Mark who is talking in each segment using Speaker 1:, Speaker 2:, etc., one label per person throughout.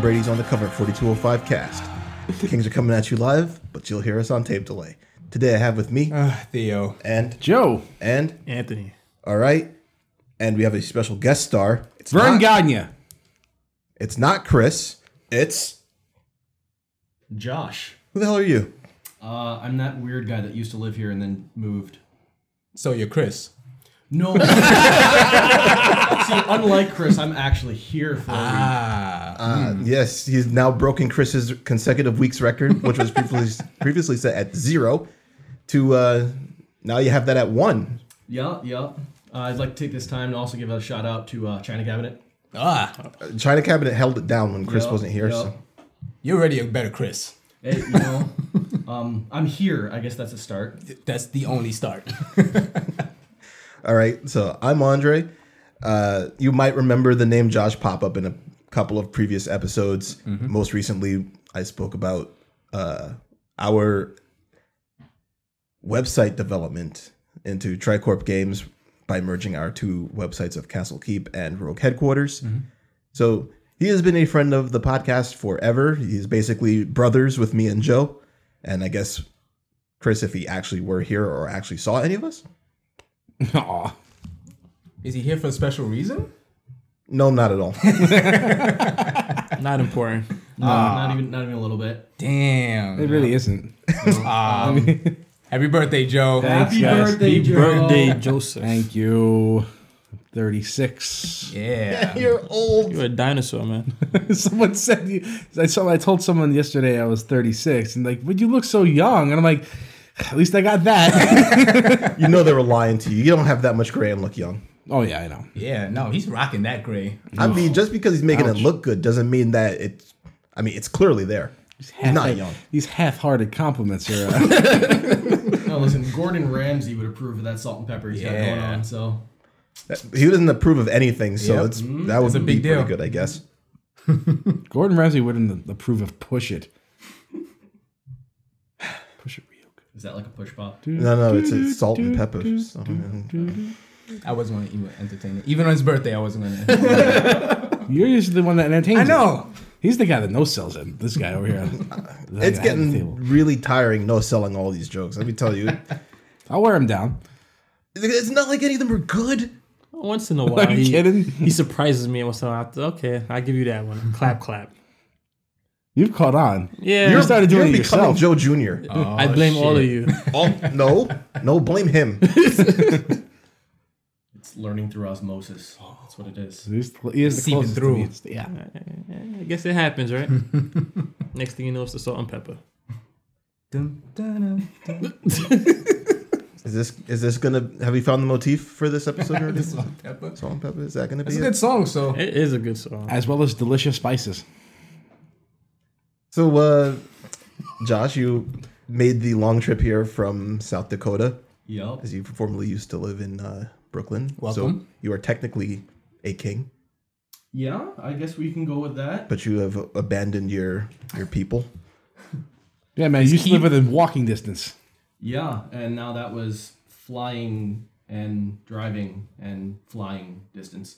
Speaker 1: Brady's on the cover at 4205 Cast. The Kings are coming at you live, but you'll hear us on tape delay. Today I have with me
Speaker 2: Ah, Theo.
Speaker 1: and
Speaker 3: Joe.
Speaker 1: and
Speaker 3: Anthony.
Speaker 1: all right, and we have a special guest star. It's
Speaker 3: Vern
Speaker 1: not,
Speaker 3: Gagne.
Speaker 1: It's not Chris. It's
Speaker 4: Josh.
Speaker 1: who the hell are you?
Speaker 4: Uh, I'm that weird guy that used to live here and then moved.
Speaker 2: So you're Chris.
Speaker 4: No. See, unlike Chris, I'm actually here for a
Speaker 2: Ah.
Speaker 4: week.
Speaker 1: Uh, Yes, he's now broken Chris's consecutive weeks record, which was previously previously set at zero. To uh, now you have that at one.
Speaker 4: Yeah, yeah. Uh, I'd like to take this time to also give a shout out to uh, China Cabinet.
Speaker 2: Ah,
Speaker 1: China Cabinet held it down when Chris
Speaker 4: Yup,
Speaker 1: wasn't here.
Speaker 4: yup.
Speaker 1: So
Speaker 2: you're already a better Chris.
Speaker 4: Hey, you know, um, I'm here. I guess that's a start.
Speaker 2: That's the only start.
Speaker 1: All right, so I'm Andre. Uh, you might remember the name Josh pop up in a couple of previous episodes. Most recently, I spoke about uh, our website development into Tricorp Games by merging our two websites of Castle Keep and Rogue Headquarters. So he has been a friend of the podcast forever. He's basically brothers with me and Joe, and I guess Chris, if he actually were here or actually saw any of us.
Speaker 3: Aw.
Speaker 2: Is he here for a special reason?
Speaker 1: No, not at all.
Speaker 3: Not important.
Speaker 4: No, Um,
Speaker 1: Ah.
Speaker 4: not even, not even a little bit.
Speaker 2: Damn.
Speaker 3: It really isn't.
Speaker 2: Happy birthday, Joe.
Speaker 4: Happy birthday, Joe.
Speaker 3: Joseph. Thank you. 36.
Speaker 2: Yeah.
Speaker 1: You're old.
Speaker 5: You're a dinosaur, man.
Speaker 3: someone said you I saw I told someone yesterday I was 36 and like, but you look so young. And I'm like, at least I got that.
Speaker 1: You know they were lying to you. You don't have that much gray and look young.
Speaker 3: oh yeah, I know.
Speaker 2: Yeah, no, he's rocking that gray.
Speaker 1: I mean, just because he's making it look good doesn't mean that it's. I mean, it's clearly there. He's not young.
Speaker 3: These half-hearted compliments are uh,
Speaker 4: No, listen, Gordon Ramsay would approve of that salt and pepper he's got going
Speaker 2: Yeah.
Speaker 4: on. So,
Speaker 1: He doesn't approve of anything, so
Speaker 2: Yep.
Speaker 1: it's that was
Speaker 2: a big
Speaker 1: pretty
Speaker 2: deal.
Speaker 1: good, I guess.
Speaker 3: Gordon Ramsay wouldn't approve of push it. Push it real good.
Speaker 4: is that like a push pop?
Speaker 1: No, no, it's, it's salt and pepper. So, yeah.
Speaker 2: I wasn't going to even entertain it. Even on his birthday, I wasn't going to.
Speaker 3: You're usually the one that entertains.
Speaker 2: I
Speaker 3: it.
Speaker 2: know.
Speaker 3: He's the guy that no sells it. This guy over here.
Speaker 1: It's getting really tiring. No selling all these jokes. Let me tell you,
Speaker 3: I'll wear him down.
Speaker 1: it's not like any of them are good.
Speaker 5: Once in a while,
Speaker 3: Are you
Speaker 5: he,
Speaker 3: kidding?
Speaker 5: he surprises me. and Once in a while, I have to- okay, I give you that one. Clap, clap.
Speaker 3: You've caught on.
Speaker 5: Yeah,
Speaker 3: You're- started doing
Speaker 1: You're
Speaker 3: it
Speaker 1: becoming
Speaker 3: yourself.
Speaker 1: Joe Junior.
Speaker 3: Oh,
Speaker 5: I blame all of you.
Speaker 1: Oh no, no, blame him.
Speaker 4: It's learning through osmosis. That's what it is.
Speaker 3: He's, he is the
Speaker 2: Seeping
Speaker 3: closest
Speaker 2: through.
Speaker 3: To me. It's- Yeah.
Speaker 5: I guess it happens, right? Next thing you know, it's the salt and pepper.
Speaker 1: Is this is this gonna have you found the motif for this episode? Or
Speaker 2: It's salt and pepper.
Speaker 1: salt and pepper is that gonna be
Speaker 2: It's a
Speaker 1: it?
Speaker 2: good song, so.
Speaker 5: It is a good song.
Speaker 3: As well as delicious spices.
Speaker 1: So, uh, Josh, you made the long trip here from South Dakota,
Speaker 4: Yup.
Speaker 1: as you formerly used to live in uh, Brooklyn. So
Speaker 2: Welcome.
Speaker 1: you are technically a king,
Speaker 4: Yeah, I guess we can go with that.
Speaker 1: but you have abandoned your your people.
Speaker 3: Yeah, man. You used to live within walking distance.
Speaker 4: Yeah, and now that was flying and driving and flying distance.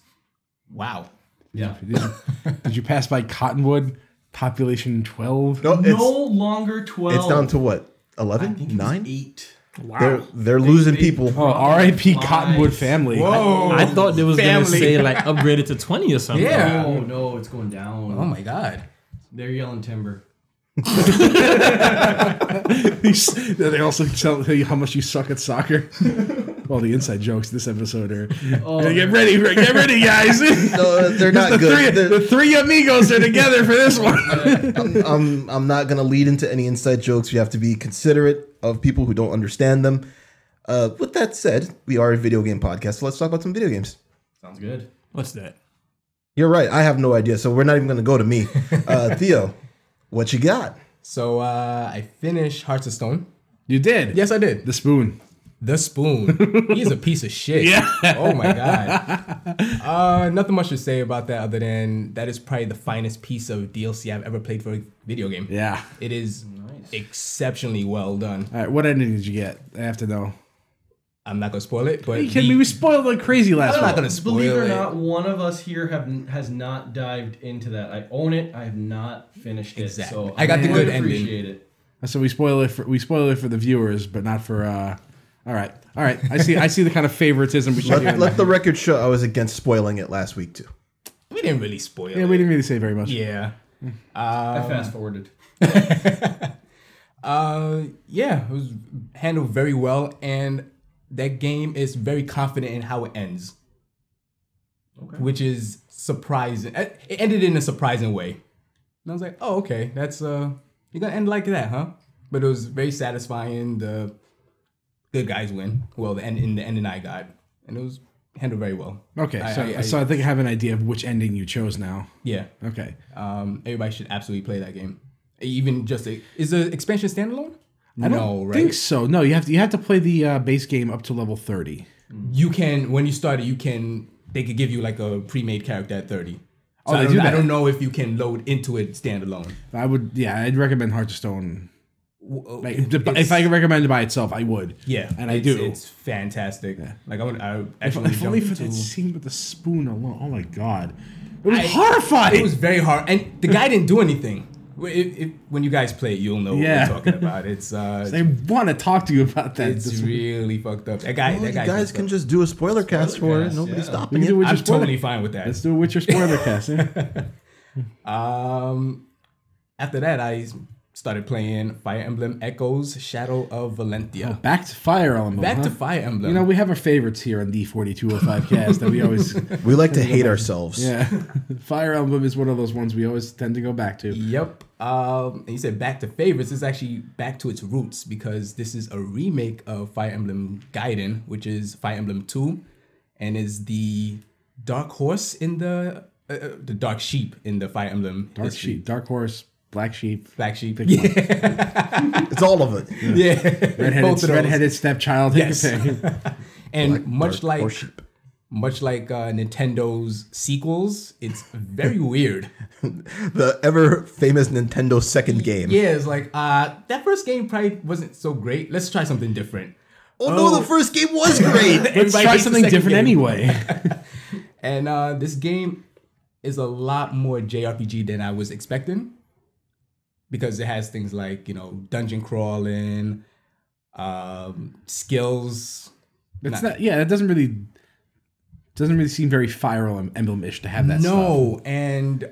Speaker 2: Wow.
Speaker 4: Yeah.
Speaker 3: Did you, did you pass by Cottonwood? Population 12?
Speaker 1: No,
Speaker 4: No
Speaker 1: it's
Speaker 4: longer 12.
Speaker 1: it's down to what
Speaker 4: I
Speaker 1: 11,
Speaker 4: think it was
Speaker 1: 9?
Speaker 4: eight.
Speaker 1: They're
Speaker 5: Wow.
Speaker 1: they're losing
Speaker 4: they-
Speaker 1: people.
Speaker 3: Oh, R.I.P.
Speaker 4: Nice.
Speaker 3: Cottonwood family.
Speaker 2: Whoa.
Speaker 5: I thought they was gonna
Speaker 2: Family.
Speaker 5: say like upgraded to twenty or something.
Speaker 2: Yeah.
Speaker 4: Oh, no, it's going down.
Speaker 2: Oh, my God.
Speaker 4: They're yelling timber.
Speaker 3: they also tell you how much you suck at soccer. All the inside jokes this episode are.
Speaker 4: Oh,
Speaker 3: Get ready, get ready, guys.
Speaker 1: No, they're not
Speaker 3: the,
Speaker 1: good.
Speaker 3: Three,
Speaker 1: They're-
Speaker 3: the three amigos are together for this one.
Speaker 1: I'm I'm not gonna lead into any inside jokes. You have to be considerate of people who don't understand them. Uh, with that said, we are a video game podcast, so let's talk about some video games.
Speaker 4: sounds good.
Speaker 5: What's that?
Speaker 1: You're right. I have no idea. So we're not even going to go to me. Uh, Theo, what you got?
Speaker 2: So uh, I finished Hearts of Stone.
Speaker 3: You did.
Speaker 2: Yes, I did.
Speaker 3: The spoon.
Speaker 2: The spoon. He's a piece of shit.
Speaker 3: Yeah.
Speaker 2: Oh my god. Uh, nothing much to say about that other than that is probably the finest piece of DLC I've ever played for a video game.
Speaker 3: Yeah.
Speaker 2: It is exceptionally well done.
Speaker 3: All right. What ending did you get? I have to know.
Speaker 2: I'm not gonna spoil it, but
Speaker 3: Are you kidding
Speaker 2: the-
Speaker 3: me? We spoiled like crazy last
Speaker 2: I'm not
Speaker 3: week.
Speaker 2: gonna spoil
Speaker 4: Believe it or
Speaker 2: it.
Speaker 4: not, one of us here have n- has not dived into that. I own it. I have not finished it.
Speaker 2: Exactly.
Speaker 4: So
Speaker 2: I got the
Speaker 4: would
Speaker 2: good ending.
Speaker 4: Appreciate it.
Speaker 3: So we spoil it for we spoil it for the viewers, but not for. uh All right, all right. I see. I see the kind of favoritism we should. do.
Speaker 1: Let, let the record show I was against spoiling it last week too.
Speaker 2: We didn't really spoil
Speaker 3: yeah,
Speaker 2: it.
Speaker 3: we didn't really say very much.
Speaker 2: Yeah.
Speaker 4: I
Speaker 2: Um,
Speaker 4: fast forwarded.
Speaker 2: Uh, yeah, it was handled very well, and that game is very confident in how it ends,
Speaker 4: Okay.
Speaker 2: which is surprising. It it ended in a surprising way, and I was like, "Oh, okay, that's uh, you're gonna end like that, huh?" But it was very satisfying. The good guys win. Well, the end in the end, and I got, and it was handled very well.
Speaker 3: Okay,
Speaker 2: I-
Speaker 3: so
Speaker 2: I-
Speaker 3: I,
Speaker 2: I-
Speaker 3: so I think I have an idea of which ending you chose now.
Speaker 2: Yeah,
Speaker 3: Okay,
Speaker 2: um, everybody should absolutely play that game. Even just a, is the expansion standalone?
Speaker 3: I don't
Speaker 2: no, right?
Speaker 3: think so. No, you have to you have to play the uh, base game up to level thirty.
Speaker 2: you can when you start it, you can they could give you like a pre-made character at 30 so
Speaker 3: Oh,
Speaker 2: I,
Speaker 3: they
Speaker 2: don't,
Speaker 3: do
Speaker 2: I
Speaker 3: that.
Speaker 2: don't know if you can load into it standalone
Speaker 3: I would, yeah, I'd recommend Heart to Stone. Like,
Speaker 2: uh, It's-
Speaker 3: if I could recommend it by itself, I would.
Speaker 2: yeah
Speaker 3: and I
Speaker 2: it's-
Speaker 3: do.
Speaker 2: it's fantastic like i would i would
Speaker 3: If,
Speaker 2: actually
Speaker 3: if only
Speaker 2: jump
Speaker 3: for that
Speaker 2: into-
Speaker 3: scene with the spoon alone. Oh my god, it was
Speaker 2: I-
Speaker 3: horrifying.
Speaker 2: it was very hard and the guy didn't do anything Wh- if, if, when you guys play it you'll know what
Speaker 3: Yeah.
Speaker 2: we're talking about it's uh
Speaker 3: they want to talk to you about that.
Speaker 2: it's
Speaker 3: This-
Speaker 2: really fucked up that guy
Speaker 1: Well,
Speaker 2: that
Speaker 1: you
Speaker 2: guy
Speaker 1: guys can just do a spoiler, cast
Speaker 4: Spoiler
Speaker 1: for it.
Speaker 4: cast,
Speaker 1: Nobody's
Speaker 4: yeah.
Speaker 1: stopping
Speaker 3: We
Speaker 1: it.
Speaker 3: do it
Speaker 2: i'm
Speaker 3: just spoil-
Speaker 2: totally fine with that
Speaker 3: Let's do it with your spoiler cast. eh?
Speaker 2: Um, after that, I started playing Fire Emblem Echoes: Shadow of Valentia.
Speaker 3: Back to Fire Emblem.
Speaker 2: Back
Speaker 3: huh?
Speaker 2: to Fire Emblem.
Speaker 3: Uh-huh. You know, we have our favorites here on the 4205 cast that we always.
Speaker 1: We like to hate ourselves.
Speaker 3: Yeah. Fire Emblem is one of those ones we always tend to go back to.
Speaker 2: Yep. Um, and you said back to favorites. It's actually back to its roots because this is a remake of Fire Emblem Gaiden, which is Fire Emblem Two, and is the dark horse in the uh, uh, the dark sheep in the Fire Emblem.
Speaker 3: Dark
Speaker 2: history.
Speaker 3: Sheep, Dark Horse, Black Sheep,
Speaker 2: Black sheep.
Speaker 3: Pick
Speaker 2: Yeah.
Speaker 3: one.
Speaker 1: It's all of it.
Speaker 2: yeah. Both of
Speaker 3: Redheaded,
Speaker 2: those.
Speaker 3: redheaded stepchild.
Speaker 2: Yes.
Speaker 3: Take your pick.
Speaker 2: And
Speaker 1: Black
Speaker 2: much
Speaker 1: dark
Speaker 2: like
Speaker 1: worship.
Speaker 2: much like uh, Nintendo's sequels, it's very weird.
Speaker 1: the ever famous Nintendo second game.
Speaker 2: Yeah, it's like uh, that first game probably wasn't so great. Let's try something different.
Speaker 1: Oh, no, the first game was great.
Speaker 3: Let's
Speaker 2: Everybody
Speaker 3: try
Speaker 2: hates the
Speaker 3: something
Speaker 2: second
Speaker 3: different
Speaker 2: game.
Speaker 3: anyway.
Speaker 2: And uh, this game is a lot more JRPG than I was expecting because it has things like you know dungeon crawling, um, skills.
Speaker 3: It's not. Yeah, it doesn't really doesn't really seem very Fire Emblem- Emblem-ish to have that. stuff.
Speaker 2: no, and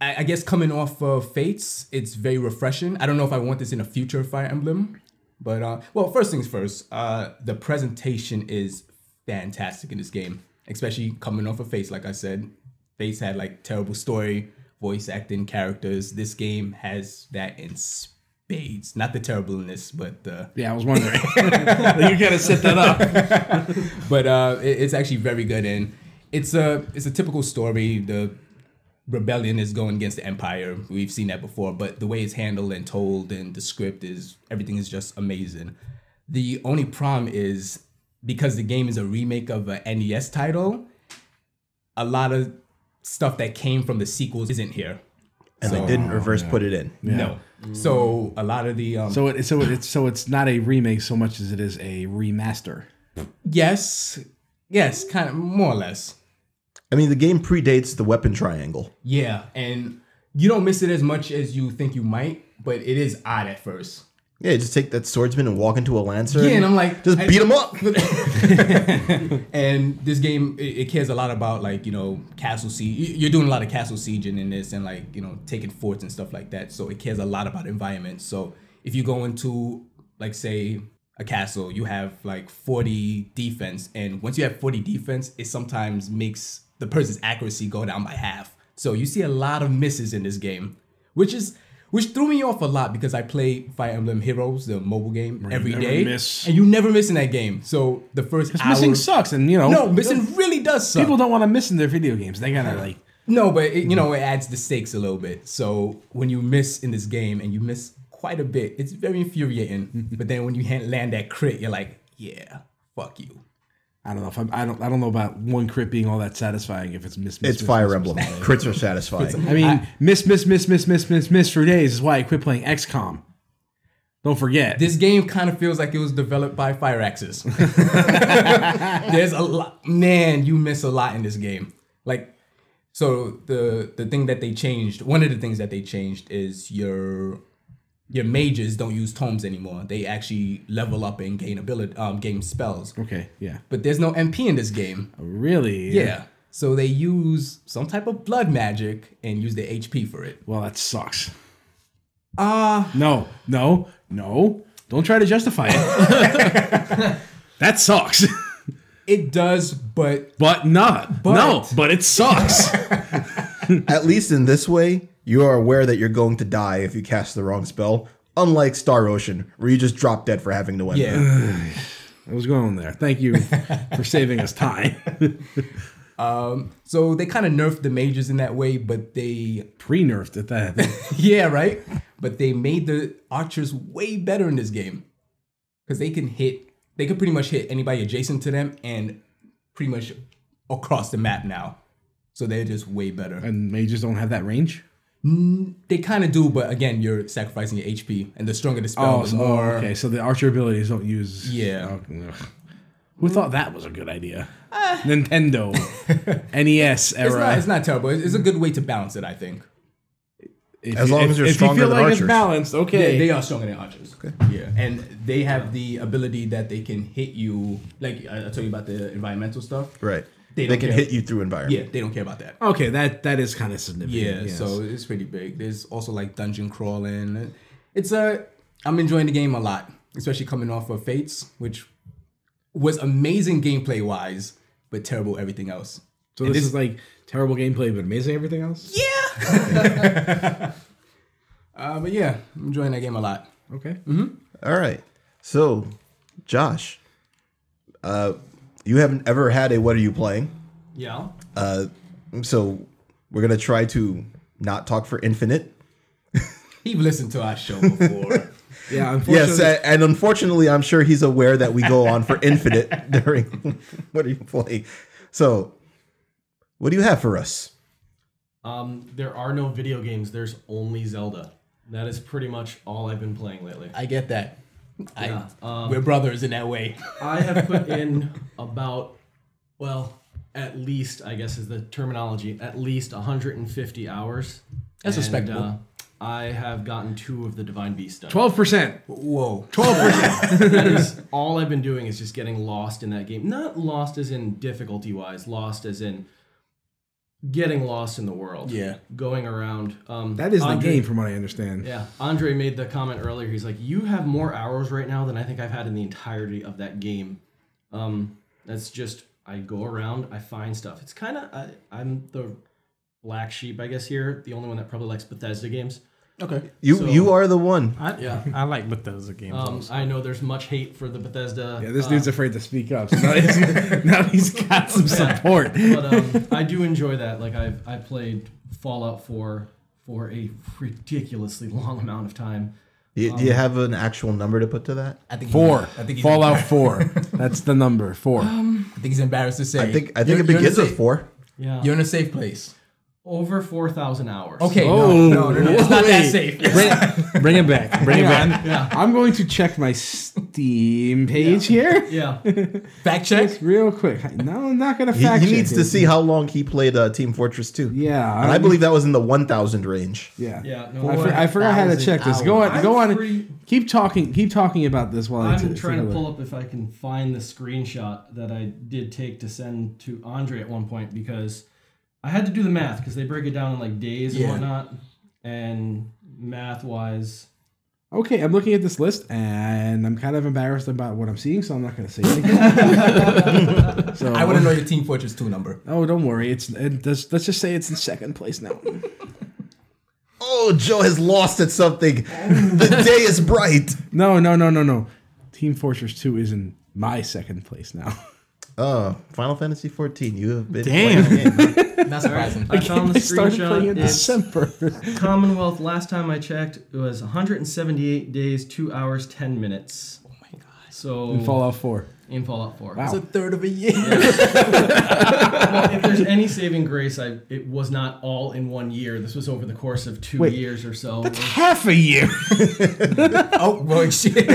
Speaker 2: I, I guess coming off of Fates, it's very refreshing. I don't know if I want this in a future Fire Emblem, but uh, well, first things first, uh, the presentation is fantastic in this game, especially coming off of Fates. Like I said, Fates had like terrible story, voice acting, characters. This game has that in spades. Not the terribleness, but the
Speaker 3: Yeah, I was wondering. you gotta set that up.
Speaker 2: but uh, it- it's actually very good, and it's a it's a typical story. The rebellion is going against the empire. We've seen that before, but the way it's handled and told, and the script is everything is just amazing. The only problem is because the game is a remake of a NES title, a lot of stuff that came from the sequels isn't here.
Speaker 1: And they didn't reverse put it in.
Speaker 2: No, so a lot of the um,
Speaker 3: So it, so it's so it's not a remake so much as it is a remaster.
Speaker 2: yes, yes, kind of more or less.
Speaker 1: I mean, the game predates the weapon triangle.
Speaker 2: Yeah, and you don't miss it as much as you think you might, but it is odd at first.
Speaker 1: Yeah, you just take that swordsman and walk into a lancer.
Speaker 2: Yeah, and I'm like,
Speaker 1: just
Speaker 2: I-
Speaker 1: beat him up.
Speaker 2: and this game, it, it cares a lot about like you know castle siege. You're doing a lot of castle sieging in this, and like you know taking forts and stuff like that. So it cares a lot about environment. So if you go into like say a castle, you have like 40 defense, and once you have 40 defense, it sometimes makes the person's accuracy go down by half. So you see a lot of misses in this game, which is which threw me off a lot because I play Fire Emblem Heroes, the mobile game, every
Speaker 3: never
Speaker 2: day,
Speaker 3: miss.
Speaker 2: and you never miss in that game. So the first hour,
Speaker 3: Missing sucks, and you know,
Speaker 2: no, missing really does suck.
Speaker 3: people don't want to miss in their video games. They gotta like.
Speaker 2: no, but it, you know it adds the stakes a little bit. So when you miss in this game and you miss quite a bit, it's very infuriating. but then when you hand, land that crit, you're like, yeah, fuck you.
Speaker 3: I don't know if I'm, I don't. I don't know about one crit being all that satisfying if it's miss. miss
Speaker 1: It's
Speaker 3: miss,
Speaker 1: Fire
Speaker 3: miss,
Speaker 1: Emblem.
Speaker 3: miss.
Speaker 1: Crits are satisfying.
Speaker 3: I mean, miss, miss, miss, miss, miss, miss, miss for days is why I quit playing XCOM. Don't forget.
Speaker 2: This game kind of feels like it was developed by Fireaxis. There's a lot, man. You miss a lot in this game. Like, so the the thing that they changed, one of the things that they changed is your your mages don't use tomes anymore. They actually level up and gain ability, um, gain spells.
Speaker 3: okay, yeah. Oh,
Speaker 2: But there's no MP in this game.
Speaker 3: Really?
Speaker 2: Yeah. So they use some type of blood magic and use their HP for it.
Speaker 3: Well, that sucks.
Speaker 2: Ah,
Speaker 3: No, no, no. Don't try to justify it. that sucks.
Speaker 2: it does, but
Speaker 3: But not. no,
Speaker 2: But-
Speaker 3: but it sucks.
Speaker 1: At least in this way, you are aware that you're going to die if you cast the wrong spell. Unlike Star Ocean, where you just drop dead for having to win.
Speaker 2: yeah.
Speaker 3: I was going there. Thank you for saving us time.
Speaker 2: So they kind of nerfed the mages in that way, but they
Speaker 3: Pre nerfed at that.
Speaker 2: yeah, right? But they made the archers way better in this game. Cuz they can hit they can pretty much hit anybody adjacent to them and pretty much across the map now. So they're just way better.
Speaker 3: And mages don't have that range.
Speaker 2: They kind of do, but again, you're sacrificing your HP and the stronger the spell, the
Speaker 3: so-
Speaker 2: more
Speaker 3: okay. So Oh, the archer abilities don't use.
Speaker 2: Oh, Yeah.
Speaker 3: Oh, ugh. Who thought that was a good idea? Nintendo, NES era.
Speaker 2: Uh. It's not, it's not terrible. It's, it's a good way to balance it, I think.
Speaker 3: If
Speaker 1: As long
Speaker 3: if-
Speaker 1: as you're
Speaker 3: if
Speaker 1: stronger
Speaker 3: you feel
Speaker 1: than
Speaker 3: like
Speaker 1: archers.
Speaker 3: it's balanced, okay.
Speaker 2: They, they are stronger than archers. Yeah, and they have the ability that they can hit you. Like I, I told you about the environmental stuff.
Speaker 1: Right.
Speaker 2: They
Speaker 1: They,
Speaker 2: don't
Speaker 1: can
Speaker 2: care.
Speaker 1: hit you through environment.
Speaker 2: Yeah, they don't care about that.
Speaker 3: okay, that that is kind of significant.
Speaker 2: Yeah,
Speaker 3: yes.
Speaker 2: so it's pretty big. There's also like dungeon crawling. It's a. I'm enjoying the game a lot, especially coming off of Fates, which was amazing gameplay wise, but terrible everything else.
Speaker 3: So this, is like terrible gameplay, but amazing everything else.
Speaker 2: Uh, but yeah, I'm enjoying that game a lot.
Speaker 3: Okay.
Speaker 1: All right. So, Josh, uh, you haven't ever had a what are you playing?
Speaker 4: Yeah.
Speaker 1: So, we're going to try to not talk for infinite.
Speaker 2: He've listened to our show before.
Speaker 3: Yeah. Unfortunately,
Speaker 1: Yes, a- and unfortunately, I'm sure he's aware that we go on for infinite during what are you playing. So, what do you have for us?
Speaker 4: Um, there are no video games. There's only Zelda. That is pretty much all I've been playing lately.
Speaker 2: I get that. I,
Speaker 4: Yeah, um,
Speaker 2: we're brothers in that way.
Speaker 4: I have put in about, well, at least I guess is the terminology, at least 150 hours.
Speaker 2: That's respectable.
Speaker 4: uh, I have gotten two of the Divine Beast done.
Speaker 3: twelve percent.
Speaker 2: Whoa.
Speaker 3: Twelve percent.
Speaker 4: That is all I've been doing is just getting lost in that game. Not lost as in difficulty wise, lost as in getting lost in the world.
Speaker 2: Yeah.
Speaker 4: Going around. Um,
Speaker 3: That is the
Speaker 4: Andre-
Speaker 3: game, from what I understand.
Speaker 4: Yeah, Andre made the comment earlier. He's like, "You have more hours right now than I think I've had in the entirety of that game." Um, that's just I go around, I find stuff. It's kind of I, I'm the black sheep, I guess. Here, the only one that probably likes Bethesda games.
Speaker 2: Okay.
Speaker 1: You
Speaker 4: So-
Speaker 1: you are the one.
Speaker 5: I, I like Bethesda games.
Speaker 4: Um,
Speaker 5: also.
Speaker 4: I know there's much hate for the Bethesda.
Speaker 3: Yeah, this
Speaker 4: uh,
Speaker 3: dude's afraid to speak up. So now, he's, now he's got some support.
Speaker 4: but um, I do enjoy that. Like I've I played Fallout 4 for a ridiculously long amount of time.
Speaker 1: Do you, do you have an actual number to put to that?
Speaker 2: I think
Speaker 3: Four.
Speaker 2: I think he's,
Speaker 3: Fallout Four. That's the number four.
Speaker 2: I think he's embarrassed to say.
Speaker 1: I think I think
Speaker 2: You're-
Speaker 1: it
Speaker 2: you're in a
Speaker 1: begins with
Speaker 2: safe-
Speaker 1: four.
Speaker 4: Yeah,
Speaker 2: You're in a safe place.
Speaker 4: over 4,000 hours.
Speaker 2: Okay.
Speaker 3: Oh,
Speaker 2: no, no, no, no. It's not that
Speaker 3: wait.
Speaker 2: safe.
Speaker 3: Bring, it- bring it back. Bring it
Speaker 4: Hang
Speaker 3: back.
Speaker 4: on. Yeah.
Speaker 3: I'm going to check my Steam page here
Speaker 4: Yeah.
Speaker 2: Fact check.
Speaker 3: real quick. No, I'm not gonna
Speaker 1: He,
Speaker 3: fact.
Speaker 1: he
Speaker 3: check
Speaker 1: needs
Speaker 3: it.
Speaker 1: to see how long he played uh, Team Fortress Two.
Speaker 3: Yeah,
Speaker 1: and I
Speaker 3: I'm-
Speaker 1: believe that was in the one thousand range.
Speaker 3: Yeah.
Speaker 4: Yeah, no,
Speaker 3: I, for, I forgot how to
Speaker 2: 4,000
Speaker 3: check this. Go on.
Speaker 4: hours.
Speaker 3: Go on.
Speaker 4: I'm free-
Speaker 3: Keep talking. Keep talking about this while I
Speaker 4: I'm
Speaker 3: t-
Speaker 4: trying
Speaker 3: take
Speaker 4: to
Speaker 3: a
Speaker 4: pull
Speaker 3: look.
Speaker 4: up if I can find the screenshot that I did take to send to Andre at one point because I had to do the math because they break it down in like days
Speaker 2: Yeah.
Speaker 4: and whatnot. And math wise,
Speaker 3: Okay, I'm looking at this list and I'm kind of embarrassed about what I'm seeing, so I'm not going to say anything. so
Speaker 2: I want to know your Team Fortress 2 number.
Speaker 3: Oh, don't worry. It's it does, let's just say it's in second place now.
Speaker 1: Oh, Joe has lost at something. the day is bright.
Speaker 3: no, no, no, no, no. Team Fortress Two is in my second place now.
Speaker 1: Oh, Final Fantasy fourteen. You have been playing-
Speaker 5: Damn.
Speaker 2: Not surprising.
Speaker 4: I found the
Speaker 3: I started playing in
Speaker 4: screenshot. It's
Speaker 3: December.
Speaker 4: Commonwealth
Speaker 2: Oh
Speaker 4: last time I checked it was 178 days, 2 hours, 10 minutes. So
Speaker 3: in Fallout 4.
Speaker 4: in Fallout Four.
Speaker 3: Wow.
Speaker 2: It's a third of a year.
Speaker 4: Well, if there's any saving grace, I it was not all in one year. This was over the course of two
Speaker 3: Wait,
Speaker 4: years or so.
Speaker 3: Half a year.
Speaker 2: oh, boy, shit.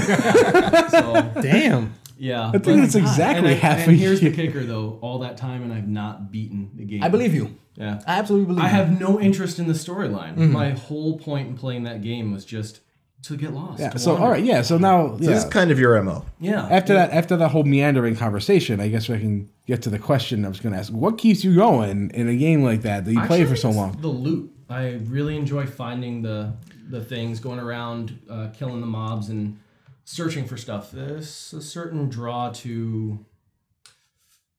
Speaker 4: so
Speaker 3: Damn.
Speaker 4: yeah,
Speaker 3: I think that's
Speaker 4: and,
Speaker 3: exactly
Speaker 4: I-
Speaker 3: half
Speaker 4: and
Speaker 3: a
Speaker 4: here's
Speaker 3: year.
Speaker 4: the kicker, though. All that time, and I've not beaten the game.
Speaker 2: I believe you.
Speaker 4: Yeah.
Speaker 2: I absolutely believe
Speaker 4: I
Speaker 2: you.
Speaker 4: have no interest in the storyline.
Speaker 3: Mm-hmm.
Speaker 4: My whole point in playing that game was just to get lost.
Speaker 3: Yeah,
Speaker 4: to
Speaker 3: so
Speaker 4: wander.
Speaker 3: all right, yeah. So now,
Speaker 1: So
Speaker 3: yeah.
Speaker 1: This is kind of your mo.
Speaker 4: Yeah.
Speaker 3: after that, after that whole meandering conversation, I guess I can get to the question I was going to ask. What keeps you going in a game like that that you play
Speaker 4: Actually,
Speaker 3: for so
Speaker 4: it's
Speaker 3: long?
Speaker 4: The loot. I really enjoy finding the the things, going around, uh, killing the mobs, and searching for stuff. There's a certain draw to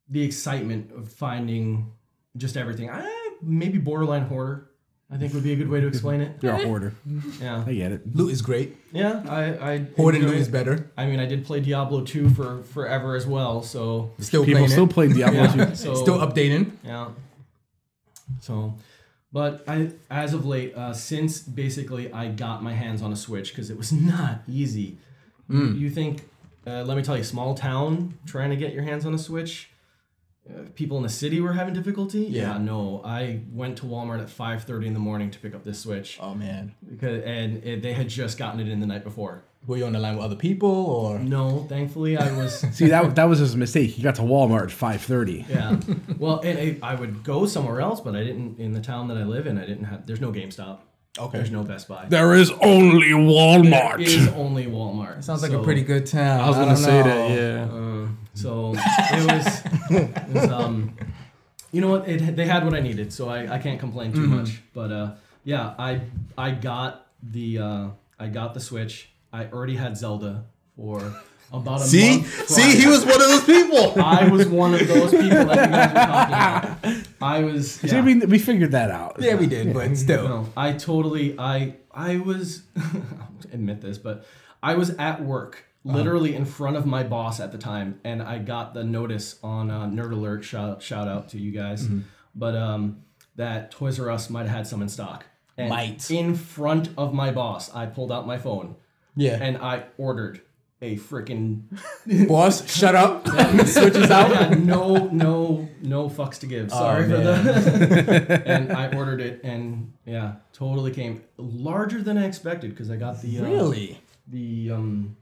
Speaker 4: the excitement of finding just everything. I maybe borderline hoarder. I think would be a good way to explain it.
Speaker 3: You're a hoarder.
Speaker 4: Yeah,
Speaker 3: I get it.
Speaker 2: Loot is great.
Speaker 4: yeah. I, I
Speaker 2: Hoarding
Speaker 4: enjoy
Speaker 2: loot is
Speaker 4: it.
Speaker 2: better.
Speaker 4: I mean, I did play Diablo two for forever as well. So
Speaker 2: Still
Speaker 3: People
Speaker 2: playing
Speaker 3: still
Speaker 2: it.
Speaker 3: play Diablo
Speaker 4: Yeah,
Speaker 3: 2.
Speaker 4: so-
Speaker 2: Still updating.
Speaker 4: Yeah. So, but I as of late, uh, since basically I got my hands on a Switch because it was not easy.
Speaker 2: Hmm.
Speaker 4: You think? Uh, let me tell you, small town trying to get your hands on a Switch. Uh, people in the city were having difficulty.
Speaker 2: Yeah.
Speaker 4: no, I went to Walmart at 5:30 in the morning to pick up this Switch,
Speaker 2: Oh, man.
Speaker 4: because, and it, they had just gotten it in the night before.
Speaker 2: Were you on the line with other people or?
Speaker 4: No, thankfully I was.
Speaker 3: See that that was his mistake. He got to Walmart at five thirty.
Speaker 4: Yeah. Well, and I, I would go somewhere else, but I didn't in the town that I live in. I didn't have. There's no GameStop.
Speaker 2: Okay.
Speaker 4: There's no Best Buy.
Speaker 3: There is only
Speaker 4: There is
Speaker 3: Walmart.
Speaker 4: only Walmart.
Speaker 2: Sounds like
Speaker 4: So,
Speaker 2: a pretty good town.
Speaker 5: I was gonna say that. Yeah.
Speaker 4: Um, so it was, it was, um, you know what? It they had what I needed, so I, I can't complain too much. But uh, yeah, I I got the uh, I got the Switch. I already had Zelda for about a
Speaker 1: See,
Speaker 4: month.
Speaker 1: see, he
Speaker 4: prior.
Speaker 1: was one of those people.
Speaker 4: I was one of those people that you guys were talking about. I was.
Speaker 3: See,
Speaker 4: yeah.
Speaker 3: we, we figured that out.
Speaker 2: Yeah, we did, but still.
Speaker 4: No, I totally I I was I'll admit this, but I was at work literally in front of my boss at the time, and I got the notice on uh, Nerd Alert. Shout shout out to you guys, but um, that Toys R Us might have had some in stock. And
Speaker 2: Might.
Speaker 4: in front of my boss, I pulled out my phone
Speaker 2: Yeah.
Speaker 4: and I ordered a freaking.
Speaker 2: boss, shut up. Switches
Speaker 4: I
Speaker 2: out.
Speaker 4: had no no no fucks to
Speaker 1: Oh,
Speaker 4: give. Sorry for
Speaker 2: man.
Speaker 4: that. and I ordered it, and yeah, totally came larger than I expected because I got the uh,
Speaker 2: Really?
Speaker 4: the um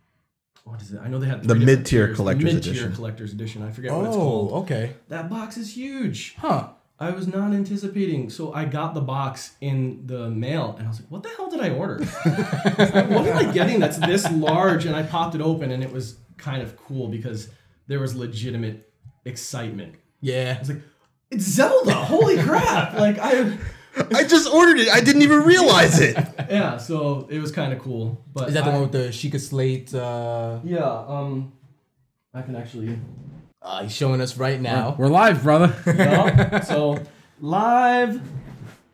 Speaker 4: what is it? I know they had
Speaker 1: The
Speaker 4: three different
Speaker 1: mid-tier
Speaker 4: tiers.
Speaker 1: collector's
Speaker 4: The mid-tier
Speaker 1: edition.
Speaker 4: collector's edition. I forget what it's called.
Speaker 2: Oh, okay.
Speaker 4: That box is huge.
Speaker 2: Huh.
Speaker 4: I was not anticipating, so I got the box in the mail, and I was like, "What the hell did I order? what am I getting that's this large?" And I popped it open, and it was kind of cool because there was legitimate excitement.
Speaker 2: Yeah.
Speaker 4: I was like, "It's Zelda! Holy crap!" Like I.
Speaker 1: I just ordered it. I didn't even realize it.
Speaker 4: Yeah, so it was kind of cool. But
Speaker 2: Is that the
Speaker 4: I-
Speaker 2: one with the Sheikah Slate? Uh,
Speaker 4: Yeah. Um, I can actually.
Speaker 2: uh, he's showing us right now.
Speaker 3: We're live, brother.
Speaker 4: Yeah, so live,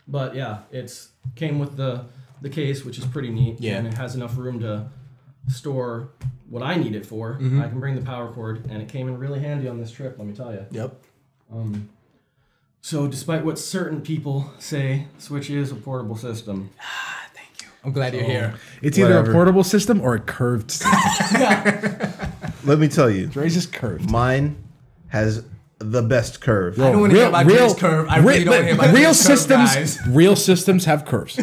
Speaker 4: but yeah, it's came with the the case, which is pretty neat.
Speaker 2: Yeah.
Speaker 4: And it has enough room to store what I need it for.
Speaker 2: Mm-hmm.
Speaker 4: I can bring the power cord, and it came in really handy on this trip. Let me tell you.
Speaker 2: Yep.
Speaker 4: Um. So, despite what certain people say, Switch is a portable system.
Speaker 2: I'm glad you're here.
Speaker 3: It's either
Speaker 1: Whatever.
Speaker 3: a portable system or a curved system.
Speaker 1: Let me tell you,
Speaker 3: Dre's is curved.
Speaker 1: mine has the best curve.
Speaker 2: don't wanna hear about Dre's curve. I really don't wanna hear about
Speaker 3: real
Speaker 2: Dre's curve,
Speaker 3: systems.
Speaker 2: guys.
Speaker 3: Real systems have curves.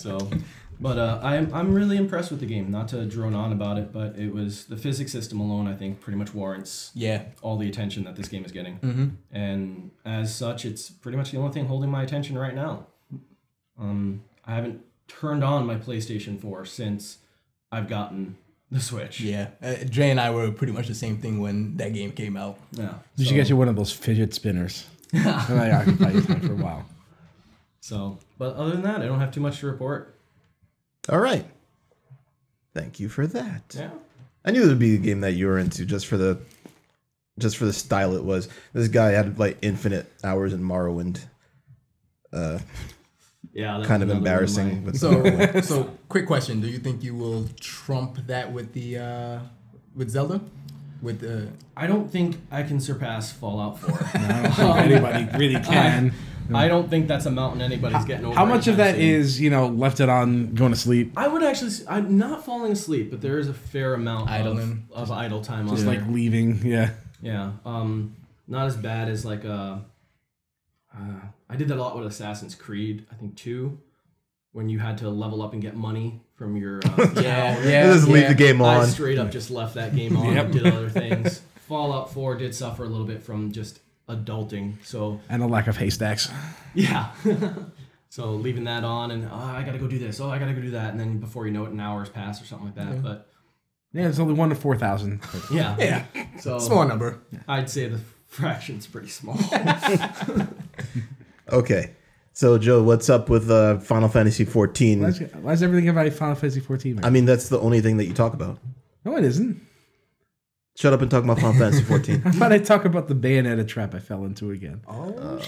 Speaker 4: So, but uh, I'm I'm really impressed with the game. Not to drone on about it, but it was the physics system alone. I think pretty much warrants
Speaker 2: Yeah.
Speaker 4: all the attention that this game is getting,
Speaker 1: Mm-hmm.
Speaker 4: and as such, it's pretty much the only thing holding my attention right now. Um, I haven't turned on my PlayStation 4 since I've gotten the Switch.
Speaker 2: Yeah. Uh, Dre and I were pretty much the same thing when that game came out.
Speaker 4: Yeah.
Speaker 3: You should
Speaker 4: so-
Speaker 3: get you one of those fidget spinners. and I occupy your time for a while.
Speaker 4: So, but other than that, I don't have too much to report.
Speaker 1: All right. Thank you for that.
Speaker 4: Yeah.
Speaker 1: I knew it would be a game that you were into just for the just for the style it was. This guy had like infinite hours in Morrowind.
Speaker 4: Yeah. that's
Speaker 1: Kind of
Speaker 4: another one
Speaker 1: embarrassing.
Speaker 4: my-
Speaker 1: With
Speaker 2: So, so quick question: Do you think you will trump that with the uh, with Zelda? With uh,
Speaker 4: I don't think I can surpass Fallout 4.
Speaker 2: Oh.
Speaker 3: I don't think anybody really can.
Speaker 4: I don't think that's a mountain anybody's getting over.
Speaker 3: How much of
Speaker 4: anytime
Speaker 3: that
Speaker 4: soon.
Speaker 3: is you know left it on going to sleep,
Speaker 4: I would actually. s- I'm not falling asleep, but there is a fair amount
Speaker 2: Idling.
Speaker 4: of, of idle time.
Speaker 3: just
Speaker 4: on
Speaker 3: like
Speaker 4: there.
Speaker 3: leaving? Yeah.
Speaker 4: yeah, um, not as bad as like uh, uh, I did that a lot with Assassin's Creed. I think two, when you had to level up and get money from your uh,
Speaker 2: Yeah,
Speaker 4: tower.
Speaker 2: yeah.
Speaker 1: Just leave the game
Speaker 4: I
Speaker 1: on.
Speaker 4: straight up just left that game on and did other things. Fallout 4 did suffer a little bit from just adulting. So,
Speaker 3: And a lack of haystacks.
Speaker 4: yeah. so, leaving that on and, oh, I got to go do this. Oh, I got to go do that. And then before you know it, an hour's passed or something like that. But,
Speaker 3: Yeah, there's only one to four thousand.
Speaker 4: yeah.
Speaker 2: Yeah,
Speaker 4: So,
Speaker 2: small number.
Speaker 4: I'd say the fraction's pretty small.
Speaker 1: Okay. So Joe, what's up with uh, Final Fantasy 14?
Speaker 3: Why is, why is everything about Final Fantasy fourteen?
Speaker 1: I mean, that's the only thing that you talk about.
Speaker 3: no, it isn't.
Speaker 1: Shut up and talk about Final Fantasy Uh, 14.
Speaker 3: How about I talk about the Bayonetta trap I fell into again?
Speaker 2: Oh, Uh,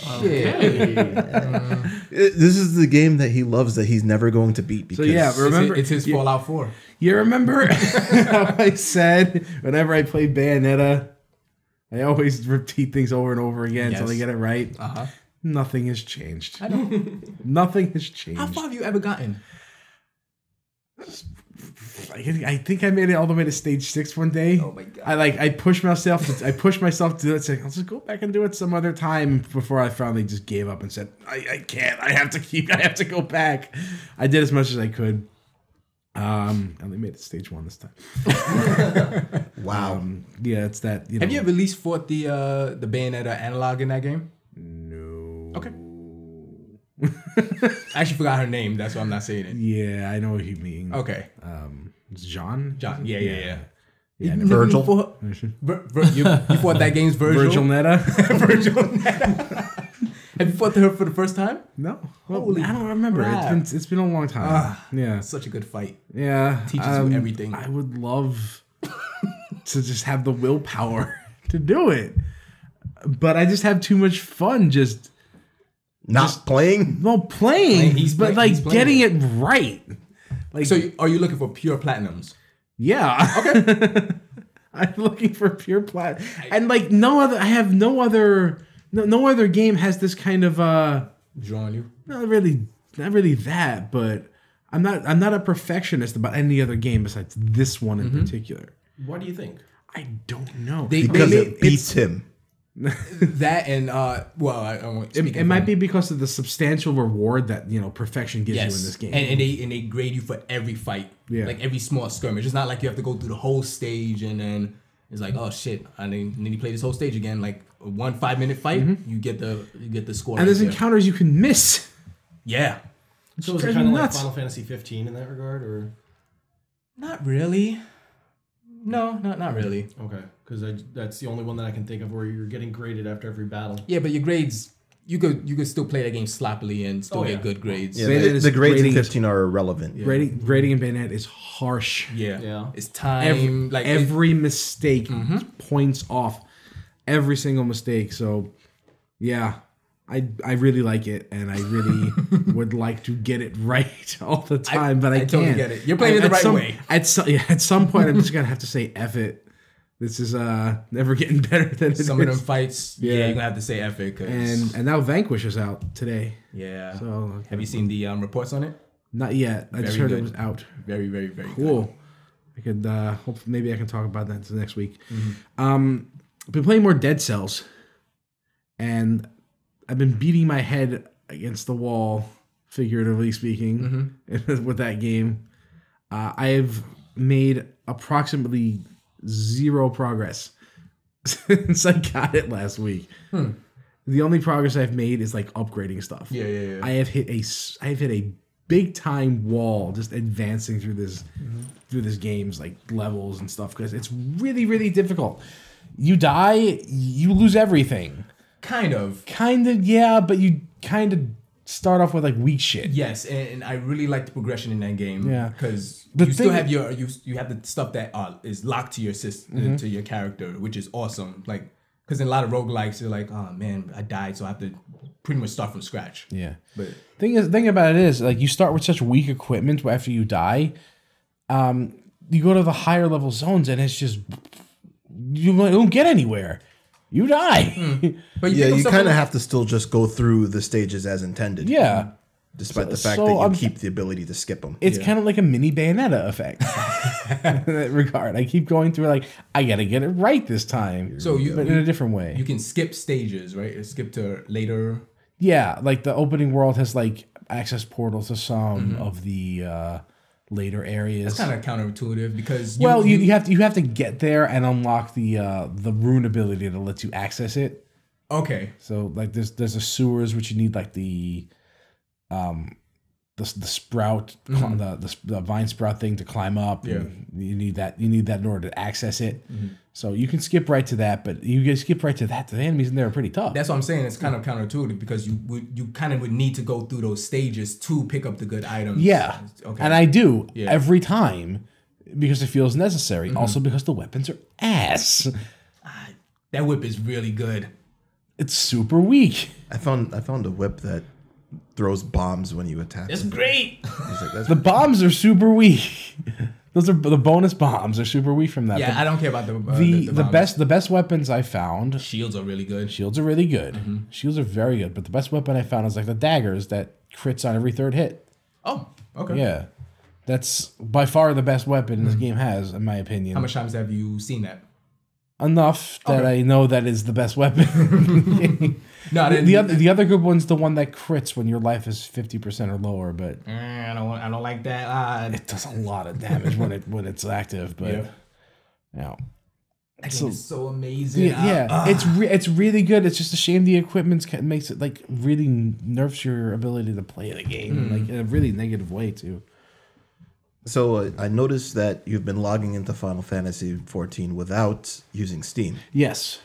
Speaker 1: It- this is the game that he loves that he's never going to beat because
Speaker 3: yeah, we're- Remember-
Speaker 2: it's, his Fallout Four.
Speaker 3: You remember how I said whenever I play Bayonetta, I always repeat things over and over again until I
Speaker 2: Yes.
Speaker 3: get it right.
Speaker 2: Uh huh.
Speaker 3: Nothing has changed.
Speaker 2: I know.
Speaker 3: Nothing has
Speaker 2: How
Speaker 3: changed.
Speaker 2: far have you ever gotten?
Speaker 3: I think- I think I made it all the way to stage six one day.
Speaker 2: Oh my God.
Speaker 3: I like I pushed myself. To, I pushed myself to do it. Saying I'll just go back and do it some other time. Before I finally just gave up and said I, I can't. I have to keep. I have to go back. I did as much as I could. Um, I only made it to stage one this time.
Speaker 1: wow.
Speaker 3: Um, yeah, it's that. You know,
Speaker 2: Have you ever at least fought the uh, the Bayonetta analog in that game?
Speaker 3: No.
Speaker 2: Okay. I actually forgot her name. That's why I'm not saying it.
Speaker 3: Yeah, I know what you mean.
Speaker 2: Okay,
Speaker 3: Um, it's John.
Speaker 2: John. Yeah, yeah, Uh, yeah.
Speaker 3: Yeah, I
Speaker 2: You
Speaker 3: never-
Speaker 2: Virgil. Fought, Vir- Vir- you, you fought that game's Virgil.
Speaker 3: Virgil Netta.
Speaker 2: Have you fought her for the first time?
Speaker 3: no,
Speaker 2: Holy
Speaker 3: I don't remember.
Speaker 2: crap.
Speaker 3: It's been it's been a long time. yeah,
Speaker 2: Such a good fight.
Speaker 3: yeah. um,
Speaker 2: teaches you everything.
Speaker 3: I would love to just have the willpower to do it, but I just have too much fun just
Speaker 1: Not playing?
Speaker 3: well playing,
Speaker 2: Playing- he's
Speaker 3: but
Speaker 2: play-
Speaker 3: like
Speaker 2: he's playing
Speaker 3: getting it right. Like
Speaker 2: So, you, are you looking for pure platinums?
Speaker 3: Yeah. Okay. I'm looking for pure plat, and like no other. I have no other. No, no other game has this kind of. uh
Speaker 2: Drawing you.
Speaker 3: Not really. Not really that, but I'm not. I'm not a perfectionist about any other game besides this one in particular.
Speaker 4: what do you think?
Speaker 3: I don't know.
Speaker 2: Mm-hmm. They, they
Speaker 1: Because
Speaker 2: made
Speaker 1: it beats him.
Speaker 2: that and uh, well, I, I won't
Speaker 3: it,
Speaker 2: speak
Speaker 3: it might be because of the substantial reward that you know perfection gives you in this game.
Speaker 2: And, and they and they grade you for every fight,
Speaker 3: Yeah.
Speaker 2: like every small skirmish. It's not like you have to go through the whole stage and then it's like, oh shit, I need, need to play this whole stage again. Like one five minute fight, you get the you get the score.
Speaker 3: Mm-hmm.
Speaker 2: right
Speaker 3: And there's
Speaker 2: there.
Speaker 3: encounters you can miss.
Speaker 2: yeah,
Speaker 4: So, is it
Speaker 3: drives
Speaker 4: kind
Speaker 3: me
Speaker 4: of like
Speaker 3: nuts.
Speaker 4: Final Fantasy 15 in that regard? or
Speaker 2: not really. No, not not really.
Speaker 4: Okay. Because that's the only one that I can think of where you're getting graded after every battle.
Speaker 2: Yeah, but your grades, you could you could still play that game sloppily and still
Speaker 4: Oh,
Speaker 2: get
Speaker 4: yeah.
Speaker 2: good grades.
Speaker 1: Yeah,
Speaker 3: Bayonetta
Speaker 1: the,
Speaker 3: is
Speaker 1: the grades in
Speaker 3: grading-
Speaker 1: 15 are irrelevant.
Speaker 3: Grading, grading in Bayonet is harsh.
Speaker 2: Yeah.
Speaker 4: Yeah.
Speaker 2: It's time.
Speaker 3: every,
Speaker 2: like Mm-hmm. it-
Speaker 3: every mistake points off every single mistake so yeah i i really like it and i really would like to get it right all the time but i,
Speaker 2: I
Speaker 3: can't
Speaker 2: totally get it. You're playing it the
Speaker 3: at
Speaker 2: right
Speaker 3: some-
Speaker 2: way.
Speaker 3: at some, yeah, at some point i'm just gonna have to say F it this is uh never getting better than it
Speaker 2: some of them
Speaker 3: is.
Speaker 2: fights, yeah,
Speaker 3: Yeah.
Speaker 2: you're gonna have to say epic. 'cause-
Speaker 3: and and now vanquish is out today
Speaker 2: yeah.
Speaker 3: so
Speaker 2: have you seen the um, reports on it?
Speaker 3: Oh, not yet i just
Speaker 2: Very
Speaker 3: heard it
Speaker 2: good.
Speaker 3: was out
Speaker 2: Very, very, very good.
Speaker 3: Cool. I could uh hope maybe I can talk about that next week.
Speaker 2: Mm-hmm.
Speaker 3: Um I've been playing more Dead Cells and I've been beating my head against the wall, figuratively speaking, with that game. Uh, I've made approximately zero progress since I got it last week. The only progress I've made is like upgrading stuff.
Speaker 2: Hmm. Yeah, yeah, yeah.
Speaker 3: I have hit a s- I have hit a big time wall just advancing through this
Speaker 2: Mm-hmm.
Speaker 3: through this game's like levels and stuff because it's really really difficult. You die, you lose everything.
Speaker 2: Kind of.
Speaker 3: Kind of yeah, but you kind of start off with like weak shit.
Speaker 2: Yes, and, and I really like the progression in that game.
Speaker 3: Yeah.
Speaker 2: because
Speaker 3: The
Speaker 2: you still
Speaker 3: thing-
Speaker 2: have your you you have the stuff that uh, is locked to your system
Speaker 3: Mm-hmm.
Speaker 2: to your character, which is awesome. Like, because in a lot of roguelikes, you're like, oh man, I died, so I have to pretty much start from scratch.
Speaker 3: Yeah.
Speaker 2: But
Speaker 3: Thing is, thing about it is, like you start with such weak equipment after you die. Um, you go to the higher level zones, and it's just you don't get anywhere. you die.
Speaker 2: But
Speaker 1: Yeah,
Speaker 2: pick up
Speaker 1: you
Speaker 2: something
Speaker 1: kind of
Speaker 2: like-
Speaker 1: have to still just go through the stages as intended.
Speaker 3: yeah.
Speaker 1: Despite
Speaker 3: So-
Speaker 1: the fact
Speaker 3: so
Speaker 1: that you
Speaker 3: I'm-
Speaker 1: keep the ability to skip them.
Speaker 3: It's kind of like a mini Bayonetta effect. in that regard. I keep going through like I gotta get it right this time.
Speaker 2: So you-
Speaker 3: but in a different way.
Speaker 2: You can skip stages, right? Skip to later.
Speaker 3: yeah, like the opening world has like access portals to some of the uh, later areas.
Speaker 2: It's kind of counterintuitive because
Speaker 3: well, you, you have to you have to get there and unlock the uh, the rune ability that lets you access it.
Speaker 2: okay.
Speaker 3: So like there's there's a sewers which you need like the um the, the sprout cl- the, the sp- the vine sprout thing to climb up.
Speaker 2: Mm-hmm. Yeah. Mm-hmm.
Speaker 3: and You need that you need that in order to access it. So you can skip right to that, but you can skip right to that. The enemies in there are pretty tough.
Speaker 2: That's what I'm saying. It's kind of counterintuitive because you would you kind of would need to go through those stages to pick up the good items.
Speaker 3: yeah.
Speaker 2: Okay.
Speaker 3: And I do
Speaker 2: Yeah. Mm-hmm.
Speaker 3: every time because it feels necessary. Also because the weapons are ass.
Speaker 2: that whip is really good.
Speaker 3: It's super weak.
Speaker 1: I found I found a whip that throws bombs when you attack. That's
Speaker 5: Great.
Speaker 3: The bombs are super weak. Those are the bonus bombs are super weak from that.
Speaker 2: Yeah, I don't care about the uh,
Speaker 3: the the,
Speaker 2: bomb.
Speaker 3: best the best weapons I found.
Speaker 2: shields are really good.
Speaker 3: Shields are really good.
Speaker 2: Mm-hmm.
Speaker 3: Shields are very good, but the best weapon I found is like the daggers that crits on every third hit.
Speaker 2: Oh, okay.
Speaker 3: Yeah, that's by far the best weapon this game has, in my opinion.
Speaker 2: Mm-hmm. How much times have you seen that?
Speaker 3: Enough that I know that is the best weapon.
Speaker 2: No, I didn't,
Speaker 3: the other the other good one's the one that crits when your life is fifty percent or lower, but
Speaker 2: Eh, I don't. want- I don't like that. Ah,
Speaker 3: it does a lot of damage when it when it's active. But
Speaker 2: Yeah.
Speaker 3: you know.
Speaker 2: that
Speaker 3: so-
Speaker 2: game is so amazing.
Speaker 3: Yeah,
Speaker 2: Ah,
Speaker 3: yeah.
Speaker 2: ah.
Speaker 3: it's re- it's really good. It's just a shame the equipment makes it like really nerfs your ability to play the game like in a really negative way too.
Speaker 1: So uh, I noticed that you've been logging into Final Fantasy 14 without using Steam.
Speaker 3: Yes,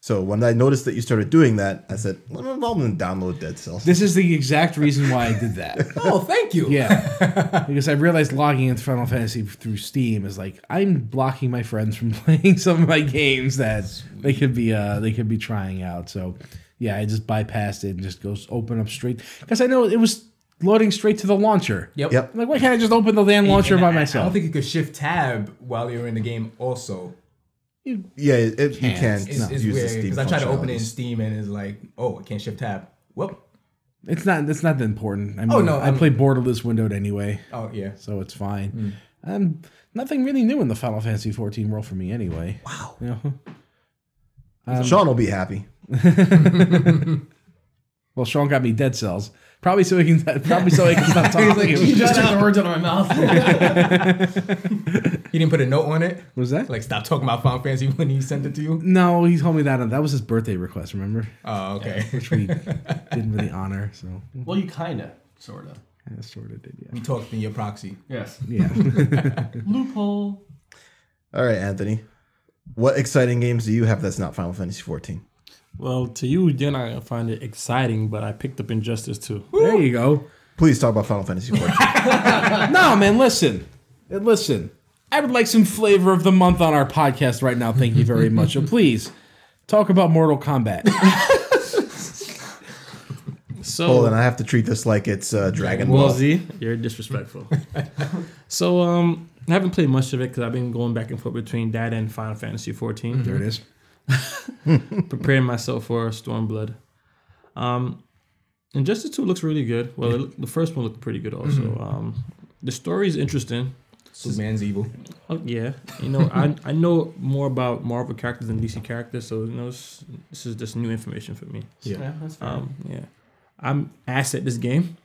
Speaker 1: So when I noticed that you started doing that, I said, "Well, I'm going to download Dead Cells."
Speaker 3: this is the exact reason why I did that.
Speaker 2: oh, thank you.
Speaker 3: yeah, because I realized logging into Final Fantasy through Steam is like I'm blocking my friends from playing some of my games that they could be uh they could be trying out. So yeah, I just bypassed it and just goes open up straight because I know it was loading straight to the launcher.
Speaker 2: Yep.
Speaker 1: Yep.
Speaker 3: I'm like why can't I just open the damn launcher
Speaker 2: And
Speaker 3: by
Speaker 2: I- I
Speaker 3: myself?
Speaker 2: don't think you could shift tab while you're in the game. Also,
Speaker 1: Yeah, it, it- you
Speaker 3: Can't.
Speaker 1: can't
Speaker 2: it's,
Speaker 1: use
Speaker 2: it's
Speaker 1: the
Speaker 2: weird
Speaker 1: Steam
Speaker 2: because I tried to open it in
Speaker 1: functionalities.
Speaker 2: Steam and it's like, oh, I can't shift tab. Whoop.
Speaker 3: It's not. It's not that important. I mean,
Speaker 2: Oh, no,
Speaker 3: I
Speaker 2: I'm- Hmm.
Speaker 3: play borderless windowed anyway,
Speaker 2: Oh yeah.
Speaker 3: so it's fine. Um, nothing really new in the Final Fantasy 14 world for me anyway. Wow. You know?
Speaker 1: Sean will be happy.
Speaker 3: Well, Sean got me dead cells. Probably so he can. Probably so he can stop talking.
Speaker 4: You just took the words out of my mouth.
Speaker 2: He didn't put a note on it.
Speaker 3: What was that?
Speaker 2: Like, stop talking about Final Fantasy when he sent it to you.
Speaker 3: no, he told me that. That was his birthday request. Remember,
Speaker 2: Oh, okay.
Speaker 3: which we didn't really honor. So
Speaker 4: well, you kinda, sorta.
Speaker 3: I sort of did. Yeah.
Speaker 2: we talked in your proxy.
Speaker 4: Yes.
Speaker 3: Yeah.
Speaker 4: Loophole.
Speaker 1: All right, Anthony. What exciting games do you have that's not Final Fantasy 14?
Speaker 5: Well, to you, you're not gonna find it exciting, but I picked up Injustice too.
Speaker 3: there you go.
Speaker 1: Please talk about Final Fantasy 14.
Speaker 3: No, man. Listen, Uh, listen. I would like some flavor of the month on our podcast right now. Thank you very much. So please talk about Mortal Kombat.
Speaker 5: So
Speaker 1: Hold on, I have to treat this like it's uh, Dragon
Speaker 5: Well,
Speaker 1: Ball.
Speaker 5: Z, you're disrespectful. so, um, I haven't played much of it because I've been going back and forth between that and Final Fantasy 14,
Speaker 3: There it is.
Speaker 5: preparing myself for Stormblood. Um, Injustice 2 looks really good. Well, it, look- the first one looked pretty good also. Um, the story is interesting.
Speaker 2: Superman's evil.
Speaker 5: Oh, yeah, you know, I I know more about Marvel characters than DC characters, so you know, this, this is just new information for me.
Speaker 4: Yeah, that's fair.
Speaker 5: Um, yeah, I'm ass at this game,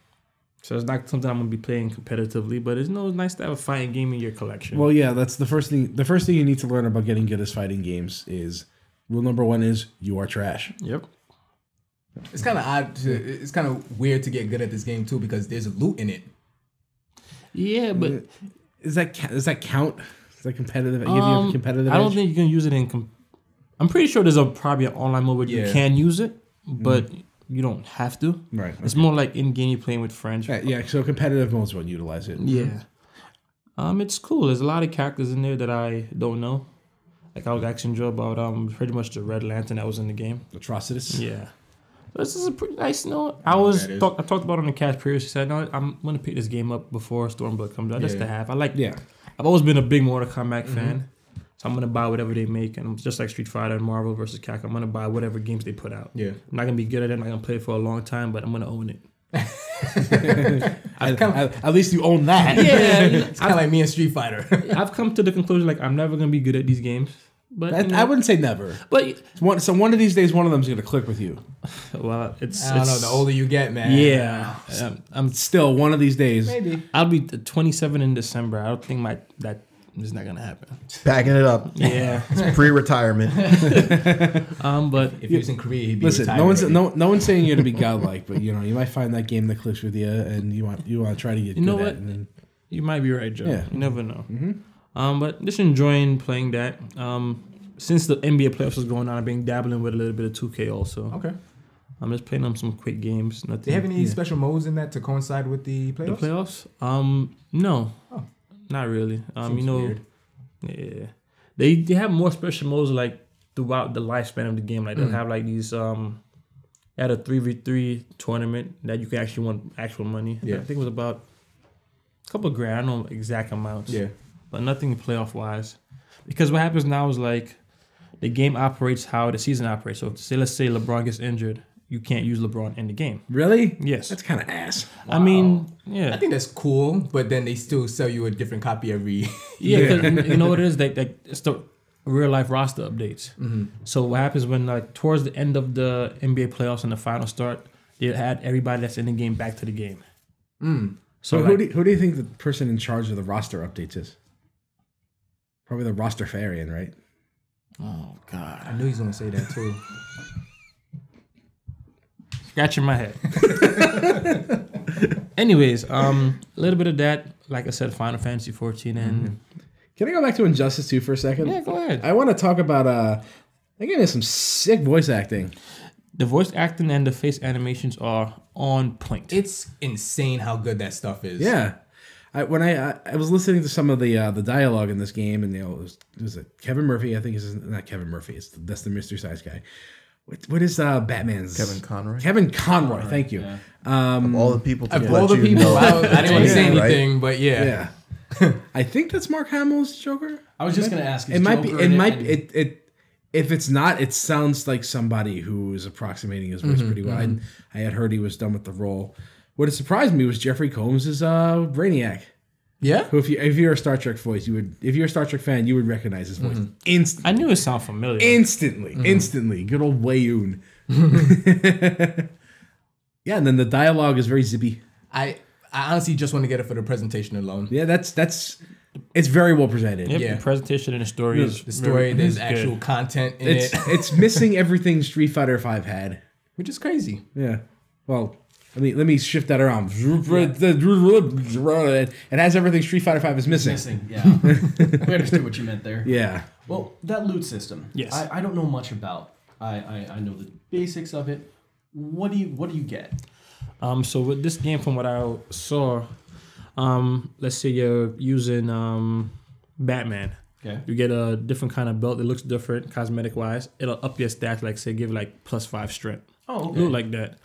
Speaker 5: so it's not something I'm gonna be playing competitively. But it's no, it's nice to have a fighting game in your collection.
Speaker 3: Well, yeah, that's the first thing. The first thing you need to learn about getting good at fighting games is rule number one is you are trash.
Speaker 5: yep.
Speaker 2: It's kind of odd. To, it's kind of weird to get good at this game too because there's loot in it.
Speaker 5: Yeah, but
Speaker 3: Is that ca- does that count? Is that competitive? give you
Speaker 5: um,
Speaker 3: a competitive.
Speaker 5: I don't
Speaker 3: edge?
Speaker 5: think you can use it in. Com- I'm pretty sure there's a probably an online mode where you
Speaker 2: Yeah.
Speaker 5: can use it,
Speaker 3: Mm-hmm.
Speaker 5: but you don't have to.
Speaker 3: right.
Speaker 5: It's more like in game you're playing with friends.
Speaker 3: Yeah, yeah, so competitive modes won't utilize it.
Speaker 5: Yeah. Um, it's cool. There's a lot of characters in there that I don't know. Like I was asking Joe about um pretty much the Red Lantern that was in the game.
Speaker 3: Atrocitus.
Speaker 5: Yeah. This is a pretty nice note. I was
Speaker 2: that is.
Speaker 5: talk, I talked about it on the cast previously. Said no, I'm gonna pick this game up before Stormblood comes out. Just
Speaker 2: Yeah.
Speaker 5: to have. I like.
Speaker 3: Yeah.
Speaker 5: Mm-hmm. I've always been a big Mortal Kombat fan, So I'm gonna buy whatever they make, and just like Street Fighter and Marvel versus Capcom, I'm gonna buy whatever games they put out.
Speaker 2: Yeah.
Speaker 5: I'm not gonna be good at it. I'm not gonna play it for a long time, but I'm gonna own it.
Speaker 3: At, at least you own that.
Speaker 5: Yeah,
Speaker 2: It's kind of like me and Street Fighter.
Speaker 5: I've come to the conclusion like I'm never gonna be good at these games. But you
Speaker 3: I,
Speaker 5: know,
Speaker 3: I wouldn't say never.
Speaker 5: but
Speaker 3: It's one- so one of these days, one of them's gonna click with you.
Speaker 5: well, it's
Speaker 2: I don't know.
Speaker 5: it's-
Speaker 2: The older you get, man.
Speaker 5: yeah, I'm, I'm
Speaker 3: Still, one of these days.
Speaker 2: Maybe.
Speaker 5: I'll be t- 27 in December. I don't think my that is not gonna happen.
Speaker 1: Packing it up.
Speaker 5: Yeah.
Speaker 1: It's pre-retirement.
Speaker 5: um. But
Speaker 2: If he was in Korea, he'd be
Speaker 3: Listen,
Speaker 2: retired
Speaker 3: no one's
Speaker 2: already.
Speaker 3: no, no one's saying you're to be godlike, but you know you might find that game that clicks with you, and you want you want to try to get
Speaker 5: You know
Speaker 3: good
Speaker 5: what?
Speaker 3: at. It and then,
Speaker 5: you might be right, Joe.
Speaker 3: Yeah.
Speaker 5: You never know.
Speaker 2: Mm-hmm.
Speaker 5: Um. But just enjoying playing that. Um. Since the NBA playoffs was going on, I've been dabbling with a little bit of 2K also.
Speaker 2: Okay.
Speaker 5: I'm just playing on some quick games. Nothing.
Speaker 2: Do you have any special modes in that to coincide with the playoffs?
Speaker 5: the playoffs? Um. No.
Speaker 2: Oh.
Speaker 5: Not really. Um.
Speaker 2: Seems
Speaker 5: you know.
Speaker 2: weird.
Speaker 5: Yeah. They they have more special modes like throughout the lifespan of the game. Like they'll
Speaker 2: Mm.
Speaker 5: have like these um at a three v three tournament that you can actually win actual money.
Speaker 2: Yeah.
Speaker 5: I think it was about a couple grand, I don't know exact amounts.
Speaker 2: Yeah.
Speaker 5: But nothing playoff wise. Because what happens now is like the game operates how the season operates. So say let's say LeBron gets injured, you can't use LeBron in the game.
Speaker 3: really?
Speaker 5: Yes.
Speaker 3: That's kind of ass.
Speaker 5: I mean, yeah.
Speaker 2: I think that's cool, but then they still sell you a different copy every.
Speaker 5: Yeah, 'cause you- you know what it is? Like, like it's the real life roster updates. So what happens when like towards the end of the NBA playoffs and the final start, they add everybody that's in the game back to the game. So
Speaker 3: So
Speaker 5: like,
Speaker 3: who do you, who do you think the person in charge of the roster updates is? Probably the roster farian, right?
Speaker 5: oh god,
Speaker 2: I knew he was gonna say that too.
Speaker 5: scratching my head. Anyways, um, a little bit of that. Like I said, Final Fantasy 14 and
Speaker 3: Can I go back to Injustice 2 for a second?
Speaker 5: yeah, go ahead.
Speaker 3: I want to talk about uh that game has some sick voice acting.
Speaker 5: The voice acting and the face animations are on point.
Speaker 2: It's insane how good that stuff is.
Speaker 3: Yeah. I, when I, I I was listening to some of the uh, the dialogue in this game, and you know, it was, it was it Kevin Murphy? I think it's not Kevin Murphy. It's that's the Mr. Size guy. What, what is uh, Batman's
Speaker 1: Kevin Conroy.
Speaker 3: Kevin Conroy. Thank you. Um,
Speaker 1: All the people to
Speaker 2: Of
Speaker 1: let
Speaker 2: all the
Speaker 1: you
Speaker 2: people,
Speaker 1: know.
Speaker 2: I, was- I didn't want to say
Speaker 1: Yeah, right?
Speaker 2: anything, but yeah.
Speaker 3: yeah. I think that's Mark Hamill's Joker.
Speaker 4: I was just gonna ask. is
Speaker 3: it might be.
Speaker 4: Joker
Speaker 3: It
Speaker 4: in
Speaker 3: might.
Speaker 4: and-
Speaker 3: be It it. If it's not, it sounds like somebody who is approximating his voice pretty well. I, I had heard he was done with the role. What had surprised me was Jeffrey Combs is uh, Brainiac.
Speaker 2: Yeah?
Speaker 3: Who, if you if you're a Star Trek voice, you would if you're a Star Trek fan, you would recognize his voice inst-
Speaker 5: I knew it sounded familiar.
Speaker 3: instantly, instantly. Good old Wayoon. yeah, and then the dialogue is very zippy.
Speaker 2: I I honestly just want to get it for the presentation alone.
Speaker 3: Yeah, that's that's it's very well presented.
Speaker 5: Yep,
Speaker 2: Yeah.
Speaker 5: The presentation and the story is
Speaker 2: The story,
Speaker 5: is
Speaker 2: there's
Speaker 5: good.
Speaker 2: actual content in
Speaker 3: It's
Speaker 2: it,
Speaker 3: it's missing everything Street Fighter Five had.
Speaker 2: which is crazy.
Speaker 3: Yeah. Well, let me let me shift that around. It has everything Street Fighter Five is missing.
Speaker 4: missing. Yeah, we understood what you meant there.
Speaker 3: Yeah.
Speaker 4: Well, that loot system.
Speaker 5: Yes.
Speaker 4: I, I don't know much about. I, I I know the basics of it. What do you What do you get?
Speaker 5: Um, so with this game, from what I saw, um, let's say you're using um, Batman.
Speaker 4: Okay.
Speaker 5: You get a different kind of belt. It looks different, cosmetic wise. It'll up your stats, like say, give like plus five strength,
Speaker 4: Oh, okay.
Speaker 5: look like that.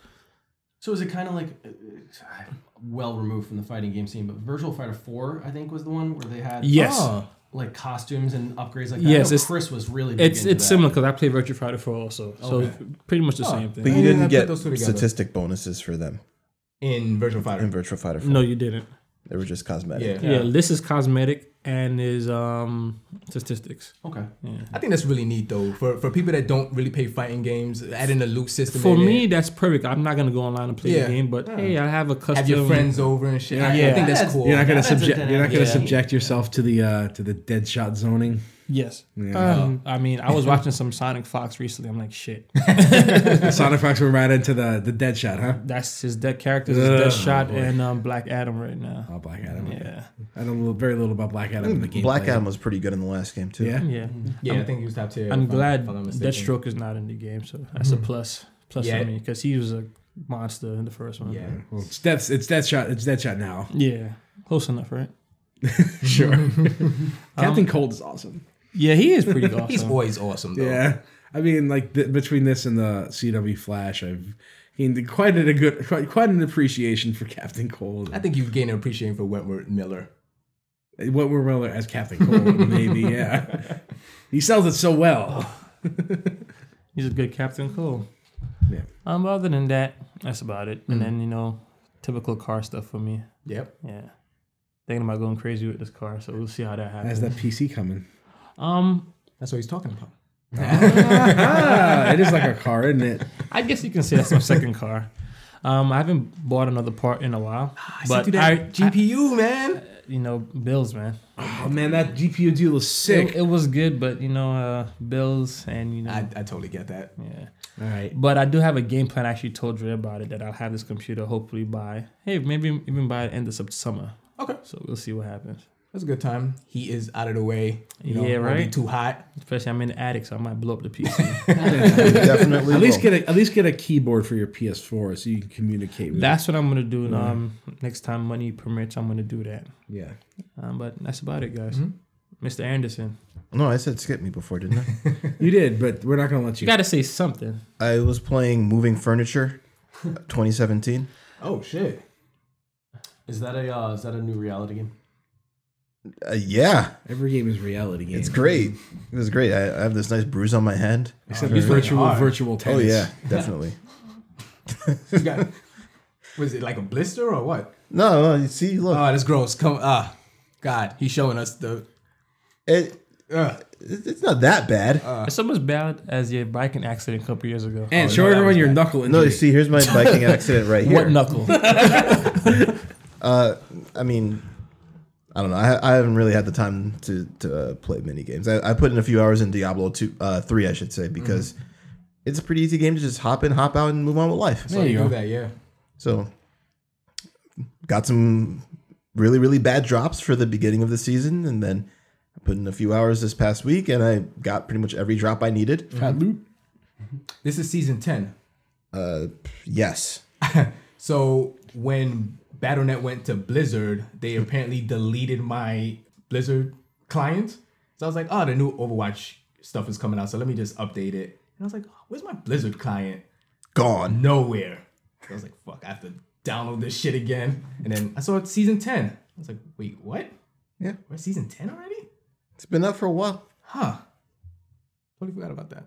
Speaker 4: So is it kind of like uh, uh, well removed from the fighting game scene, but Virtual Fighter Four, I think, was the one where they had
Speaker 5: Yes.
Speaker 4: Oh, like costumes and upgrades like that.
Speaker 5: Yes,
Speaker 4: I know
Speaker 5: it's-
Speaker 4: Chris was really big
Speaker 5: It's
Speaker 4: into
Speaker 5: it's
Speaker 4: that.
Speaker 5: similar because I play Virtua Fighter 4 also, so it's pretty much the
Speaker 2: Oh.
Speaker 5: same
Speaker 1: But
Speaker 5: thing.
Speaker 1: you
Speaker 2: I
Speaker 1: didn't
Speaker 2: put
Speaker 1: get
Speaker 2: those two together.
Speaker 1: statistic bonuses for them
Speaker 2: In Virtual
Speaker 1: in
Speaker 2: Fighter.
Speaker 1: Virtual Fighter 4.
Speaker 5: No, you didn't.
Speaker 1: They were just cosmetic.
Speaker 2: Yeah.
Speaker 5: Yeah. this is cosmetic and is um statistics.
Speaker 4: Okay.
Speaker 2: I think that's really neat though. For for people that don't really play fighting games, adding a loot system.
Speaker 5: For
Speaker 2: in
Speaker 5: me,
Speaker 2: it,
Speaker 5: that's perfect. I'm not gonna go online and play
Speaker 2: Yeah.
Speaker 5: the game, but hey, I have a custom.
Speaker 2: have your friends over and shit. I, I
Speaker 5: Yeah.
Speaker 2: think that's
Speaker 4: That's-
Speaker 2: cool.
Speaker 3: You're not gonna
Speaker 4: That adds a
Speaker 3: subject. You're not gonna
Speaker 4: dynamic to the
Speaker 3: subject yourself to the uh, to the dead shot zoning.
Speaker 5: Yes.
Speaker 1: Oh.
Speaker 3: Yeah.
Speaker 5: Um, I mean, I was watching some Sonic Fox recently. I'm like, shit.
Speaker 3: Sonic Fox went right into the the dead shot, huh?
Speaker 5: That's his dead characters, his dead
Speaker 2: Oh,
Speaker 5: shot, and um, Black Adam right now.
Speaker 3: Oh, Black Adam.
Speaker 5: Yeah,
Speaker 3: I know little, very little about Black Adam in the game.
Speaker 1: Black Adam was pretty good in the last game too.
Speaker 3: Yeah.
Speaker 5: yeah.
Speaker 2: yeah, I think he was top tier.
Speaker 5: I'm
Speaker 2: if
Speaker 5: glad
Speaker 2: if mistaken. Mm-hmm.
Speaker 5: Deathstroke is not in the game, so that's a plus plus
Speaker 2: Yeah.
Speaker 5: for me because he was a monster in the first one.
Speaker 2: Yeah.
Speaker 3: Well, it's death. It's dead shot. It's dead shot now.
Speaker 5: yeah, close enough, right?
Speaker 3: Sure.
Speaker 1: Um,
Speaker 3: Captain Cold is awesome.
Speaker 5: Yeah, he is pretty awesome.
Speaker 2: He's always awesome though.
Speaker 3: Yeah. I mean, like th- between this and the CW Flash, I've gained quite a good, quite, quite an appreciation for Captain Cold. Uh,
Speaker 2: I think you gain an appreciation for Wentworth Miller.
Speaker 3: What we're Miller as Captain Cold, maybe. Yeah, he sells it so well.
Speaker 5: He's a good captain. Cool.
Speaker 3: Yeah.
Speaker 5: Um. Other than that, that's about it.
Speaker 2: Mm.
Speaker 5: And then you know, typical car stuff for me.
Speaker 2: Yep.
Speaker 5: Yeah. Thinking about going crazy with this car, so we'll see how that happens.
Speaker 3: Has that PC coming?
Speaker 5: um,
Speaker 2: That's what he's talking about.
Speaker 3: Ah, it is like a car, isn't it?
Speaker 5: I guess you can say that's my second car. Um, I haven't bought another part in a while,
Speaker 2: Ah,
Speaker 5: but I, I-
Speaker 2: GPU, man.
Speaker 5: you know, bills, man.
Speaker 3: Oh man, that GPU deal is
Speaker 5: It,
Speaker 3: sick.
Speaker 5: it was good, but you know, uh, bills and you know,
Speaker 2: I, I totally get that.
Speaker 5: yeah.
Speaker 3: All right.
Speaker 5: But I do have a game plan. I actually told Dre about it that I'll have this computer hopefully by hey maybe even by the end of sep- summer.
Speaker 2: Okay.
Speaker 5: So we'll see what happens.
Speaker 2: That's a good time. He is out of the way. You know,
Speaker 5: Yeah,
Speaker 2: won't Be
Speaker 5: right?
Speaker 2: too hot.
Speaker 5: Especially I'm in the attic, so I might blow up the PC.
Speaker 1: Definitely.
Speaker 3: At least
Speaker 1: will.
Speaker 3: get a at least get a keyboard for your PS4 so you can communicate with.
Speaker 5: that's what I'm gonna do. Um, next time money permits, I'm gonna do that.
Speaker 3: Yeah.
Speaker 5: Um, but that's about it, guys. Mr. Anderson,
Speaker 1: no, I said skip me before, didn't I?
Speaker 3: You did, but we're not gonna let
Speaker 5: you
Speaker 3: you.
Speaker 5: gotta say something.
Speaker 1: I was playing Moving Furniture, 2017.
Speaker 2: Oh shit.
Speaker 4: Is that a uh, is that a new reality game?
Speaker 1: Uh, yeah,
Speaker 3: Every game is reality game.
Speaker 1: it's great. It was great. I, I have this nice bruise on my hand.
Speaker 3: Except
Speaker 2: it's really
Speaker 3: virtual
Speaker 2: hard.
Speaker 3: virtual
Speaker 1: Oh
Speaker 3: tennis.
Speaker 1: yeah, definitely.
Speaker 2: You got- was it like a blister or what?
Speaker 1: No, no, you see, look,
Speaker 2: Oh, that's gross. Come ah, God, he's showing us the.
Speaker 1: it,
Speaker 2: Ugh.
Speaker 1: it- it's not that bad.
Speaker 2: Uh,
Speaker 5: It's almost bad as your biking accident a couple years ago.
Speaker 2: Oh,
Speaker 3: And show everyone your knuckle
Speaker 1: no,
Speaker 3: injury.
Speaker 1: you see, here's my biking accident right here.
Speaker 5: what knuckle?
Speaker 1: I mean, I don't know. I, I haven't really had the time to to uh, play mini games. I, I put in a few hours in Diablo two, uh, three, I should say, because it's a pretty easy game to just hop in, hop out, and move on with life.
Speaker 2: So
Speaker 3: you
Speaker 2: you do
Speaker 3: go.
Speaker 2: that, yeah.
Speaker 1: So, got some really, really bad drops for the beginning of the season, and then I put in a few hours this past week, and I got pretty much every drop I needed.
Speaker 3: Fat loop.
Speaker 2: This is season ten.
Speaker 1: Uh, yes.
Speaker 2: So when Battle.net went to Blizzard, they apparently deleted my Blizzard client. So I was like, oh, the new Overwatch stuff is coming out, so let me just update it. And I was like, where's my Blizzard client?
Speaker 1: Gone.
Speaker 2: Nowhere. I was like, fuck, I have to download this shit again. And then I saw it's season ten. I was like, wait, what?
Speaker 1: Yeah.
Speaker 2: we're at season ten already?
Speaker 1: It's been out for a while.
Speaker 2: Huh? Totally forgot about that.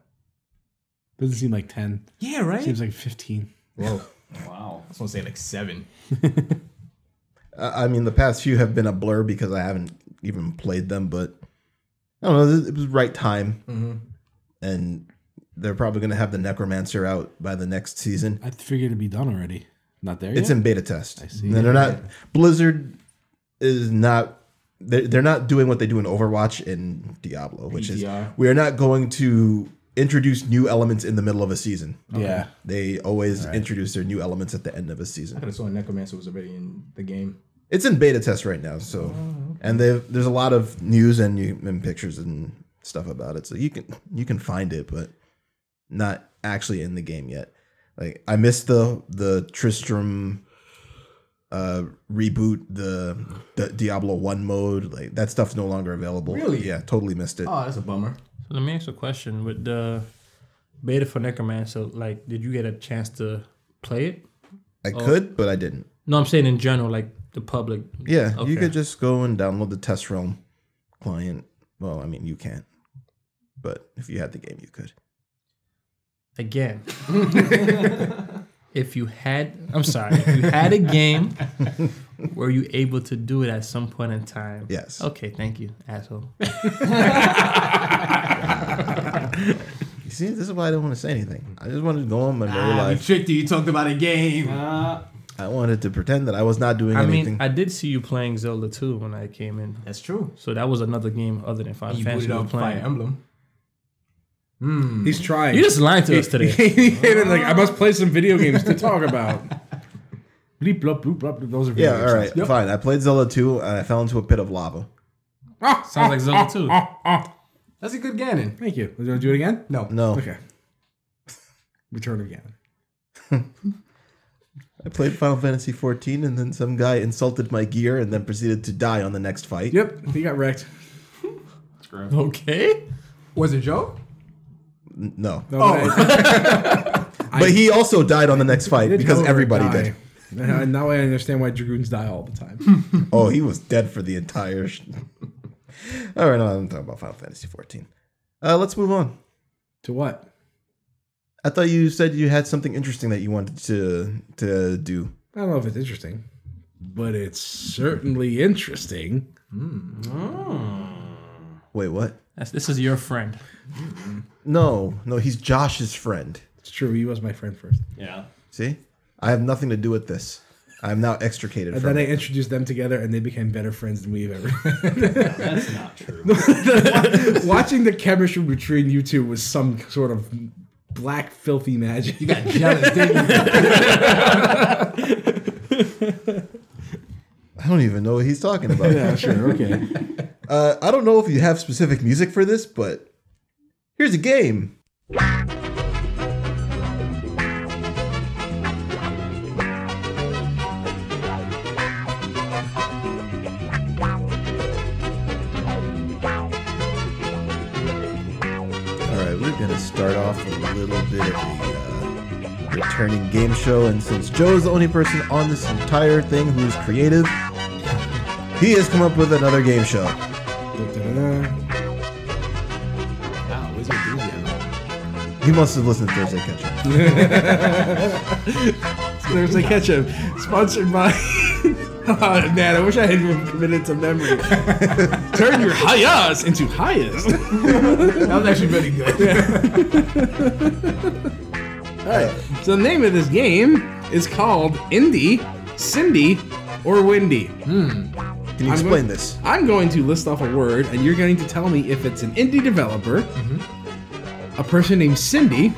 Speaker 3: Doesn't seem like ten.
Speaker 2: Yeah, right.
Speaker 3: Seems like fifteen.
Speaker 2: Whoa,
Speaker 4: Wow.
Speaker 2: I was gonna say like seven.
Speaker 1: I I mean, the past few have been a blur because I haven't even played them, but I don't know. It was right time, and they're probably going to have the Necromancer out by the next season.
Speaker 3: I figured it'd be done already. Not there
Speaker 1: It's
Speaker 3: yet.
Speaker 1: in beta test. Oh, I see. they're not Blizzard is not they're, they're not doing what they do in Overwatch and Diablo, which is
Speaker 2: PTR.
Speaker 1: we are not going to introduce new elements in the middle of a season.
Speaker 3: yeah.
Speaker 1: They always introduce their new elements at the end of a season.
Speaker 2: I saw Necromancer was already in the game.
Speaker 1: It's in beta test right now, so and they there's a lot of news and, you, and pictures and stuff about it, so you can you can find it, but not actually in the game yet. Like I missed the the Tristram uh reboot, the, the Diablo one mode, like that stuff's no longer available.
Speaker 2: Really?
Speaker 1: Yeah, totally missed it.
Speaker 2: Oh, that's a bummer.
Speaker 5: Let me ask you a question. With the beta for Necromancer, like, did you get a chance to play it?
Speaker 1: I could, but I didn't.
Speaker 5: No, I'm saying in general, like the public.
Speaker 1: Yeah,
Speaker 5: Okay.
Speaker 1: you could just go and download the test realm client. Well, I mean you can't. But if you had the game you could.
Speaker 5: Again, if you had, I'm sorry, if you had a game, were you able to do it at some point in time?
Speaker 1: Yes.
Speaker 5: Okay, thank you, asshole.
Speaker 1: You see, this is why I didn't want to say anything. I just wanted to go on my very
Speaker 2: Ah, we
Speaker 1: life.
Speaker 2: tricked you. You talked about a game.
Speaker 4: Uh,
Speaker 1: I wanted to pretend that I was not doing
Speaker 5: I
Speaker 1: anything.
Speaker 5: mean, I did see you playing Zelda 2 when I came in.
Speaker 2: That's true.
Speaker 5: So that was another game other than Final
Speaker 2: You
Speaker 5: Fantasy
Speaker 2: booted
Speaker 5: you were
Speaker 2: up Fire
Speaker 5: playing.
Speaker 2: Emblem.
Speaker 3: He's trying.
Speaker 5: You just lying to us today.
Speaker 3: like I must play some video games to talk about. Bleep blop bloop blop. Those are video
Speaker 1: yeah, all right, fine. I played Zelda 2 and I fell into a pit of lava.
Speaker 5: Sounds like Zelda 2.
Speaker 2: That's a good Ganon.
Speaker 3: Thank you. Do you want to do it again?
Speaker 2: No.
Speaker 1: No,
Speaker 3: Okay. Return of Ganon.
Speaker 1: I played Final Fantasy 14 and then some guy insulted my gear and then proceeded to die on the next fight.
Speaker 3: Yep, he got wrecked.
Speaker 5: Okay.
Speaker 2: Was it Joe?
Speaker 1: N- No.
Speaker 3: Oh,
Speaker 1: But he also died on the next fight because everybody did.
Speaker 3: And now I understand why dragoons die all the time.
Speaker 1: Oh, he was dead for the entire. Sh- All right, no, I'm talking about Final Fantasy 14. Uh, let's move on.
Speaker 3: to what?
Speaker 1: I thought you said you had something interesting that you wanted to to do.
Speaker 3: I don't know if it's interesting, but it's certainly interesting.
Speaker 1: Wait, what?
Speaker 5: That's, this is your friend.
Speaker 1: No, no, he's Josh's friend.
Speaker 3: It's true. He was my friend first.
Speaker 4: Yeah.
Speaker 1: See, I have nothing to do with this. I'm now extricated
Speaker 3: And
Speaker 1: from.
Speaker 3: then I
Speaker 1: it.
Speaker 3: introduced them together, and they became better friends than we've ever.
Speaker 4: That's not true.
Speaker 3: Watching the chemistry between you two was some sort of black, filthy magic. You got
Speaker 2: Jealous, didn't you?
Speaker 1: I don't even know what he's talking about.
Speaker 3: sure. Okay.
Speaker 1: Uh, I don't know if you have specific music for this, but here's a game. All right, we're gonna start off with a little bit of a uh, returning game show, and since Joe is the only person on this entire thing who's creative, he has come up with another game show.
Speaker 4: Wow, where's your enthusiasm?
Speaker 1: He must have listened to Thursday Catch Up.
Speaker 3: There's a ketchup sponsored by. oh man, I wish I had even committed to memory. Turn your highest into highest.
Speaker 2: That was actually really good.
Speaker 3: So the name of this game is called Indie, Cindy, or Windy.
Speaker 1: Can you
Speaker 3: I'm
Speaker 1: explain
Speaker 3: going-
Speaker 1: this?
Speaker 3: I'm going to list off a word, and you're going to tell me if it's an indie developer,
Speaker 5: Mm-hmm.
Speaker 3: a person named Cindy,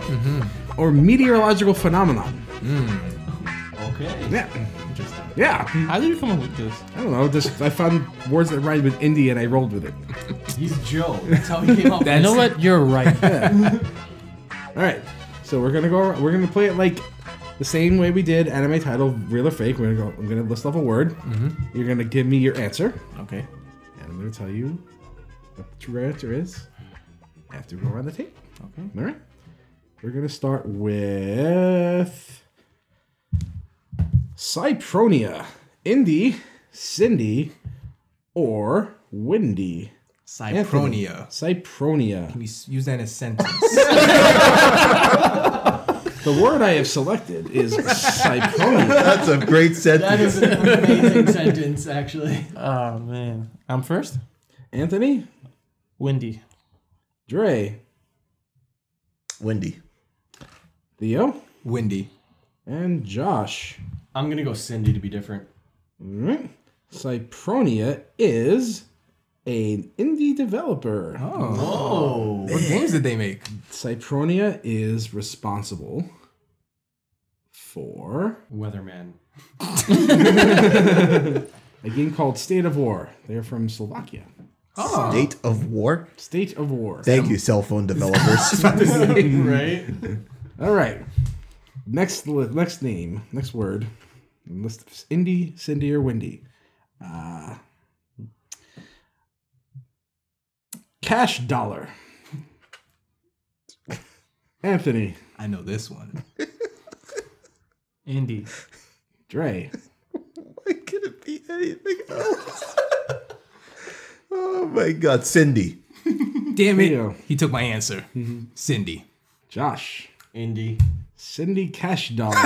Speaker 3: or meteorological phenomenon.
Speaker 4: Okay.
Speaker 3: Yeah. Yeah,
Speaker 5: Mm. How did you come up with this?
Speaker 3: I don't know. Just I found words that rhymed with indie, and I rolled with it.
Speaker 4: He's Joe. That's how he came up.
Speaker 5: I
Speaker 4: with
Speaker 5: know
Speaker 4: this.
Speaker 5: what? You're right.
Speaker 3: All right, so we're gonna go. We're gonna play it like the same way we did anime title, real or fake. We're gonna go. I'm gonna list off a word. You're gonna give me your answer,
Speaker 5: Mm-hmm. okay.
Speaker 3: and I'm gonna tell you what your answer is after we go around the tape.
Speaker 5: Okay.
Speaker 3: All right, we're gonna start with Cypronia, Indy, Cindy, or Windy. Anthony.
Speaker 2: Cypronia.
Speaker 3: Cypronia.
Speaker 2: We s- use that in a sentence.
Speaker 3: The word I have selected is Cypronia.
Speaker 1: That's a great
Speaker 4: That
Speaker 1: sentence.
Speaker 4: is an amazing sentence, actually.
Speaker 5: Oh man, I'm first.
Speaker 3: Anthony,
Speaker 5: Windy.
Speaker 3: Dre,
Speaker 1: Windy.
Speaker 3: Theo,
Speaker 2: Windy.
Speaker 3: and Josh.
Speaker 4: I'm gonna go Cindy to be different.
Speaker 3: All right. Cypronia is an indie developer.
Speaker 4: Oh,
Speaker 2: What games did they make?
Speaker 3: Cypronia is responsible for
Speaker 4: weatherman.
Speaker 3: a game called State of War. They're from Slovakia.
Speaker 1: State of War.
Speaker 3: State of War.
Speaker 1: Thank you, cell phone developers.
Speaker 4: right?
Speaker 3: All right. Next, li- next name, next word. List of Indy, Cindy, or Wendy. Uh, cash dollar. Anthony,
Speaker 2: I know this one.
Speaker 5: Indy.
Speaker 3: Dre,
Speaker 1: Why could it be anything else? oh my God, Cindy.
Speaker 2: Damn it.
Speaker 3: Theo.
Speaker 2: He took my answer. Cindy.
Speaker 3: Josh,
Speaker 4: Indy.
Speaker 3: Cindy Cash Dollar.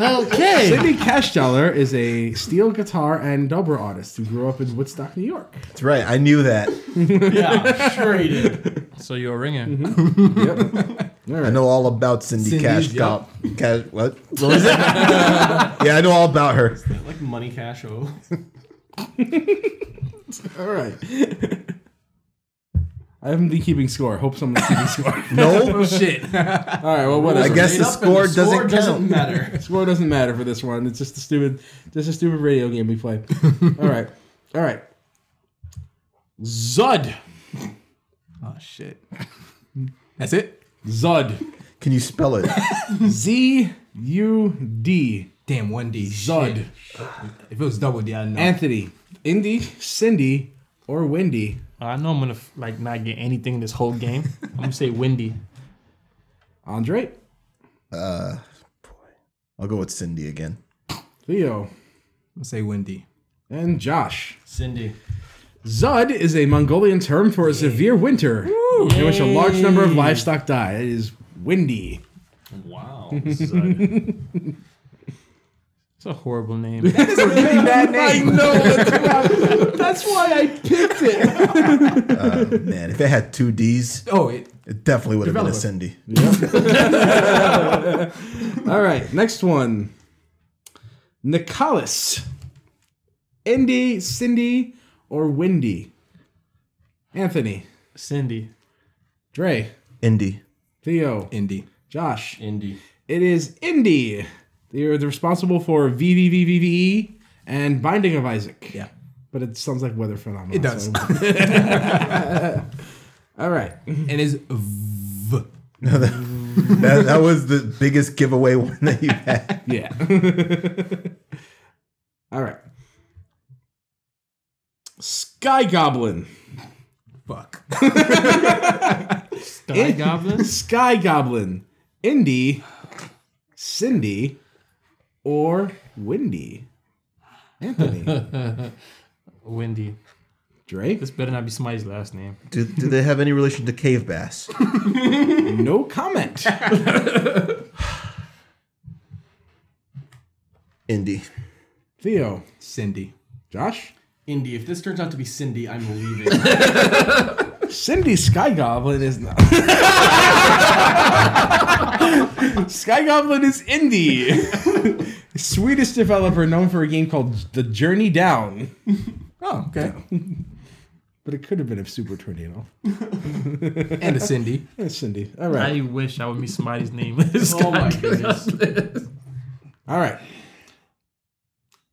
Speaker 5: Okay.
Speaker 3: Cindy Cash Dollar is a steel guitar and dobro artist who grew up in Woodstock, New York.
Speaker 1: That's right. I knew that.
Speaker 4: Yeah, sure he did.
Speaker 5: So you're a ringer.
Speaker 1: I know all about Cindy,
Speaker 2: Cindy,
Speaker 1: Cash.
Speaker 2: yep.
Speaker 1: Cop. Cash. What? What was it? yeah, I know all about her.
Speaker 4: Like money cash oh. o.
Speaker 3: All right. I haven't been keeping score. Hope someone's keeping score.
Speaker 1: No,
Speaker 2: Oh, Shit.
Speaker 3: All right. Well,
Speaker 1: I
Speaker 3: whatever.
Speaker 1: guess the
Speaker 4: Made up and
Speaker 1: score doesn't count.
Speaker 4: doesn't matter.
Speaker 3: Score doesn't matter for this one. It's just a stupid, just a stupid radio game we play. all right, all right. Zud,
Speaker 2: Oh, shit. That's it?
Speaker 3: Zud,
Speaker 1: Can you spell it?
Speaker 3: Z U D,
Speaker 2: Damn, 1D.
Speaker 3: Zud.
Speaker 2: Shit. If it was double D, I'd know.
Speaker 3: Anthony, Indy, Cindy, or Wendy.
Speaker 5: I know I'm gonna like not get anything this whole game. I'm gonna say Windy.
Speaker 3: Andre,
Speaker 1: I'll go with Cindy again.
Speaker 3: Theo,
Speaker 2: Let's say Wendy.
Speaker 3: and Josh.
Speaker 4: Cindy.
Speaker 3: Zud is a Mongolian term for a severe winter in which a large number of livestock die. It is windy.
Speaker 4: Wow.
Speaker 5: It's a horrible name.
Speaker 3: That's why I picked it.
Speaker 1: Man, if it had two D's,
Speaker 2: Oh, it,
Speaker 1: it definitely would have been a
Speaker 3: Developer.
Speaker 1: Cindy.
Speaker 3: All right, next one. Nicholas. Indy, Cindy, or Windy? Anthony,
Speaker 5: Cindy.
Speaker 3: Dre,
Speaker 1: Indy.
Speaker 3: Theo,
Speaker 2: Indy.
Speaker 3: Josh.
Speaker 4: Indy.
Speaker 3: It is Indy. They are responsible for VVVVVE E and Binding of Isaac.
Speaker 2: Yeah.
Speaker 3: But it sounds like weather phenomenon.
Speaker 2: It does.
Speaker 3: so- All right.
Speaker 2: And it's V.
Speaker 1: That, that was the biggest giveaway one that you had.
Speaker 3: Yeah. All right. Sky Goblin.
Speaker 2: Fuck.
Speaker 5: Sky Goblin.
Speaker 3: Sky Goblin. Indy. Cindy. Or Windy. Anthony.
Speaker 5: Windy.
Speaker 3: Dre.
Speaker 5: This better not be somebody's last name.
Speaker 1: Do, do they have any relation to cave bass?
Speaker 3: No comment.
Speaker 1: Indy.
Speaker 3: Theo.
Speaker 2: Cindy.
Speaker 3: Josh.
Speaker 4: Indy. If this turns out to be Cindy, I'm leaving.
Speaker 3: Cindy Sky Goblin is not. Sky Goblin is indie. Swedish developer known for a game called The Journey Down.
Speaker 2: Oh, okay.
Speaker 3: But it could have been a Super Tornado.
Speaker 2: And a Cindy.
Speaker 3: Yeah, Cindy. All right.
Speaker 5: I wish I would be somebody's name. Sky
Speaker 4: oh my goodness.
Speaker 3: All right.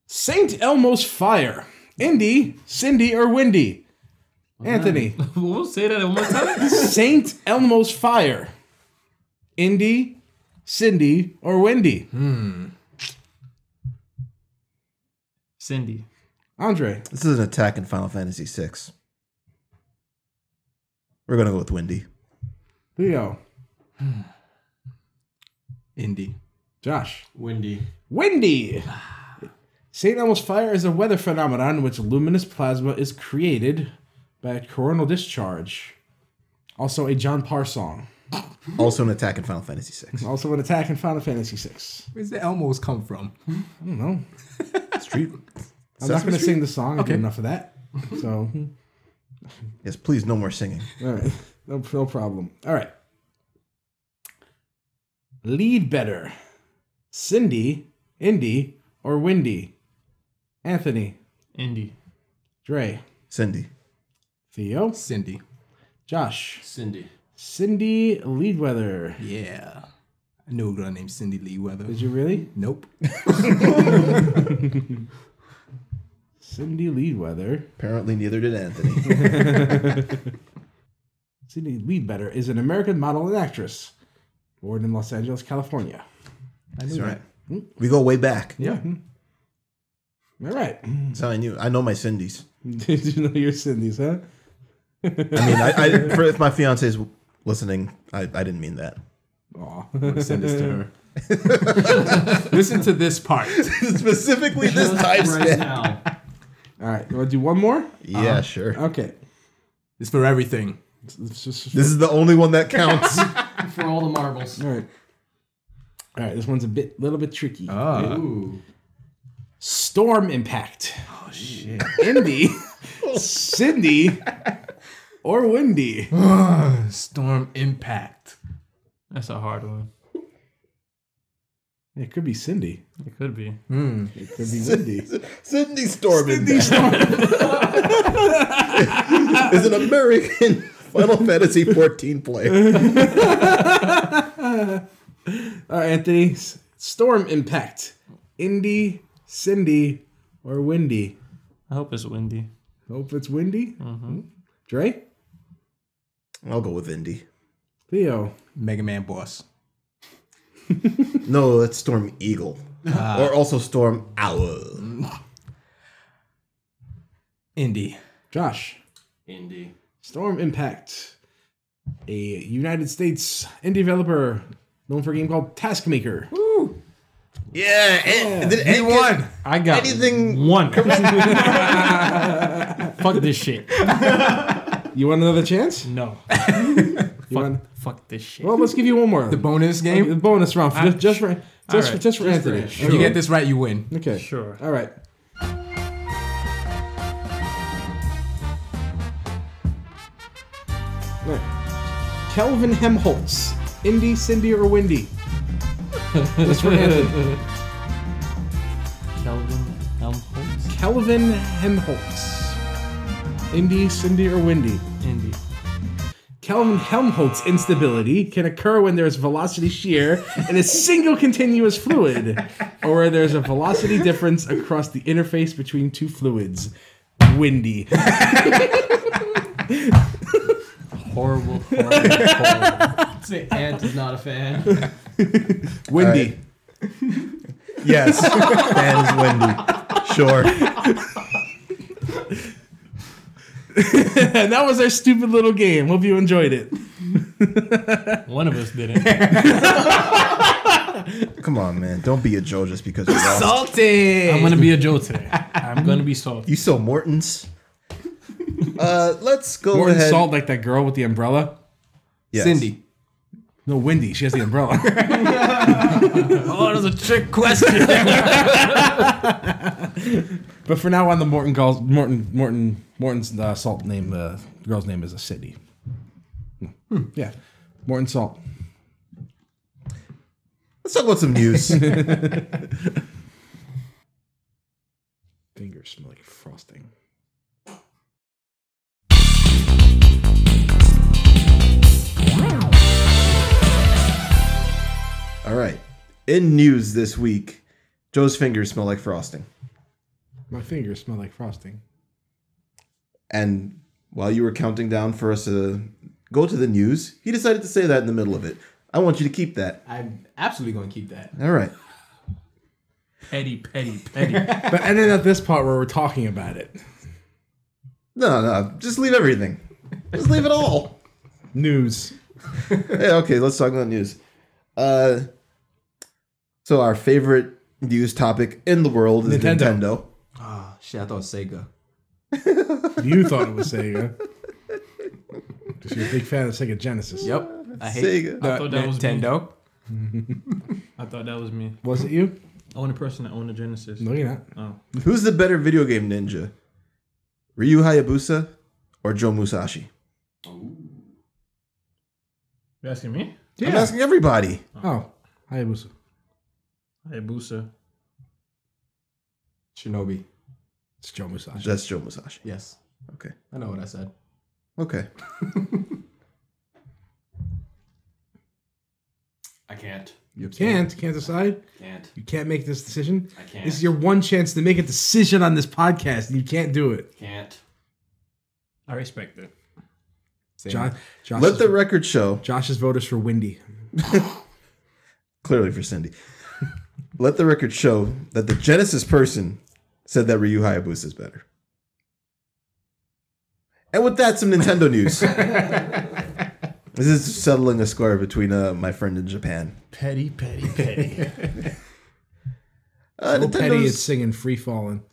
Speaker 3: Saint Elmo's Fire. Indy, Cindy, or Wendy? Anthony.
Speaker 5: We'll say that one more time.
Speaker 3: Saint Elmo's Fire. Indy, Cindy, or Wendy?
Speaker 2: Hmm.
Speaker 5: Cindy.
Speaker 3: Andre.
Speaker 1: This is an attack in Final Fantasy VI. We're gonna go with Wendy.
Speaker 3: Theo.
Speaker 2: Indy.
Speaker 3: Josh.
Speaker 4: Windy.
Speaker 3: Windy. St. Elmo's fire is a weather phenomenon in which luminous plasma is created by a coronal discharge. Also a John Parr song.
Speaker 1: Also an attack in Final Fantasy VI.
Speaker 3: Also an attack in Final Fantasy VI.
Speaker 2: Where's the Elmos come from?
Speaker 1: Street.
Speaker 3: I'm not going
Speaker 1: Sesame
Speaker 3: to
Speaker 1: Street?
Speaker 3: sing the song. I did enough of that. So,
Speaker 1: Yes, please, no more singing.
Speaker 3: all right. No, no problem. All right. Lead better. Cindy, Indy, or Windy? Anthony,
Speaker 5: Indy.
Speaker 3: Dre,
Speaker 1: Cindy.
Speaker 3: Theo,
Speaker 2: Cindy.
Speaker 3: Josh.
Speaker 4: Cindy.
Speaker 3: Cindy Leadweather.
Speaker 2: Yeah. I knew a girl named Cindy Lee Weather.
Speaker 3: Did you really?
Speaker 2: Nope.
Speaker 3: Cindy Leadweather.
Speaker 1: Apparently, neither did Anthony.
Speaker 3: Cindy Leadbetter is an American model and actress, born in Los Angeles, California.
Speaker 1: That's all right. We go way back.
Speaker 3: Yeah. All right.
Speaker 1: That's how I knew. I know my Cindy's.
Speaker 3: Did you know your Cindy's, huh?
Speaker 1: I mean, I, I, for, if my fiance's listening, I, I didn't mean that.
Speaker 3: Aw.
Speaker 2: Send this to her. Listen to this part.
Speaker 1: Specifically this time
Speaker 4: Just right
Speaker 1: span. Uh-huh.
Speaker 4: now.
Speaker 3: All right. You want to do one more?
Speaker 1: Yeah, sure.
Speaker 3: Okay.
Speaker 2: It's for everything.
Speaker 3: It's just-
Speaker 1: This is the only one that counts.
Speaker 4: For all the marbles.
Speaker 3: all right. All right. This one's a bit, little bit tricky.
Speaker 2: Ah. Uh.
Speaker 4: Ooh.
Speaker 3: Storm Impact. Oh, shit. Indy, Cindy, or Windy?
Speaker 2: Storm impact.
Speaker 5: That's a hard one.
Speaker 3: It could be Cindy.
Speaker 5: It could be.
Speaker 3: It could be Windy.
Speaker 1: Cindy Storm. Cindy Storm. is an American Final Fantasy 14 player.
Speaker 3: All right, Uh, Anthony. S- Storm Impact. Indy, Cindy, or Windy?
Speaker 5: I hope it's windy.
Speaker 3: Hope it's Windy. Hmm? Dre?
Speaker 1: I'll go with Indy.
Speaker 3: Theo.
Speaker 2: Mega Man boss.
Speaker 1: No, that's Storm Eagle. or also Storm Owl.
Speaker 2: Indy.
Speaker 3: Josh.
Speaker 4: Indy.
Speaker 3: Storm Impact. a United States indie developer known for a game called Taskmaker.
Speaker 1: Yeah, and, did Ed get
Speaker 5: I got
Speaker 1: Anything-
Speaker 5: one. Fuck this shit.
Speaker 3: You want another chance?
Speaker 5: No.
Speaker 3: You Oh. want?
Speaker 5: Fuck this shit.
Speaker 3: Well, let's give you one more. The
Speaker 2: Bonus game.
Speaker 3: bonus round, for just, just for just, for,
Speaker 5: right.
Speaker 3: just for Anthony.
Speaker 2: If you get this right, you win.
Speaker 3: Okay.
Speaker 5: Sure.
Speaker 3: All right. All right. Kelvin Hemholtz, Indy, Cindy, or Windy? That's for Anthony.
Speaker 5: Kelvin Helmholtz.
Speaker 3: Kelvin Hemholtz, Indy, Cindy, or Windy?
Speaker 5: Indy.
Speaker 3: Kelvin Helmholtz instability can occur when there's velocity shear in a single continuous fluid, or where there's a velocity difference across the interface between two fluids. Windy.
Speaker 5: Horrible, horrible, horrible.
Speaker 4: Say Ant is not a fan.
Speaker 3: Windy.
Speaker 1: Yes, that is Wendy. Sure.
Speaker 3: and that was our stupid little game. Hope you enjoyed it.
Speaker 5: One of us didn't.
Speaker 1: Come on, man. Don't be a Joe just because you lost.
Speaker 2: Salty.
Speaker 5: I'm gonna be a Joe today. I'm gonna be salty.
Speaker 1: You still Morton's? Uh, let's go
Speaker 3: Morton
Speaker 1: ahead.
Speaker 3: Salt, like that girl with the umbrella.
Speaker 1: Yes.
Speaker 2: Cindy.
Speaker 3: No, Windy. She has the umbrella.
Speaker 5: Oh, that was a trick question.
Speaker 3: but for now on, the Morton girls, Morton, Morton, Morton's uh, Salt name. Uh, the girl's name is a city. Hmm, Yeah, Morton Salt.
Speaker 1: Let's talk about some news.
Speaker 3: Fingers smell like frosting.
Speaker 1: All right. In news this week, Joe's fingers smell like frosting.
Speaker 3: My fingers smell like frosting.
Speaker 1: And while you were counting down for us to go to the news, he decided to say that in the middle of it. I want you to keep that.
Speaker 2: I'm absolutely gonna keep that.
Speaker 1: All right.
Speaker 5: petty, petty, petty.
Speaker 3: But and then at this part where we're talking about it,
Speaker 1: No, no. Just leave everything. Just leave it all.
Speaker 3: news.
Speaker 1: Yeah, okay, let's talk about news. Uh, so our favorite news topic in the world is
Speaker 3: Nintendo.
Speaker 1: Nintendo.
Speaker 2: Ah, shit. I thought Sega.
Speaker 3: You thought it was Sega. 'Cause you're a big fan of Sega Genesis.
Speaker 2: Yep. I hate
Speaker 1: Sega.
Speaker 2: uh,
Speaker 5: thought that was
Speaker 2: Nintendo.
Speaker 5: I thought that was me.
Speaker 3: Was it you?
Speaker 5: Only person that owned a Genesis.
Speaker 3: No, you're not.
Speaker 1: Who's the better video game ninja? Ryu Hayabusa or Joe Musashi?
Speaker 5: You asking me?
Speaker 1: I'm asking everybody.
Speaker 3: Oh, Hayabusa.
Speaker 5: Hayabusa.
Speaker 2: Shinobi.
Speaker 3: It's Joe Musashi.
Speaker 1: That's Joe Musashi.
Speaker 2: Yes.
Speaker 1: Okay.
Speaker 2: I know what I said.
Speaker 1: Okay.
Speaker 4: I can't.
Speaker 3: You can't. Can't decide.
Speaker 4: Can't.
Speaker 3: You can't make this decision.
Speaker 4: I can't.
Speaker 3: This is your one chance to make a decision on this podcast, and you can't do it.
Speaker 4: Can't.
Speaker 5: I respect it.
Speaker 2: Same.
Speaker 3: Josh, Josh,
Speaker 1: Let the record show.
Speaker 3: Josh's vote is for Windy.
Speaker 1: Clearly for Cindy. Let the record show that the Genesis person said that Ryu Hayabusa is better. And with that, some Nintendo news. this is settling a score between uh, my friend in Japan.
Speaker 5: Petty, petty, petty.
Speaker 1: Uh,
Speaker 3: Little Petty
Speaker 1: Nintendo's-
Speaker 3: is singing "Free Falling."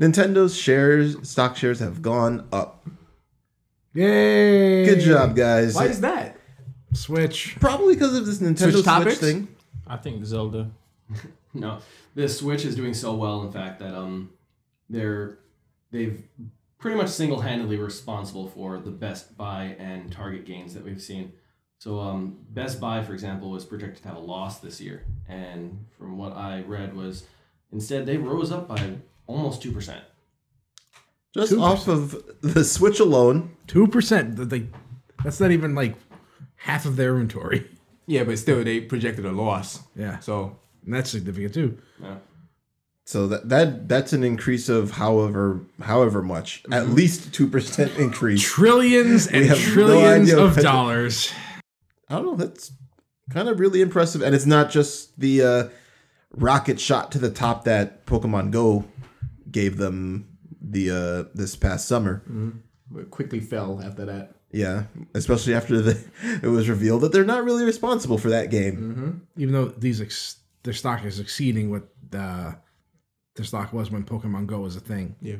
Speaker 1: Nintendo's shares, stock shares have gone up.
Speaker 3: Yay!
Speaker 1: Good job, guys.
Speaker 2: Why is that?
Speaker 3: Switch.
Speaker 1: Probably because of this Nintendo Switch,
Speaker 2: topics?
Speaker 1: thing.
Speaker 5: I think Zelda.
Speaker 4: No, the Switch is doing so well. In fact, that um, they're they've pretty much single handedly responsible for the Best Buy and Target gains that we've seen. So um, Best Buy, for example, was projected to have a loss this year, and from what I read was instead they rose up by almost two percent.
Speaker 1: Just off of the Switch alone,
Speaker 3: Two percent. That's not even like half of their inventory.
Speaker 2: Yeah, but still they projected a loss.
Speaker 3: Yeah,
Speaker 2: So
Speaker 3: and that's significant too.
Speaker 4: No.
Speaker 1: So that, that that's an increase of however however much, at least two percent increase.
Speaker 3: Trillions and
Speaker 1: have no
Speaker 3: trillions
Speaker 1: idea
Speaker 3: of
Speaker 1: what-
Speaker 3: dollars.
Speaker 1: I don't know. That's kind of really impressive, and it's not just the uh, rocket shot to the top that Pokemon Go gave them the uh, this past summer.
Speaker 2: but quickly fell after that.
Speaker 1: Yeah, especially after the it was revealed that they're not really responsible for that game.
Speaker 3: even though these ex- their stock is exceeding what uh, their stock was when Pokemon Go was a thing.
Speaker 2: Yeah.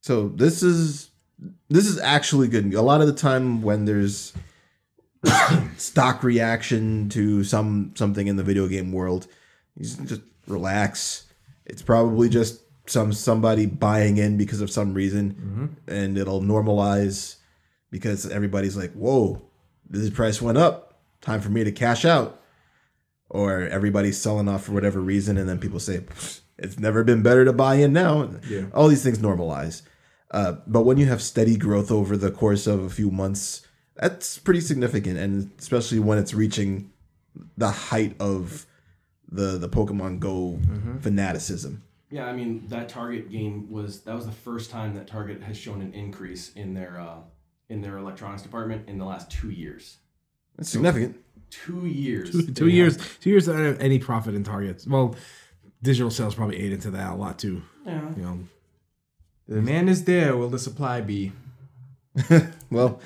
Speaker 1: So this is this is actually good. A lot of the time when there's stock reaction to some something in the video game world, you just just relax. It's probably just some somebody buying in because of some reason, and it'll normalize because everybody's like, "Whoa, this price went up. Time for me to cash out." Or everybody's selling off for whatever reason, and then people say, "It's never been better to buy in now."
Speaker 2: Yeah.
Speaker 1: All these things normalize. Uh, but when you have steady growth over the course of a few months, that's pretty significant, and especially when it's reaching the height of the the Pokemon Go fanaticism.
Speaker 4: Yeah, I mean that Target game was that was the first time that Target has shown an increase in their uh, in their electronics department in the last two years.
Speaker 1: That's significant.
Speaker 4: Two years.
Speaker 3: Two, two
Speaker 4: they
Speaker 3: years, two years without any profit in targets. Well, digital sales probably ate into that a lot too.
Speaker 4: Yeah.
Speaker 3: You know,
Speaker 2: The demand is there. Will the supply be?
Speaker 1: Well,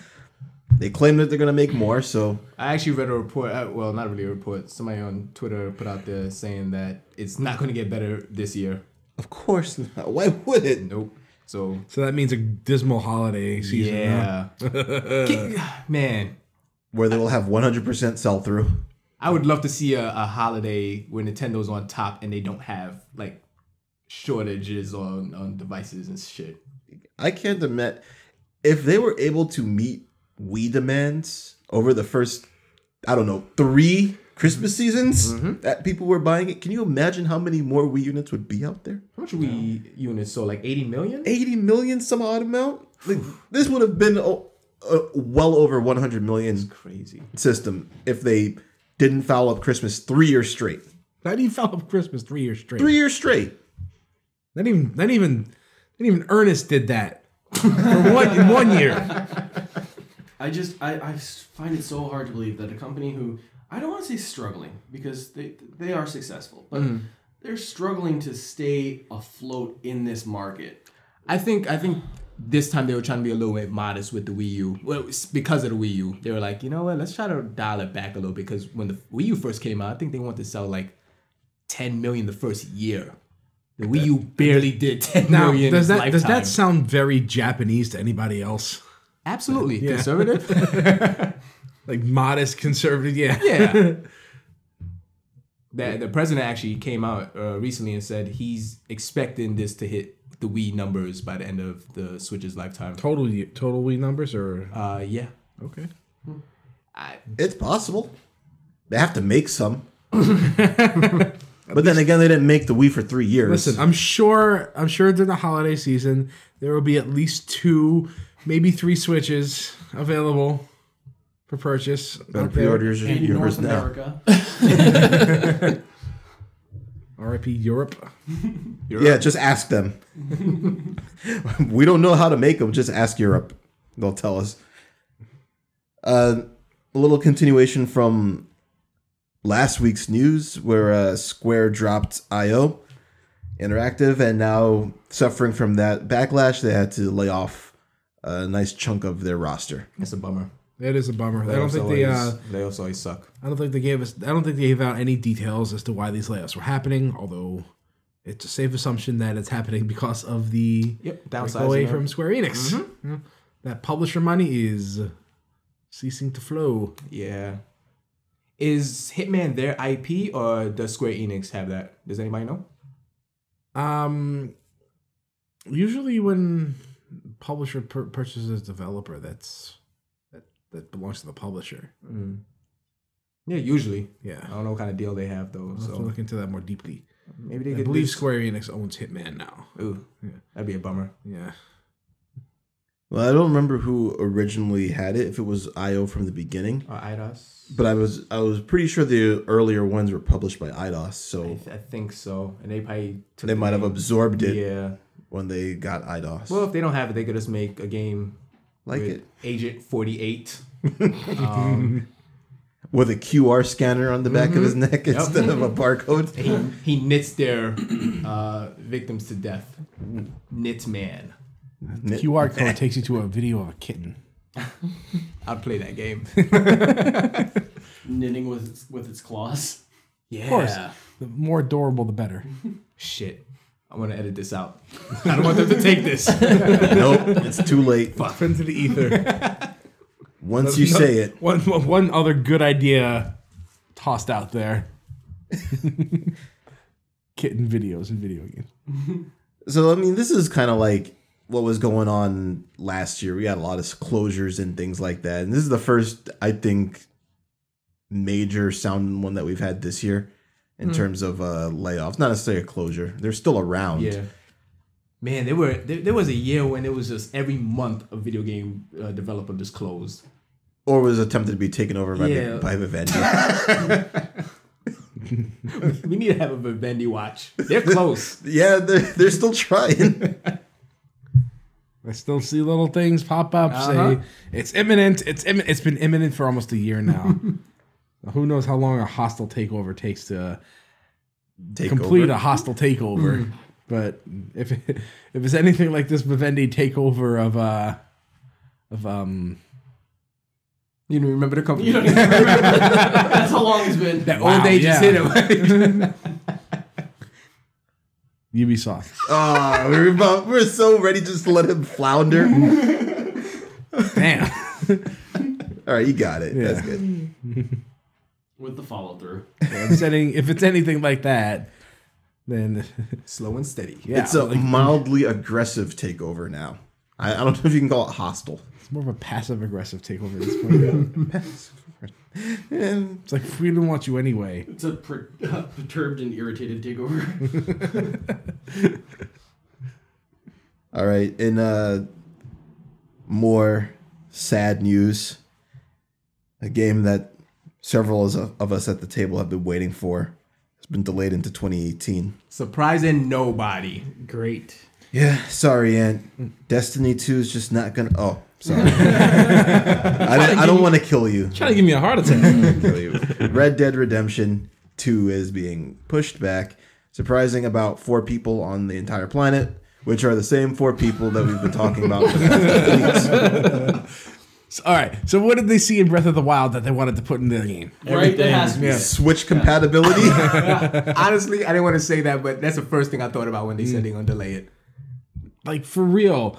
Speaker 1: they claim that they're gonna make more, so
Speaker 2: I actually read a report. Uh, well, not really a report. Somebody on Twitter put out there saying that it's not going to get better this year.
Speaker 1: of course not. Why would it?
Speaker 2: Nope. So
Speaker 3: so that means a dismal holiday season. huh?
Speaker 2: yeah, Ki- man,
Speaker 1: Where they will have 100% sell through.
Speaker 2: I would love to see a, a holiday where Nintendo's on top and they don't have like shortages on on devices and shit.
Speaker 1: I can't admit if they were able to meet Wii demands over the first, I don't know, three Christmas seasons that people were buying it. Can you imagine how many more Wii units would be out there?
Speaker 2: How much we units sold? Like eighty million?
Speaker 1: 80 million some odd amount? Like, this would have been o- uh, well over 100 million
Speaker 2: Crazy.
Speaker 1: system if they didn't foul up Christmas three years straight.
Speaker 3: That even fell up Christmas three years straight.
Speaker 1: Three years straight.
Speaker 3: Not even, not even, not even Ernest did that for one in one year.
Speaker 4: I just I, I s- find it so hard to believe that a company who I don't want to say struggling because they they are successful, but they're struggling to stay afloat in this market.
Speaker 2: I think I think this time they were trying to be a little bit modest with the Wii U. Well, it's because of the Wii U, they were like, you know what? Let's try to dial it back a little because when the Wii U first came out, I think they wanted to sell like 10 million the first year. The Wii U barely did 10
Speaker 3: Now,
Speaker 2: million
Speaker 3: does that
Speaker 2: in its
Speaker 3: does
Speaker 2: lifetime.
Speaker 3: that sound very Japanese to anybody else?
Speaker 2: absolutely conservative?
Speaker 3: Like modest, conservative, yeah.
Speaker 2: yeah. The, the president actually came out uh, recently and said he's expecting this to hit the Wii numbers by the end of the Switch's lifetime.
Speaker 3: Total ye- total Wii numbers or
Speaker 2: Uh, yeah.
Speaker 3: okay.
Speaker 2: I,
Speaker 1: It's possible. They have to make some. but then again, they didn't make the Wii for three years.
Speaker 3: Listen, I'm sure I'm sure during the holiday season there will be at least two, maybe three switches available for purchase.
Speaker 1: better
Speaker 3: out there.
Speaker 1: pre-order yours,
Speaker 4: In
Speaker 1: yours
Speaker 4: North
Speaker 1: now.
Speaker 4: America,
Speaker 3: RIP Europe.
Speaker 1: Yeah, just ask them. we don't know how to make them. Just ask Europe. They'll tell us. Uh, a little continuation from last week's news where uh, Square dropped IO Interactive and now suffering from that backlash, they had to lay off a nice chunk of their roster.
Speaker 2: that's a bummer.
Speaker 3: That is a bummer. I don't
Speaker 2: Layoffs
Speaker 3: think they
Speaker 2: always-
Speaker 3: uh,
Speaker 2: layoffs always suck.
Speaker 3: I don't think they gave us I don't think they gave out any details as to why these layoffs were happening, although it's a safe assumption that it's happening because of the
Speaker 2: Yep,
Speaker 3: break
Speaker 2: downsizing.
Speaker 3: away
Speaker 2: of-
Speaker 3: from Square Enix. Yeah. That publisher money is ceasing to flow.
Speaker 2: yeah. Is Hitman their IP or does Square Enix have that? Does anybody know?
Speaker 3: Um, usually when publisher pur- purchases a developer, that's that that belongs to the publisher.
Speaker 2: Yeah, usually. I
Speaker 3: Yeah,
Speaker 2: don't know what kind of deal they have though,
Speaker 3: so
Speaker 2: so
Speaker 3: look into that more deeply.
Speaker 2: maybe they
Speaker 3: I
Speaker 2: could
Speaker 3: believe
Speaker 2: just-
Speaker 3: Square Enix owns Hitman now.
Speaker 2: Ooh,
Speaker 3: Yeah.
Speaker 2: that'd be a bummer.
Speaker 3: Yeah,
Speaker 1: Well, I don't remember who originally had it, if it was IO from the beginning.
Speaker 2: Or IDOS.
Speaker 1: But I was I was pretty sure the earlier ones were published by IDOS,
Speaker 2: I,
Speaker 1: so
Speaker 2: th- I think so, and they probably took
Speaker 1: they
Speaker 2: the
Speaker 1: might have
Speaker 2: name.
Speaker 1: absorbed it
Speaker 2: Yeah.
Speaker 1: when they got IDOS.
Speaker 2: Well, if they don't have it, they could just make a game
Speaker 1: like
Speaker 2: with
Speaker 1: it
Speaker 2: Agent Um, Forty Eight.
Speaker 1: with a QR scanner on the back
Speaker 2: Mm-hmm.
Speaker 1: of his neck instead of a barcode.
Speaker 2: He, he knits their uh, victims to death. Knit man.
Speaker 3: QR code takes you to a video of a kitten.
Speaker 2: I'd play that game.
Speaker 4: knitting with its, with its claws.
Speaker 2: yeah.
Speaker 3: course. The more adorable, the better.
Speaker 2: Shit. I want to edit this out. I don't want them to take this.
Speaker 1: nope, it's too late.
Speaker 3: Up into the ether.
Speaker 1: Once you say it,
Speaker 3: one, one one other good idea tossed out there. Kitten videos and video games.
Speaker 1: So I mean, this is kind of like what was going on last year. We had a lot of closures and things like that, and this is the first, I think, major sound one that we've had this year in
Speaker 3: Hmm.
Speaker 1: terms of uh, layoffs. Not necessarily a closure; they're still around.
Speaker 2: Yeah. Man, there were there, there was a year when it was just every month a video game uh, developer just closed.
Speaker 1: Or was attempted to be taken over by,
Speaker 2: Yeah.
Speaker 1: by Vivendi.
Speaker 2: We need to have a Vivendi watch. They're close.
Speaker 1: yeah, they're, they're still trying.
Speaker 3: I still see little things pop up.
Speaker 2: Uh-huh.
Speaker 3: Say it's imminent. It's immi- It's been imminent for almost a year now. Who knows how long a hostile takeover takes to
Speaker 1: Take
Speaker 3: complete
Speaker 1: over.
Speaker 3: a hostile
Speaker 2: Mm.
Speaker 3: takeover? but if if it's anything like this Vivendi takeover of uh of um
Speaker 2: You don't remember the company.
Speaker 4: You don't even remember. That's how long it's been.
Speaker 2: that old age
Speaker 3: yeah.
Speaker 2: just hit him.
Speaker 3: Ubisoft,
Speaker 1: Ah, we're about, we're so ready just to let him flounder. All
Speaker 3: damn.
Speaker 1: right, you got it. That's
Speaker 3: Yeah.
Speaker 1: good.
Speaker 4: With the follow through.
Speaker 3: if, it's any, if it's anything like that, then
Speaker 2: Slow and steady.
Speaker 3: yeah,
Speaker 1: it's a mildly aggressive takeover now. I, I don't know if you can call it hostile.
Speaker 3: it's more of a passive aggressive takeover at this point.
Speaker 1: And
Speaker 3: it's like we didn't want you anyway.
Speaker 4: It's a per- perturbed and irritated takeover.
Speaker 1: all right, in uh, more sad news, a game that several of us- of us at the table have been waiting for has been delayed into 2018.
Speaker 2: Surprising nobody.
Speaker 5: Great.
Speaker 1: Yeah, sorry, Aunt. Destiny 2 is just not gonna. Oh, sorry. I, don't- I don't want to kill you.
Speaker 5: Trying to give me a heart attack.
Speaker 1: kill you. Red Dead Redemption 2 is being pushed back, surprising about four people on the entire planet, which are the same four people that we've been talking about. for the past few weeks.
Speaker 3: So, all right. So what did they see in Breath of the Wild that they wanted to put in the game?
Speaker 4: right? That has to be.
Speaker 1: Switch compatibility.
Speaker 2: Honestly, I didn't want to say that, but that's the first thing I thought about when they said they're gonna delay it.
Speaker 3: Like for real.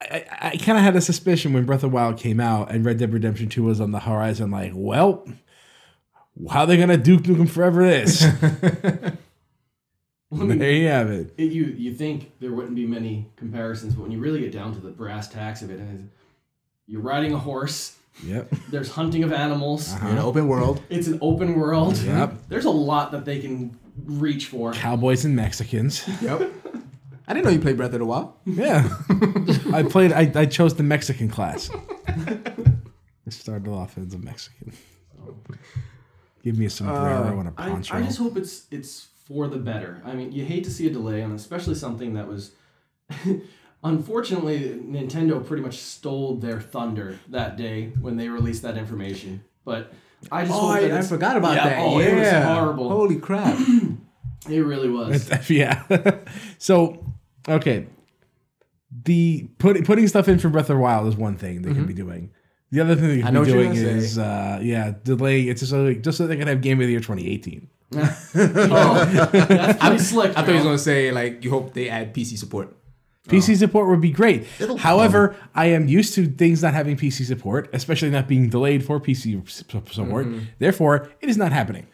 Speaker 3: I, I- I kind of had a suspicion when Breath of the Wild came out and Red Dead Redemption 2 was on the horizon. Like, well, how they gonna Duke Nukem Forever? This.
Speaker 4: I mean,
Speaker 3: there you have it.
Speaker 4: it- you you think there wouldn't be many comparisons, but when you really get down to the brass tacks of it, and it's- you're riding a horse.
Speaker 3: Yep.
Speaker 4: There's hunting of animals.
Speaker 2: In an open world.
Speaker 4: It's an open world.
Speaker 3: Yep.
Speaker 4: There's a lot that they can reach for.
Speaker 3: Cowboys and Mexicans.
Speaker 2: Yep. I didn't know you played Breath of the Wild.
Speaker 3: Yeah. I played, I, I chose the Mexican class. I started off as a Mexican. Give me a
Speaker 2: Uh,
Speaker 3: sombrero and a
Speaker 4: I,
Speaker 3: poncho.
Speaker 4: I just hope it's it's for the better. I mean, you hate to see a delay on especially something that was unfortunately Nintendo pretty much stole their thunder that day when they released that information. But Oh, I just
Speaker 2: Oh,
Speaker 4: hope that it's- yeah, Oh, it was horrible.
Speaker 2: Holy crap.
Speaker 4: It really was.
Speaker 3: yeah. so, okay. The put, putting stuff in for Breath of the Wild is one thing they can be doing. The other thing they
Speaker 2: Mm-hmm. I
Speaker 3: can
Speaker 2: know
Speaker 3: be
Speaker 2: what you're
Speaker 3: doing
Speaker 2: gonna
Speaker 3: is, uh, yeah, delaying. It's just so, like, just so they can have Game of the Year 2018.
Speaker 4: oh, that's pretty slick.
Speaker 2: I thought he was
Speaker 4: bro.
Speaker 2: gonna say like you hope they add PC support.
Speaker 3: PC support would be great.
Speaker 1: Oh. It'll
Speaker 3: However, I am used to things not having PC support, especially not being delayed for PC s- support.
Speaker 1: Mm-hmm.
Speaker 3: Therefore, it is not happening.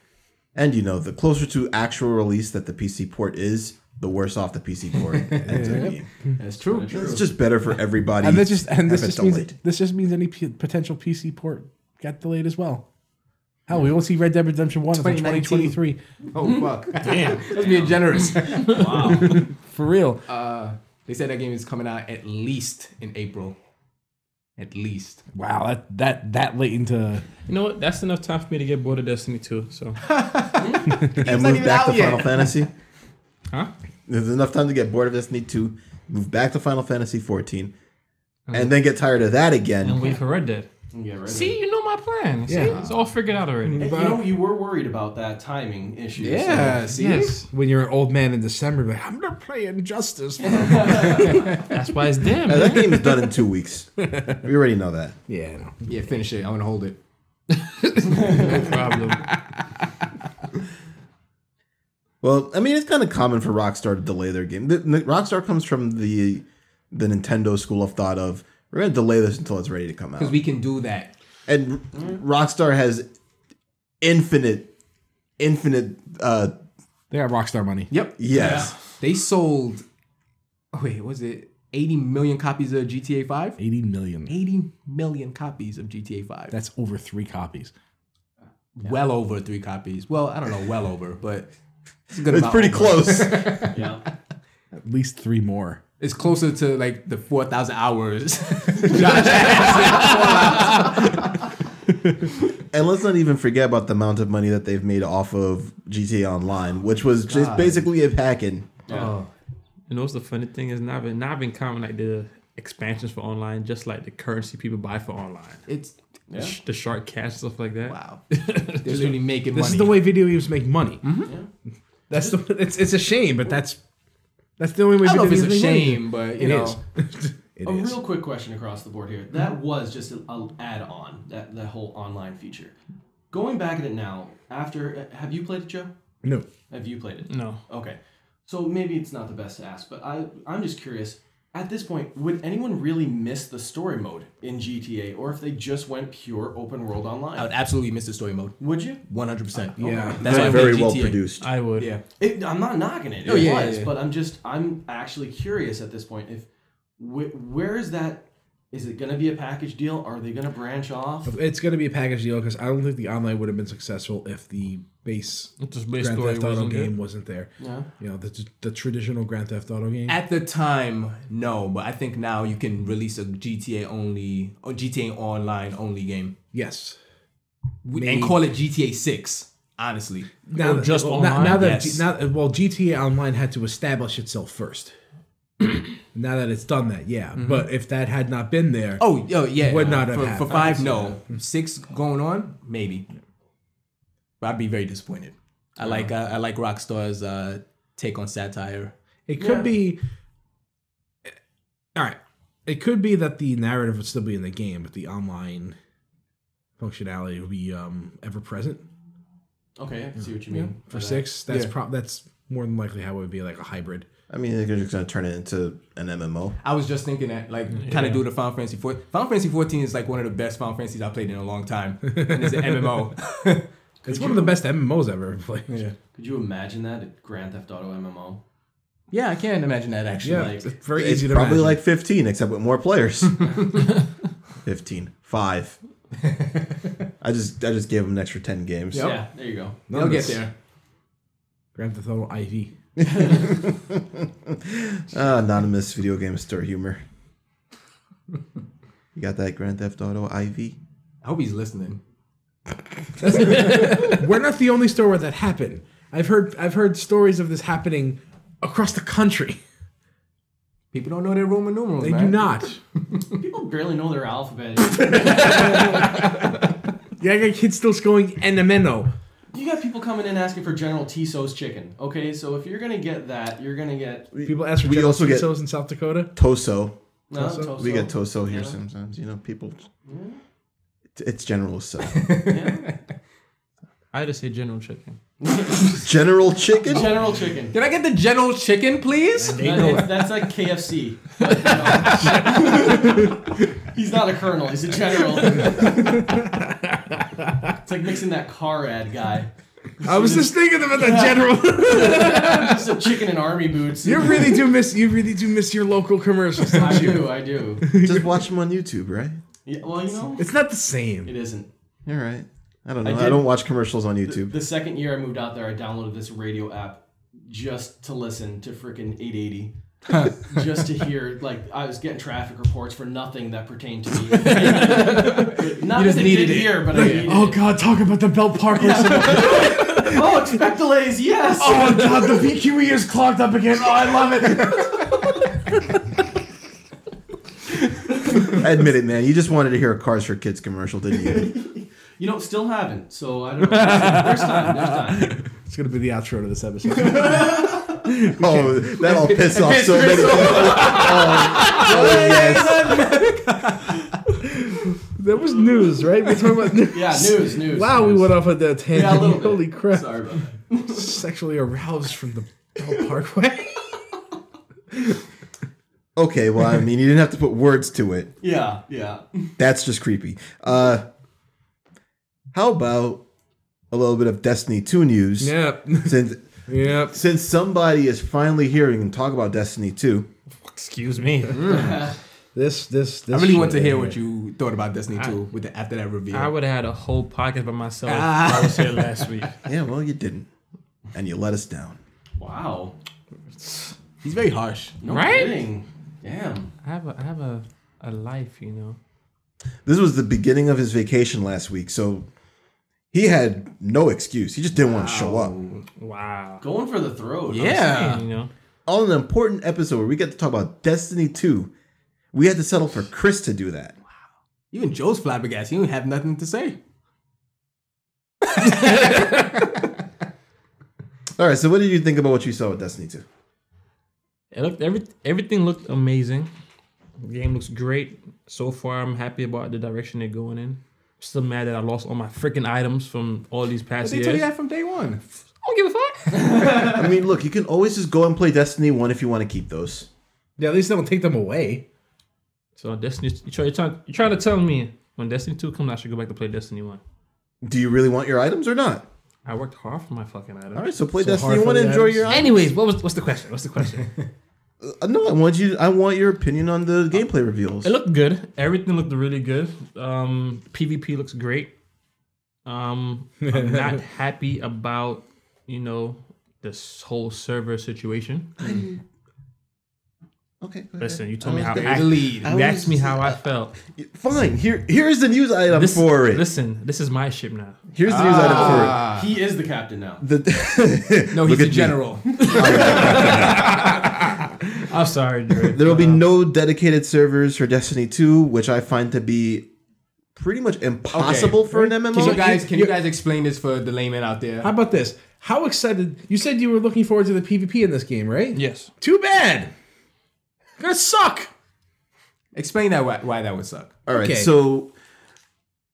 Speaker 1: and you know, the closer to actual release that the PC port is, the worse off the PC port ends up being.
Speaker 4: That's true.
Speaker 1: It's just better for everybody.
Speaker 3: And this just and this
Speaker 1: have it
Speaker 3: just means
Speaker 1: delayed.
Speaker 3: this just means any p- potential PC port got delayed as well. Hell, we won't see Red Dead Redemption One until
Speaker 2: 2019.
Speaker 3: 2023
Speaker 2: Oh fuck. Damn. That's being generous.
Speaker 3: for real.
Speaker 2: Uh they said that game is coming out at least in April. At least.
Speaker 3: wow, that that that late into
Speaker 5: You know what? That's enough time for me to get bored of Destiny too. So
Speaker 1: and
Speaker 2: not
Speaker 1: move
Speaker 2: even
Speaker 1: back to
Speaker 2: out yet.
Speaker 1: Final Fantasy.
Speaker 5: Huh?
Speaker 1: There's enough time to get bored of Destiny 2, move back to
Speaker 3: Uh-huh.
Speaker 1: Final Fantasy 14, and then get tired of that again.
Speaker 5: wait for Red Dead.
Speaker 4: Yeah, right.
Speaker 5: See, you know my
Speaker 6: my plan. See?
Speaker 3: Yeah. Mm-hmm.
Speaker 6: It's all figured out already.
Speaker 4: You know, you were worried about that timing issue. so-
Speaker 3: Yeah, see?
Speaker 6: Yes.
Speaker 3: When you're an old man in December, like, I'm going to play Injustice.
Speaker 6: That's why it's there, man.
Speaker 1: that game is done in two weeks. We already know that.
Speaker 3: yeah, I know.
Speaker 7: Yeah, finish it. I want to hold it.
Speaker 6: problem.
Speaker 1: Well, I mean, it's kind of common for Rockstar to delay their game. The, the- Rockstar comes from the the Nintendo school of thought of we're going to delay this until it's ready to come out.
Speaker 7: Because we can do that.
Speaker 1: and Rockstar has infinite, infinite. uh
Speaker 3: They got Rockstar money.
Speaker 7: Yep.
Speaker 1: Yes,
Speaker 7: They sold, oh wait, was it 80 million copies of GTA 5?
Speaker 3: 80 million.
Speaker 7: 80 million copies of GTA 5.
Speaker 3: That's over three copies.
Speaker 7: well over three copies. Well, I don't know, well over, but it's, a good
Speaker 1: it's
Speaker 7: amount
Speaker 1: pretty
Speaker 7: over.
Speaker 1: close.
Speaker 4: Yeah.
Speaker 3: At least three more.
Speaker 7: It's closer to like the 4,000 hours.
Speaker 1: and let's not even forget about the amount of money that they've made off of GTA Online, which was just basically a hacking.
Speaker 7: Oh,
Speaker 5: You know what's the funny thing is now I've been now I've been counting like the expansions for online, just like the currency people buy for online.
Speaker 7: it's
Speaker 5: Sh- The shark cash stuff like that.
Speaker 7: wow. They're literally making money.
Speaker 3: This
Speaker 7: Mm-hmm.
Speaker 3: is the way video games make money. That's the. It's, it's a shame, but that's that's the only way.
Speaker 7: I don't know if
Speaker 3: video
Speaker 7: it's a
Speaker 3: games make
Speaker 7: shame, but you
Speaker 3: It
Speaker 7: know,
Speaker 3: is.
Speaker 4: A
Speaker 3: money. It is.
Speaker 4: real quick question across the board here. That
Speaker 2: Mm-hmm.
Speaker 4: was just an add-on. That that whole online feature. Going back at it now. After, uh, have you played it, Joe?
Speaker 3: No.
Speaker 4: Have you played it?
Speaker 5: No.
Speaker 4: Okay. So maybe it's not the best to ask, but I I'm just curious. At this point, would anyone really miss the story mode in GTA, or if they just went pure open world online?
Speaker 2: I would absolutely miss the story mode.
Speaker 4: would you?
Speaker 2: 100%.
Speaker 3: Yeah.
Speaker 2: That's why I
Speaker 1: very
Speaker 2: played
Speaker 1: well
Speaker 2: GTA.
Speaker 1: produced.
Speaker 5: I would.
Speaker 2: Yeah.
Speaker 4: It, I'm not knocking it. It
Speaker 2: Oh, yeah,
Speaker 4: was,
Speaker 2: yeah, yeah.
Speaker 4: but I'm just I'm actually curious at this point. If wh- where is that? Is it going to be a package deal? Are they going to branch off?
Speaker 3: It's going to be a package deal because I don't think the online would have been successful if the base
Speaker 5: Just based
Speaker 3: Grand
Speaker 5: story
Speaker 3: Theft Auto
Speaker 5: wasn't
Speaker 3: game
Speaker 5: game.
Speaker 3: wasn't there.
Speaker 4: Yeah.
Speaker 3: You know, the, the traditional Grand Theft Auto game.
Speaker 2: At the time, no, but I think now you can release a GTA only or GTA online only game
Speaker 3: yes.
Speaker 2: We- and call it GTA 6, honestly.
Speaker 3: Now,
Speaker 5: just
Speaker 3: well,
Speaker 5: online?
Speaker 3: Now, now that
Speaker 2: Yes.
Speaker 3: now, well, GTA Online had to establish itself first. now that it's done that, yeah.
Speaker 7: Mm-hmm.
Speaker 3: But if that had not been there,
Speaker 2: Oh, yo, yeah.
Speaker 3: Would not have
Speaker 2: for, for
Speaker 3: happened.
Speaker 2: five, no. Six going on, maybe. But I'd be very disappointed. I like uh, I like Rockstar's uh, take on satire.
Speaker 3: It could be. eh, All right. It could be that the narrative would still be in the game, but the online functionality would be um, ever present
Speaker 4: Okay, I can see what you mean. by
Speaker 3: for
Speaker 4: that.
Speaker 3: six. That's prob that's more than likely how it would be like a hybrid.
Speaker 1: I mean, they're just going to turn it into an MMO.
Speaker 2: I was just thinking that, like, kind of do the Final Fantasy 14. Final Fantasy 14 is like one of the best Final Fantasies I've played in a long time. And it's an MMO.
Speaker 3: it's one of the best MMOs I've ever played.
Speaker 4: Could you imagine that? A Grand Theft Auto MMO?
Speaker 2: yeah, I can imagine that actually.
Speaker 3: Yeah,
Speaker 4: Like-
Speaker 3: it's very
Speaker 1: It's
Speaker 3: easy to
Speaker 1: probably
Speaker 3: imagine.
Speaker 1: like 15, except with more players. 15. Five. I just I just gave them an extra 10 games.
Speaker 4: Yeah, there you go.
Speaker 2: They'll get there.
Speaker 3: Grand Theft Auto IV.
Speaker 1: Ah, anonymous video game store humor. You got that Grand Theft Auto IV?
Speaker 2: I hope he's listening.
Speaker 3: We're not the only store where that happened. I've heard I've heard stories of this happening across the country.
Speaker 2: People don't know their Roman numerals,
Speaker 3: They
Speaker 2: man.
Speaker 3: do not.
Speaker 4: People barely know their alphabet.
Speaker 3: Yeah, I got kids still going NMNO.
Speaker 4: you got people coming in asking for General Tso's chicken. Okay, so if you're gonna get that, you're gonna get
Speaker 3: People ask for
Speaker 1: We
Speaker 3: General
Speaker 1: also get-
Speaker 3: Tso's in South Dakota.
Speaker 1: Toso.
Speaker 4: no,
Speaker 1: We
Speaker 4: Toso.
Speaker 1: get Toso here
Speaker 4: Yeah.
Speaker 1: sometimes. You know, people. It's- It's General So.
Speaker 5: I just say general chicken.
Speaker 1: General Chicken?
Speaker 4: General Chicken.
Speaker 2: Can I get the general chicken, please?
Speaker 4: That- it's- that's like KFC. You know. he's not a colonel. He's a general. it's like mixing that car ad guy.
Speaker 3: I was just thinking about that general.
Speaker 4: Just a chicken in army boots.
Speaker 3: you really do miss. You really do miss your local commercials.
Speaker 4: I do. I do.
Speaker 1: Just watch them on YouTube, right?
Speaker 4: Yeah, well, you know,
Speaker 3: It's not the same.
Speaker 4: it isn't.
Speaker 1: All right. I don't know. I,
Speaker 4: did-
Speaker 1: don't watch commercials on YouTube.
Speaker 4: The second year I moved out there, I downloaded this radio app just to listen to freaking 880. just to hear, like, I was getting traffic reports for nothing that pertained to me. Not that they
Speaker 2: needed it.
Speaker 4: did here, but I needed
Speaker 3: Oh
Speaker 4: it.
Speaker 3: God, talk about the Belt Park. incident.
Speaker 4: Oh, expect delays, yes!
Speaker 3: oh God, the VQE is clogged up again. Oh, I love it.
Speaker 1: Admit it, man. You just wanted to hear a Cars for Kids commercial, didn't you?
Speaker 4: You know, still haven't. So I don't know. There's time. There's time.
Speaker 3: It's gonna be the outro to this episode.
Speaker 1: Oh, that'll piss off so many people. oh, yes.
Speaker 3: that was news, right? We're talking about news.
Speaker 4: Yeah, news, news.
Speaker 3: Wow, we
Speaker 4: news.
Speaker 3: went off at that tangent.
Speaker 4: Yeah, a little bit.
Speaker 3: Holy crap!
Speaker 4: Sorry about that.
Speaker 3: Sexually aroused from the Bell Parkway.
Speaker 1: Okay, well, I mean, you didn't have to put words to it.
Speaker 4: Yeah, yeah.
Speaker 1: That's just creepy. Uh, how about a little bit of Destiny 2 news?
Speaker 3: yep.
Speaker 1: Since
Speaker 3: Yep.
Speaker 1: since somebody is finally hearing and talk about Destiny 2.
Speaker 5: Excuse me.
Speaker 3: This this this.
Speaker 2: I really want
Speaker 3: shit
Speaker 2: to hear
Speaker 3: right
Speaker 2: what you thought about Destiny 2 with the, after that review.
Speaker 5: I would have had a whole podcast by myself. if I was here last week.
Speaker 1: Yeah, well, you didn't. And you let us down.
Speaker 4: Wow.
Speaker 2: He's very harsh.
Speaker 4: No
Speaker 5: Right?
Speaker 4: kidding. Damn.
Speaker 5: I have a, I have a, a life, you know.
Speaker 1: This was the beginning of his vacation last week, so he had no excuse. He just didn't want to show up.
Speaker 5: Wow.
Speaker 4: Going for the throat. I'm
Speaker 2: Yeah.
Speaker 5: You know.
Speaker 1: On an important episode where we get to talk about Destiny 2, we had to settle for Chris to do that.
Speaker 2: Even Joe's flabbergasted. He didn't have nothing to say.
Speaker 1: All right, so what did you think about what you saw with Destiny 2?
Speaker 5: It looked every everything looked amazing. The game looks great so far. I'm happy about the direction they're going in. Still mad that I lost all my freaking items from all these past
Speaker 2: They
Speaker 5: years.
Speaker 2: told you that from day one.
Speaker 5: I don't give a fuck.
Speaker 1: I mean, look, you can always just go and play Destiny 1 if you want to keep those.
Speaker 3: Yeah, at least they don't take them away.
Speaker 5: so Destiny, you're trying, you're, trying, you're trying to tell me when Destiny two comes, I should go back to play Destiny one.
Speaker 1: Do you really want your items or not?
Speaker 5: I worked hard for my fucking items.
Speaker 1: All right, so play
Speaker 3: So hard
Speaker 1: Destiny
Speaker 3: for
Speaker 1: 1
Speaker 3: the
Speaker 1: and enjoy
Speaker 3: items.
Speaker 1: your items.
Speaker 5: Anyways, what was what's the question? What's the question?
Speaker 1: Uh, No, I want you I want your opinion on the gameplay reveals.
Speaker 5: It looked good. Everything looked really good. Um, PvP looks great. Um, I'm not happy about you know this whole server situation.
Speaker 1: Okay. go ahead.
Speaker 5: Listen, you told me
Speaker 1: was
Speaker 5: how
Speaker 1: there.
Speaker 5: I,
Speaker 2: lead.
Speaker 5: you asked me how I felt.
Speaker 1: Fine. Here here's the news item
Speaker 5: This,
Speaker 1: for it.
Speaker 5: Listen, this is my ship now.
Speaker 1: Here's the news
Speaker 4: sorry. He is the captain now.
Speaker 1: item for it. The
Speaker 2: Ah. No, he's a general.
Speaker 5: I'm sorry, Dre.
Speaker 1: There will be no dedicated servers for Destiny 2, which I find to be pretty much impossible for an
Speaker 7: Can you
Speaker 1: MMO.
Speaker 7: guys can you guys explain this for the layman out there?
Speaker 3: How about this? How excited? You said you were looking forward to the PvP in this game, right?
Speaker 5: yes.
Speaker 3: Too bad. Gonna suck.
Speaker 7: Explain that why, why that would suck.
Speaker 1: All right.
Speaker 3: okay.
Speaker 1: So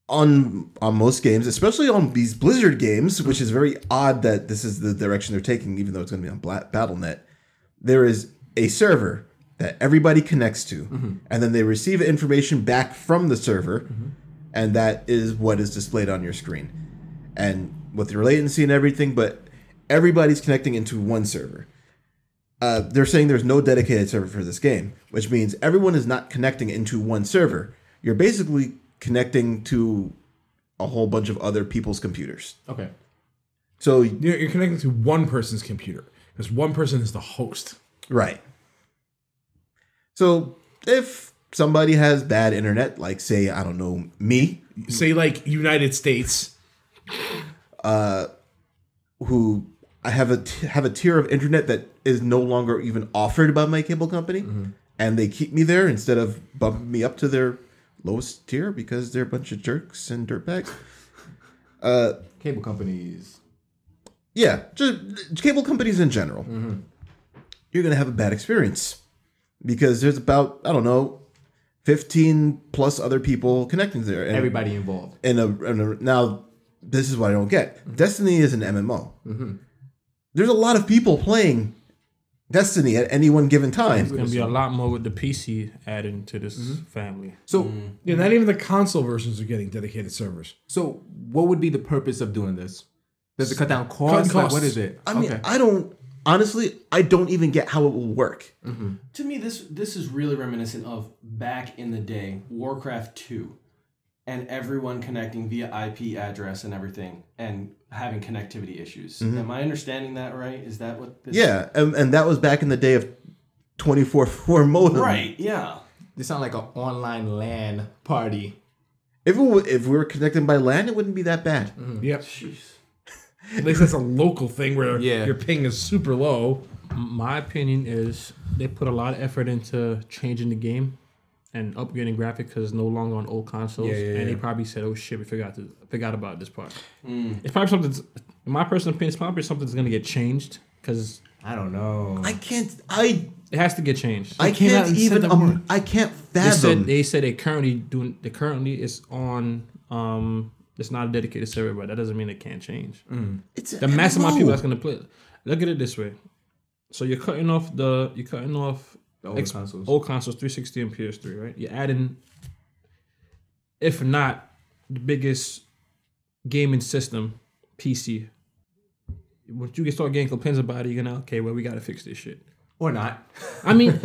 Speaker 1: on on most games, especially on these Blizzard games, which is very odd that this is the direction they're taking even though it's going to be on Bla- BattleNet, there is a server that everybody connects to and then they receive information back from the server and that is what is displayed on your screen. And with your latency and everything, but everybody's connecting into one server. uh, they're saying there's no dedicated server for this game, which means everyone is not connecting into one server. You're basically connecting to a whole bunch of other people's computers.
Speaker 4: Okay.
Speaker 1: So,
Speaker 3: You're, you're connecting to one person's computer because one person is the host.
Speaker 1: right. So, if somebody has bad internet, like, say, I don't know, me,
Speaker 3: Say like United States.
Speaker 1: who I have a t- have a tier of internet that is no longer even offered by my cable company, and they keep me there instead of bumping me up to their lowest tier because they're a bunch of jerks and dirtbags.
Speaker 7: Cable companies.
Speaker 1: yeah, just uh, cable companies in general, you're going to have a bad experience because there's about, I don't know, 15 plus other people connecting there. And,
Speaker 7: Everybody involved.
Speaker 1: And, a, and a- now, this is what I don't get Destiny is an MMO. There's a lot of people playing Destiny at any one given time.
Speaker 5: Gonna be a lot more with the PC adding to this family.
Speaker 2: So,
Speaker 5: Mm.
Speaker 3: Yeah, not even the console versions are getting dedicated servers.
Speaker 2: so what would be the purpose of doing this? Does it cut down costs? Like,
Speaker 3: costs.
Speaker 2: what is it?
Speaker 1: I mean, I don't, honestly, I don't even get how it will work.
Speaker 4: To me, this this is really reminiscent of back in the day, Warcraft Two, and everyone connecting via IP address and everything, and having connectivity issues.
Speaker 5: Mm-hmm.
Speaker 4: Am I understanding that right? Is that what? This
Speaker 1: Yeah, and, and that was back in the day of 24 4 modem.
Speaker 4: Right. Yeah.
Speaker 7: This sounds like an online LAN party.
Speaker 1: If, it, wa- if we were connected by land, it wouldn't be that bad.
Speaker 3: Yep.
Speaker 4: Jeez.
Speaker 3: At least that's a local thing where
Speaker 7: Yeah.
Speaker 3: your ping is super low.
Speaker 5: My opinion is they put a lot of effort into changing the game and upgrading graphic because it's no longer on old consoles.
Speaker 8: Yeah, yeah,
Speaker 5: And they
Speaker 8: yeah.
Speaker 5: probably said, "Oh shit, we forgot to forgot about this part."
Speaker 1: Mm.
Speaker 5: It's probably something. that's- In my personal opinion, it's probably something that's gonna get changed because
Speaker 2: I don't know.
Speaker 1: I can't. I
Speaker 5: it has to get changed.
Speaker 1: I
Speaker 3: came out
Speaker 1: can't
Speaker 3: and said
Speaker 1: even.
Speaker 3: that
Speaker 1: um,
Speaker 3: word.
Speaker 1: I can't
Speaker 5: they said
Speaker 1: fathom.
Speaker 5: they said they currently doing they currently it's on um it's not a dedicated server, but that doesn't mean it can't change.
Speaker 1: It's
Speaker 5: The mass amount of people that's gonna play. it. Look at it this way: so you're cutting off the you're cutting off
Speaker 8: The old consoles.
Speaker 5: old consoles, 360 and PS3, right? You're adding, if not the biggest gaming system, PC. Once you get start getting complaints about it, you're gonna okay, well we gotta fix this shit.
Speaker 2: Or not.
Speaker 5: I mean,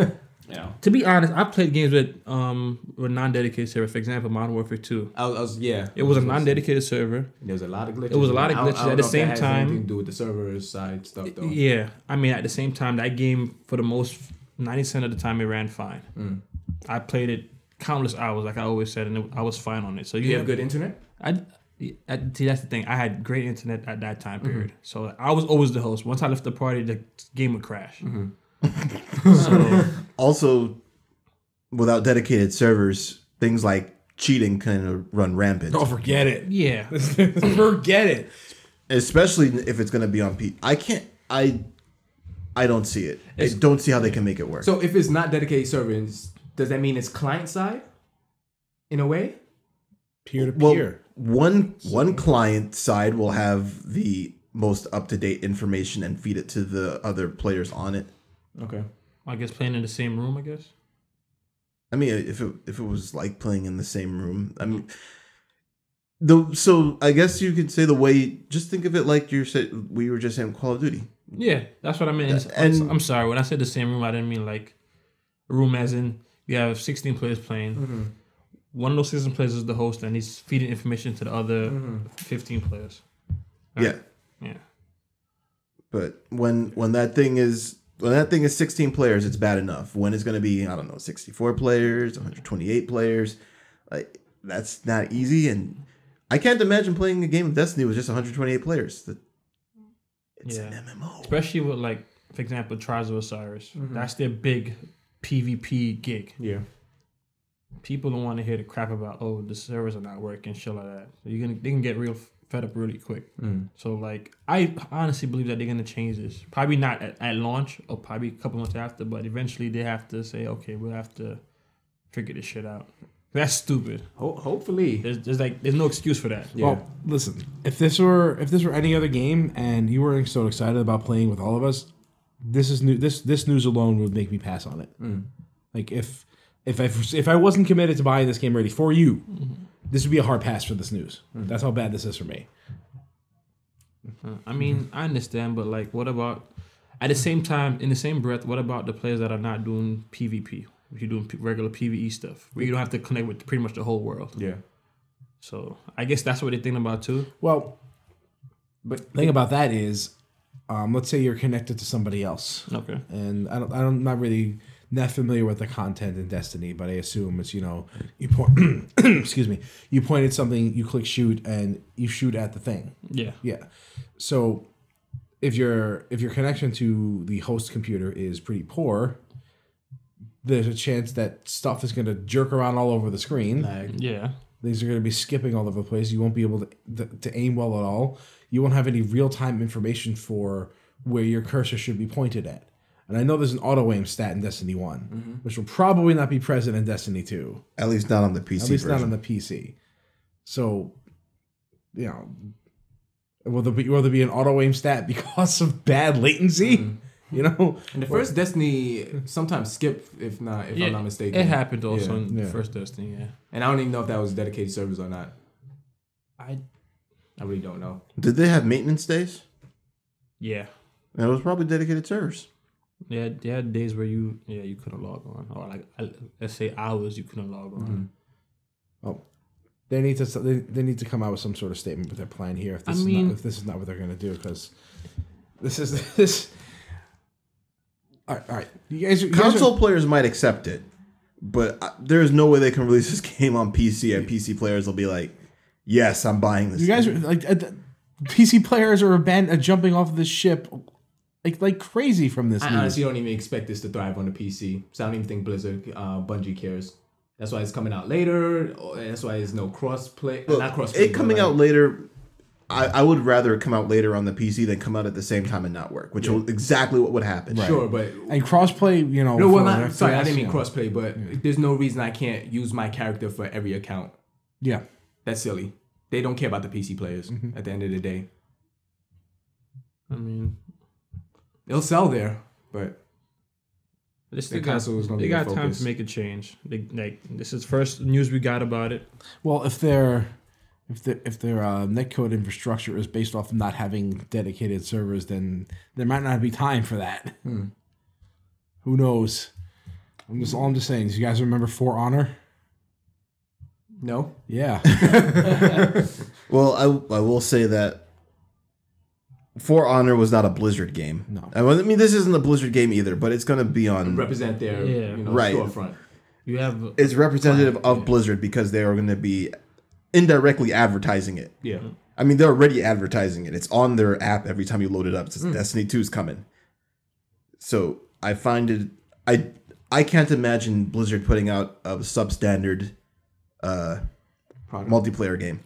Speaker 4: Yeah.
Speaker 5: to be honest, I played games with um with non-dedicated server. For example, Modern Warfare 2.
Speaker 2: I was, I was yeah.
Speaker 5: It was a non-dedicated server.
Speaker 2: There was a lot of glitches.
Speaker 5: It was a lot of
Speaker 2: I don't- I
Speaker 5: glitches
Speaker 2: don't
Speaker 5: at the
Speaker 2: know if
Speaker 5: same
Speaker 2: that has
Speaker 5: time.
Speaker 2: anything to do with the server side stuff though.
Speaker 5: Yeah, I mean, at the same time, that game for the most ninety percent of the time it ran fine. I played it countless hours, like I always said, and it, I was fine on it. So
Speaker 2: Do you have good internet?
Speaker 5: I, I see that's the thing. I had great internet at that time period, so I was always the host. Once I left the party, the game would crash.
Speaker 1: also, without dedicated servers, things like cheating kind of run rampant.
Speaker 3: Oh, forget it.
Speaker 5: Yeah,
Speaker 3: forget it.
Speaker 1: Especially if it's gonna be on P. I can't. I. I don't see it. I don't see how they can make it work.
Speaker 2: So if it's not dedicated servers, does that mean it's client side? In a way?
Speaker 3: Peer to
Speaker 1: well,
Speaker 3: peer.
Speaker 1: one one client side will have the most up to date information and feed it to the other players on it.
Speaker 2: Okay.
Speaker 5: I guess playing in the same room. I guess
Speaker 1: I mean, if it if it was like playing in the same room, I mean, the so I guess you could say the way. Just think of it like you said we were just saying Call of Duty.
Speaker 5: yeah, that's what I meant.
Speaker 1: And-
Speaker 5: And I'm sorry when I said the same room, I didn't mean like room as in you have 16 players playing. One of those 16 players is the host, and he's feeding information to the other 15 players.
Speaker 1: Yeah,
Speaker 5: Yeah.
Speaker 1: but when when that thing is when that thing is 16 players, it's bad enough. When it's going to be I don't know 64 players, 128 players, like that's not easy. And I can't imagine playing a game of Destiny with just 128 players. That it's
Speaker 5: Yeah.
Speaker 1: an MMO.
Speaker 5: especially with like for example tribes of osiris that's their big pvp gig
Speaker 2: Yeah.
Speaker 5: people don't want to hear the crap about oh the servers are not working shit like that so you're gonna they can get real fed up really quick
Speaker 2: Hmm.
Speaker 5: so like i honestly believe that they're gonna change this probably not at, at launch or probably a couple months after but eventually they have to say okay we'll have to figure this shit out that's stupid
Speaker 2: Ho- hopefully.
Speaker 5: there's, there's like there's no excuse for that
Speaker 3: Well, listen. If this were if this were any other game, and you were so excited about playing with all of us, this is new. This this news alone would make me pass on it. Like if if I if I wasn't committed to buying this game ready for you, this would be a hard pass for this news. That's how bad this is for me.
Speaker 5: I mean, I understand, but like, what about at the same time, in the same breath, what about the players that are not doing PvP? If you're doing p- regular PvE stuff, where you don't have to connect with pretty much the whole world.
Speaker 2: Yeah.
Speaker 5: So I guess that's what they're thinking about too.
Speaker 3: Well, but the thing about that is, um, let's say you're connected to somebody else,
Speaker 5: Okay.
Speaker 3: and I don't, I don't, am not really not familiar with the content in Destiny, but I assume it's you know you point, excuse me, you point at something, you click shoot, and you shoot at the thing.
Speaker 5: Yeah.
Speaker 3: Yeah. So if your if your connection to the host computer is pretty poor, there's a chance that stuff is going to jerk around all over the screen
Speaker 5: Yeah.
Speaker 3: things are going to be skipping all over the place you won't be able to, to, to aim well at all you won't have any real-time information for where your cursor should be pointed at and i know there's an auto aim stat in destiny one which will probably not be present in destiny 2
Speaker 1: At least not on the PC
Speaker 3: at least
Speaker 1: version.
Speaker 3: not on the pc so you know will there be will there be an auto aim stat because of bad latency you know
Speaker 2: And the first Destiny sometimes skip if not if
Speaker 5: yeah.
Speaker 2: I'm not mistaken.
Speaker 5: It happened also
Speaker 2: Yeah.
Speaker 5: in
Speaker 3: Yeah.
Speaker 5: First Destiny. Yeah.
Speaker 2: And I don't even know if that was dedicated servers or not.
Speaker 5: I.
Speaker 2: I really don't know.
Speaker 1: Did they have maintenance days?
Speaker 5: Yeah.
Speaker 1: It was probably dedicated servers.
Speaker 5: They had, they had days where you yeah you couldn't log on or like I- let's say hours you couldn't log on.
Speaker 2: Mm-hmm.
Speaker 3: they need to they, they need to come out with some sort of statement with their plan here. If
Speaker 5: I
Speaker 3: this is
Speaker 5: mean-
Speaker 3: not, if this is not what they're going to do, because this is this. All right, all right. You guys, you guys are-
Speaker 1: Console players might accept it, but I- there is no way they can release this game on PC, and PC players will be like, "Yes, I'm buying this."
Speaker 3: you guys are like uh, PC players are aban- uh, jumping off the ship like like crazy from this
Speaker 2: I
Speaker 3: news.
Speaker 2: honestly don't even expect this to thrive on the PC. So I don't even think Blizzard, uh, Bungie cares. That's why it's coming out later. or- and That's why there's no cross play. not cross play.
Speaker 1: it coming out later. I, I would rather it come out later on the PC than come out at the same time and not work, which is exactly what would happen.
Speaker 2: Sure, but
Speaker 3: And crossplay, you know.
Speaker 2: no, well,
Speaker 3: for
Speaker 2: not,
Speaker 3: FPS,
Speaker 2: sorry, I didn't mean
Speaker 3: yeah.
Speaker 2: crossplay, but there's no reason I can't use my character for every account.
Speaker 3: Yeah.
Speaker 2: That's silly. They don't care about the PC players
Speaker 3: Mm-hmm.
Speaker 2: at the end of the day.
Speaker 5: I mean,
Speaker 2: They'll sell there, but
Speaker 5: they
Speaker 2: the
Speaker 5: still got,
Speaker 2: console is going to
Speaker 5: they
Speaker 2: be the
Speaker 5: got time
Speaker 2: focus.
Speaker 5: to make a change. They, like this is first news we got about it.
Speaker 3: Well, if their if their if their uh, netcode infrastructure is based off of not having dedicated servers, then there might not be time for that. Who knows? I'm just all I'm just saying. is you guys remember For Honor?
Speaker 2: no,
Speaker 3: Yeah,
Speaker 1: Well, I, I will say that For Honor was not a Blizzard game.
Speaker 3: No.
Speaker 1: I mean, I mean, this isn't a Blizzard game either, but it's going to be on.
Speaker 2: represent their
Speaker 5: Yeah.
Speaker 2: you know,
Speaker 1: Right.
Speaker 2: storefront.
Speaker 5: You have
Speaker 1: it's representative of Blizzard because they are going to be indirectly advertising it.
Speaker 2: Yeah.
Speaker 1: I mean, they're already advertising it. It's on their app every time you load it up. It says Destiny 2 is coming. So I find it. I I can't imagine Blizzard putting out a substandard uh, multiplayer game.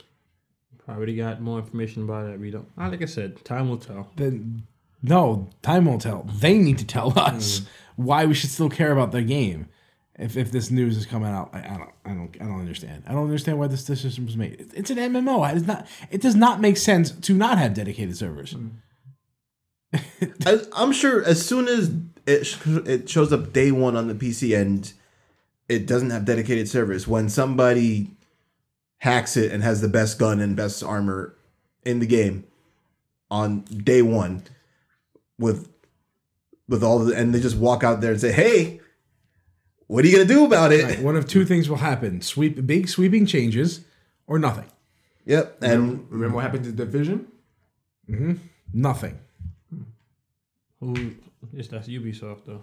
Speaker 5: probably got more information about it. We don't. ah, Like I said, time will tell.
Speaker 3: then no time will tell. They need to tell us why we should still care about their game. If, if this news is coming out, I, I don't I don't I don't understand. I don't understand why this decision was made. It- It's an MMO. It does not it does not make sense to not have dedicated servers.
Speaker 1: I, I'm sure as soon as it sh- it shows up day one on the PC and it doesn't have dedicated service, when somebody hacks it and has the best gun and best armor in the game on day one with with all the and they just walk out there and say, "Hey, what are you gonna do about it?"
Speaker 3: Right, One of two things will happen: sweep big sweeping changes, or nothing.
Speaker 1: Yep, and
Speaker 2: Remember what happened to Division?
Speaker 3: Nothing.
Speaker 5: Who is that's Ubisoft though?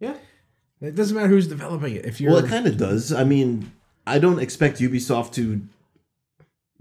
Speaker 3: It doesn't matter who's developing it. If you're
Speaker 1: well, it kind of does. I mean, I don't expect Ubisoft to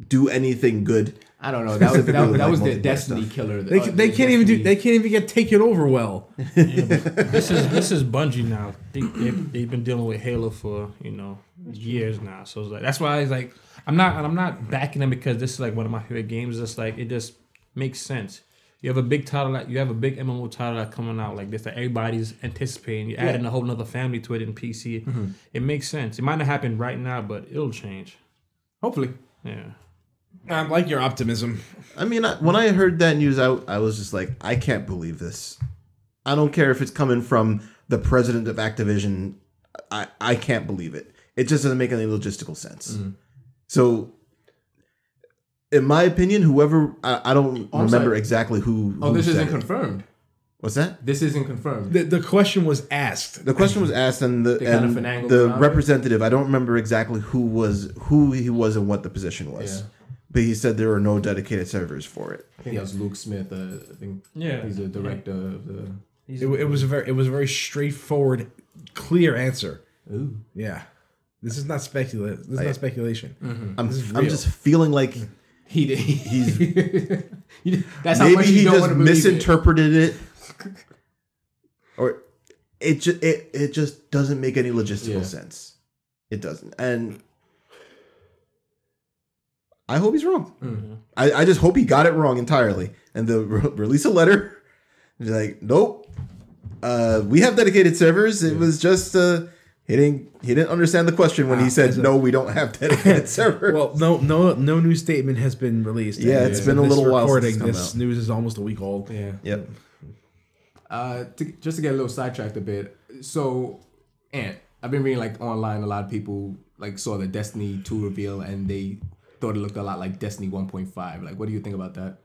Speaker 1: do anything good.
Speaker 2: I don't know. That was that,
Speaker 1: Specifically
Speaker 2: that was
Speaker 1: with,
Speaker 2: the
Speaker 1: like, multiplayer
Speaker 2: Destiny killer.
Speaker 3: they, ca- Uh, they can't even do they can't even get taken over well.
Speaker 5: This is this is Bungie now. They, they've, they've been dealing with Halo for you know years now, so it's like that's why it's like I'm not and I'm not backing them because this is like one of my favorite games. It's like it just makes sense. You have a big title, like you have a big MMO title like coming out like this that everybody's anticipating. You're adding a whole nother family to it in PC. It makes sense. It might not happen right now, but it'll change.
Speaker 2: Hopefully,
Speaker 5: Yeah,
Speaker 3: I like your optimism.
Speaker 1: I mean, I, when I heard that news, I, I was just like, I can't believe this. I don't care if it's coming from the president of Activision. I, I can't believe it. It just doesn't make any logistical sense.
Speaker 2: Mm-hmm.
Speaker 1: So, in my opinion, whoever I, I don't
Speaker 2: I'm
Speaker 1: remember
Speaker 2: sorry.
Speaker 1: exactly who.
Speaker 2: oh,
Speaker 1: who
Speaker 2: this
Speaker 1: said
Speaker 2: isn't
Speaker 1: it.
Speaker 2: confirmed.
Speaker 1: What's that?
Speaker 2: This isn't confirmed.
Speaker 3: The, the question was asked.
Speaker 1: The question was asked, and the
Speaker 2: They kinda
Speaker 1: and
Speaker 2: finagled
Speaker 1: the
Speaker 2: around it.
Speaker 1: representative. I don't remember exactly who was who he was and what the position was,
Speaker 2: Yeah.
Speaker 1: but he said there were no dedicated servers for it.
Speaker 2: I think that was Luke Smith. Uh, I think
Speaker 5: Yeah.
Speaker 2: he's the director of the.
Speaker 3: It, it was a very it was a very straightforward, clear answer.
Speaker 2: Ooh.
Speaker 3: Yeah, this is not specula. This is not speculation.
Speaker 2: Mm-hmm.
Speaker 1: I'm
Speaker 3: This is
Speaker 1: I'm
Speaker 3: real.
Speaker 1: just feeling like
Speaker 2: He did.
Speaker 1: he's
Speaker 2: That's how
Speaker 1: maybe
Speaker 2: much you
Speaker 1: he
Speaker 2: don't
Speaker 1: just
Speaker 2: want to believe it.
Speaker 1: misinterpreted it, or it just it it just doesn't make any logistical
Speaker 2: Yeah.
Speaker 1: sense. It doesn't, and I hope he's wrong.
Speaker 2: Mm-hmm.
Speaker 1: I, I just hope he got it wrong entirely, and the re- release a letter, and be like, nope, uh, we have dedicated servers. It was just uh, he didn't he didn't understand the question
Speaker 2: Ah,
Speaker 1: when he said no, we don't have dedicated servers.
Speaker 3: Well, no, no, no new statement has been released.
Speaker 1: Yeah,
Speaker 3: And
Speaker 1: it's
Speaker 3: as
Speaker 1: been a
Speaker 3: of this
Speaker 1: little while since it's come
Speaker 3: this
Speaker 1: out.
Speaker 3: news is almost a week old.
Speaker 2: Yeah.
Speaker 1: yep.
Speaker 2: Uh, to, just to get a little sidetracked a bit. So, Ant, I've been reading like online. A lot of people like saw the Destiny two reveal and they thought it looked a lot like Destiny one point five. Like, what do you think about that?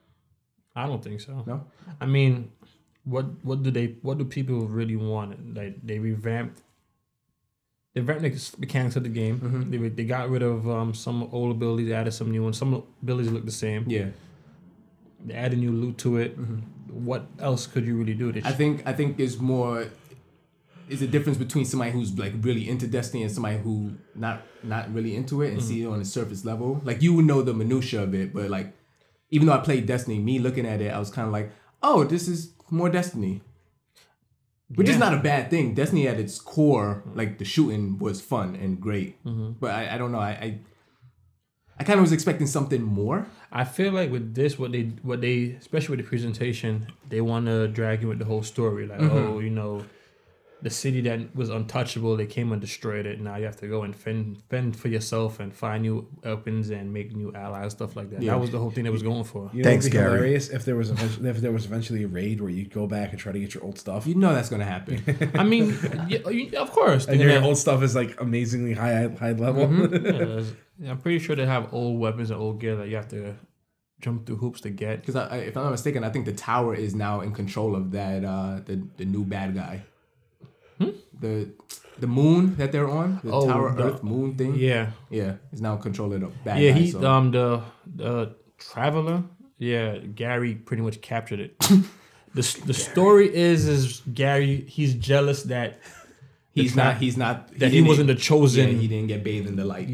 Speaker 5: I don't think so.
Speaker 2: No?
Speaker 5: I mean, what what do they what do people really want? Like they revamped they revamped the mechanics of the game.
Speaker 2: Mm-hmm.
Speaker 5: They re- they got rid of um, some old abilities, added some new ones. Some abilities look the same.
Speaker 2: Yeah.
Speaker 5: They added new loot to it. What else could you really do? They
Speaker 2: Mm-hmm. I think I think it's more is the difference between somebody who's like really into Destiny and somebody who not not really into it and see it on a surface level. Like you would know the minutia of it, but like even though I played Destiny, me looking at it, I was kind of like, oh, this is more Destiny. which is not a bad thing. Destiny at its core, like the shooting was fun and great, but I, I don't know. I I, I kind of was expecting something more.
Speaker 5: I feel like with this, what they what they especially with the presentation, they want to drag you with the whole story. Like, oh, you know, the city that was untouchable, they came and destroyed it. Now you have to go and fend fend for yourself and find new weapons and make new allies, stuff like that. That was the whole thing they was going for.
Speaker 3: You
Speaker 1: Thanks,
Speaker 3: it'd be
Speaker 1: Gary.
Speaker 3: Hilarious if there was eventually, if there was eventually a raid where you go back and try to get your old stuff.
Speaker 2: You know that's gonna happen.
Speaker 5: I mean, yeah, you- of course.
Speaker 3: and
Speaker 5: they're
Speaker 3: your
Speaker 5: gonna-
Speaker 3: old stuff is like amazingly high high level.
Speaker 5: yeah, yeah, I'm pretty sure they have old weapons and old gear that you have to jump through hoops to get.
Speaker 2: Because I, I- if I'm not mistaken, I think the tower is now in control of that uh, the the new bad guy. The the moon that they're on, the
Speaker 5: Hmm? Oh,
Speaker 2: tower
Speaker 5: the-
Speaker 2: Earth moon thing.
Speaker 5: Yeah,
Speaker 2: yeah, is now in control of the bad
Speaker 5: yeah.
Speaker 2: guy.
Speaker 5: He
Speaker 2: so-
Speaker 5: um the the traveler. Yeah, Gary pretty much captured it. the s- The story is is Gary. He's jealous that
Speaker 2: he's not. He's not.
Speaker 5: that he,
Speaker 2: didn't- e-,
Speaker 5: wasn't the
Speaker 2: Yeah,
Speaker 5: chosen.
Speaker 2: he
Speaker 5: Yeah,
Speaker 2: didn't get bathed in the light.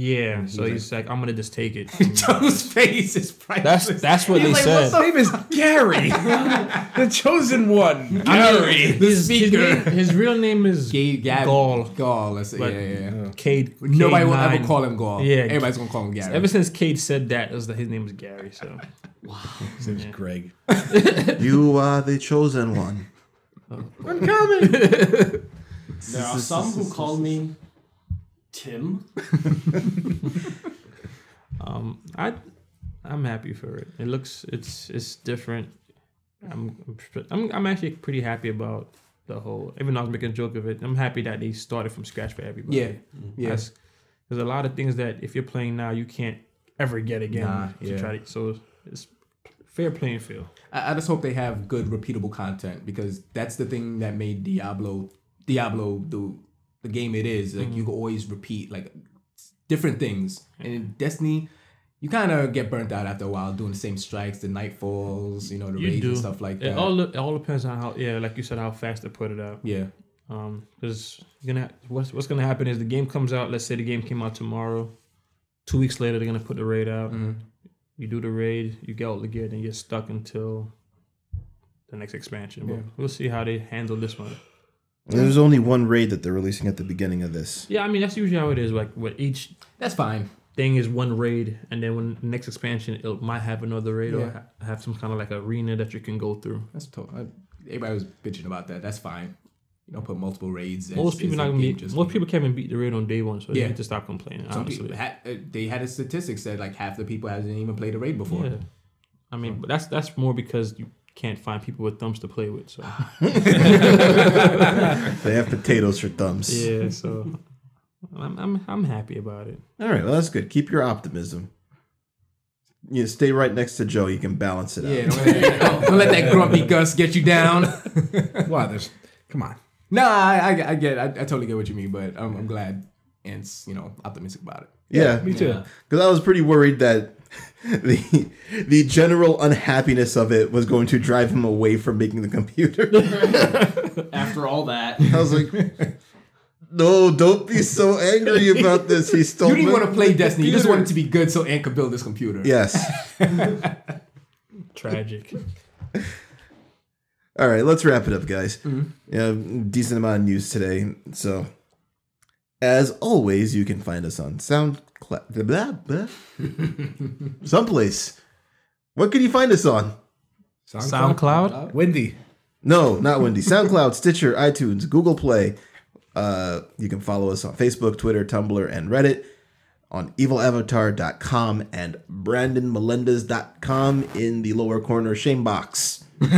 Speaker 5: so he's like, I'm gonna just take it.
Speaker 2: Joe's face is priceless.
Speaker 5: That's that's what they said.
Speaker 3: name is Gary, the chosen one.
Speaker 5: Gary, Mm. his, his,
Speaker 2: speaker.
Speaker 5: name, his real name is
Speaker 2: Gabe, Gab,
Speaker 5: Gaul.
Speaker 2: Gaul. That's it.
Speaker 5: But-
Speaker 2: yeah, yeah. yeah.
Speaker 5: Cade.
Speaker 2: Nobody will ever
Speaker 5: K9.
Speaker 2: call him Gaul.
Speaker 5: Yeah.
Speaker 2: everybody's gonna call him Gary.
Speaker 5: Ever since Cade said that, it was that his name is Gary. So
Speaker 3: His name's Greg.
Speaker 1: You are the chosen one.
Speaker 4: There are some who call me Tim.
Speaker 5: um, I I'm happy for it. It looks it's it's different. I'm I'm pr- I'm, I'm actually pretty happy about the whole. Even though I was making a joke of it, I'm happy that they started from scratch for everybody.
Speaker 2: yeah, yeah.
Speaker 5: That's- there's a lot of things that if you're playing now, you can't ever get again.
Speaker 2: Nah,
Speaker 5: if you
Speaker 2: yeah.
Speaker 5: try to- so it's fair playing field.
Speaker 2: I, I just hope they have good repeatable content because that's the thing that made Diablo Diablo the the game it is. Like
Speaker 5: Mm-hmm.
Speaker 2: you can always repeat like different things. And in Destiny, you kind of get burnt out after a while doing the same strikes, the nightfalls, you know, the
Speaker 5: You
Speaker 2: raids
Speaker 5: do.
Speaker 2: and stuff like
Speaker 5: It
Speaker 2: that.
Speaker 5: all it all depends on how yeah, like you said, how fast they put it out.
Speaker 2: yeah,
Speaker 5: Um, because you're gonna what's what's gonna happen is the game comes out. Let's say the game came out tomorrow. Two weeks later, they're gonna put the raid out.
Speaker 2: Mm-hmm.
Speaker 5: You do the raid, you get all the gear, then you're stuck until the next expansion. But we'll see how they handle this one.
Speaker 1: There's only one raid that they're releasing at the beginning of this.
Speaker 5: Yeah, I mean that's usually how it is. Like with each
Speaker 2: that's fine.
Speaker 5: thing is one raid, and then when the next expansion, it might have another raid or
Speaker 2: Yeah.
Speaker 5: ha- have some kind of like arena that you can go through.
Speaker 2: That's to- I, everybody was bitching about that. That's fine. You don't put multiple raids. It's-
Speaker 5: Most people
Speaker 2: it's
Speaker 5: not
Speaker 2: a
Speaker 5: gonna
Speaker 2: game
Speaker 5: be. Most people can't even beat the raid on day one, so they
Speaker 2: Yeah.
Speaker 5: need to stop complaining.
Speaker 2: Some
Speaker 5: honestly.
Speaker 2: people had, uh, they had a statistic said like half the people hasn't even played a raid before.
Speaker 5: Yeah. I mean, but that's that's more because you can't find people with thumbs to play with. So
Speaker 1: They have potatoes for thumbs.
Speaker 5: yeah, so I'm I'm I'm happy about it.
Speaker 1: All right, well that's good. Keep your optimism. You know, stay right next to Joe. You can balance it out.
Speaker 2: Yeah, don't, let that, don't let that grumpy Gus get you down.
Speaker 3: Wow, there's come on.
Speaker 2: nah, I, I, I get, I, I totally get what you mean, but I'm, I'm glad Ant's, you know, optimistic about it.
Speaker 1: Yeah, me too. Because I was pretty worried that the the general unhappiness of it was going to drive him away from making the computer.
Speaker 4: After all that,
Speaker 1: I was like, no, don't be so angry about this. He stole.
Speaker 2: You didn't
Speaker 1: my-
Speaker 2: want to play Destiny. You just wanted to be good so Ant could build this computer.
Speaker 1: Yes.
Speaker 5: Tragic.
Speaker 1: All right, let's wrap it up, guys. Yeah, decent amount of news today. So, as always, you can find us on SoundCloud. Blah, blah. Someplace. What can you find us on?
Speaker 5: SoundCloud.
Speaker 3: Windy.
Speaker 1: No, not Wendy. SoundCloud, Stitcher, iTunes, Google Play. Uh, you can follow us on Facebook, Twitter, Tumblr, and Reddit. On evilavatar.com and brandonmelendez.com in the lower corner shame box.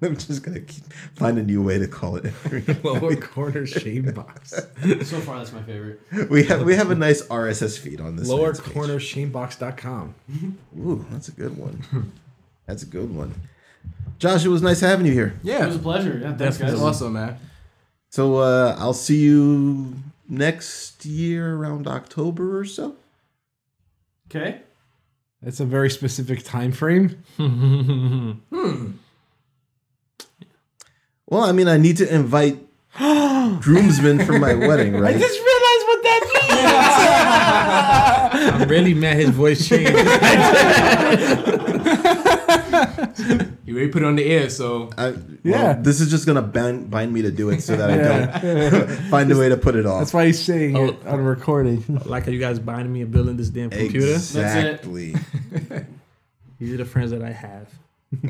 Speaker 1: I'm just gonna keep find a new way to call it.
Speaker 3: Lower corner shame box.
Speaker 4: so far that's my favorite.
Speaker 1: we have we have a nice RSS feed on this.
Speaker 3: Lower
Speaker 1: man's page.
Speaker 3: corner shamebox.com.
Speaker 1: Ooh, that's a good one. That's a good one. Josh, it was nice having you here.
Speaker 4: It was a pleasure. Yeah, thanks guys.
Speaker 2: That's awesome, man.
Speaker 1: So uh, I'll see you next year around October or so.
Speaker 4: Okay.
Speaker 3: That's a very specific time frame.
Speaker 1: Well, I mean, I need to invite groomsmen for my wedding, right?
Speaker 5: I'm really mad his voice changed.
Speaker 2: You already put it on the air, so
Speaker 1: I, well,
Speaker 3: Yeah.
Speaker 1: this is just gonna bind, bind me to do it so that I don't find a way to put it off.
Speaker 3: That's why he's saying
Speaker 5: Oh.
Speaker 3: it on recording.
Speaker 5: Like are you guys buying me a bill in this damn computer?
Speaker 1: Exactly.
Speaker 5: These are the friends that I have.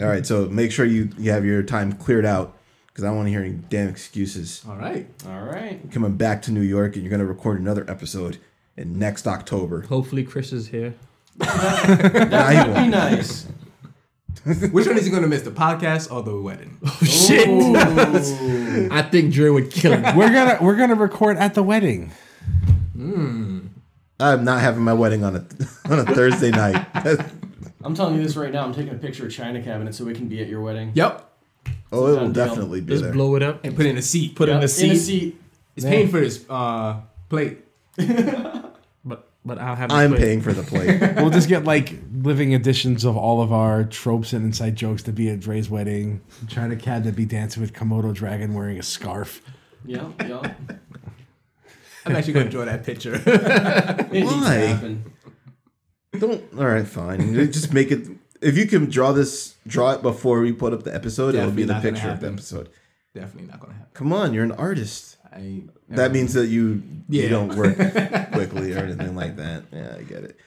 Speaker 1: All right, so make sure you, you have your time cleared out because I don't want to hear any damn excuses.
Speaker 2: all right.
Speaker 4: All right.
Speaker 1: Coming back to New York and you're gonna record another episode in next October.
Speaker 5: Hopefully Chris is here.
Speaker 1: Nah, he
Speaker 4: Be
Speaker 1: won't.
Speaker 4: nice.
Speaker 2: Which one is he gonna miss? The podcast or the wedding?
Speaker 5: I think Dre would kill him.
Speaker 3: we're gonna we're gonna record at the wedding.
Speaker 1: I'm not having my wedding on a on a Thursday night.
Speaker 4: I'm telling you this right now. I'm taking a picture of China cabinet so we can be at your wedding.
Speaker 2: Yep.
Speaker 1: oh, it will
Speaker 4: Done deal.
Speaker 1: definitely be
Speaker 5: Just
Speaker 1: there.
Speaker 5: blow it up.
Speaker 2: And put it in a seat.
Speaker 5: Put it in
Speaker 4: In
Speaker 5: the
Speaker 4: a
Speaker 5: seat.
Speaker 4: seat.
Speaker 2: It's paying for his uh, plate.
Speaker 5: But but I'll have.
Speaker 1: I'm
Speaker 5: the plate.
Speaker 1: paying for the plate.
Speaker 3: We'll just get like living editions of all of our tropes and inside jokes to be at Dre's wedding. Trying to cat to be dancing with Komodo dragon wearing a scarf.
Speaker 4: Yeah, yeah.
Speaker 2: I'm actually gonna draw that picture.
Speaker 4: It needs to
Speaker 1: Why?
Speaker 4: happen.
Speaker 1: Don't. All right, fine. You Just make it. If you can draw this, draw it before we put up the episode. it'll
Speaker 2: Definitely
Speaker 1: be the
Speaker 2: not gonna
Speaker 1: picture of the
Speaker 2: happen.
Speaker 1: episode.
Speaker 2: Definitely not gonna happen.
Speaker 1: Come on, you're an artist.
Speaker 2: I,
Speaker 1: That means that you you
Speaker 2: Yeah.
Speaker 1: don't work quickly or anything like that. Yeah, I get it.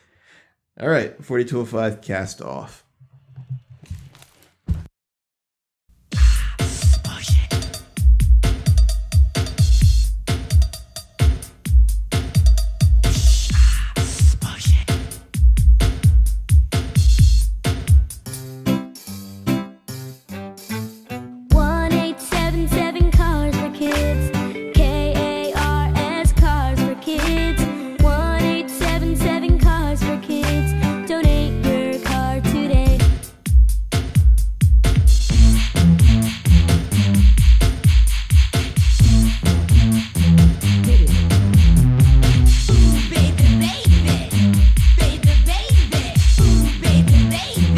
Speaker 1: All right, 4205 cast off.
Speaker 9: One eight seven seven cars for kids. K A R S cars for kids. One eight seven seven cars for kids. Donate your car today. Baby, baby, baby, baby. Baby, baby,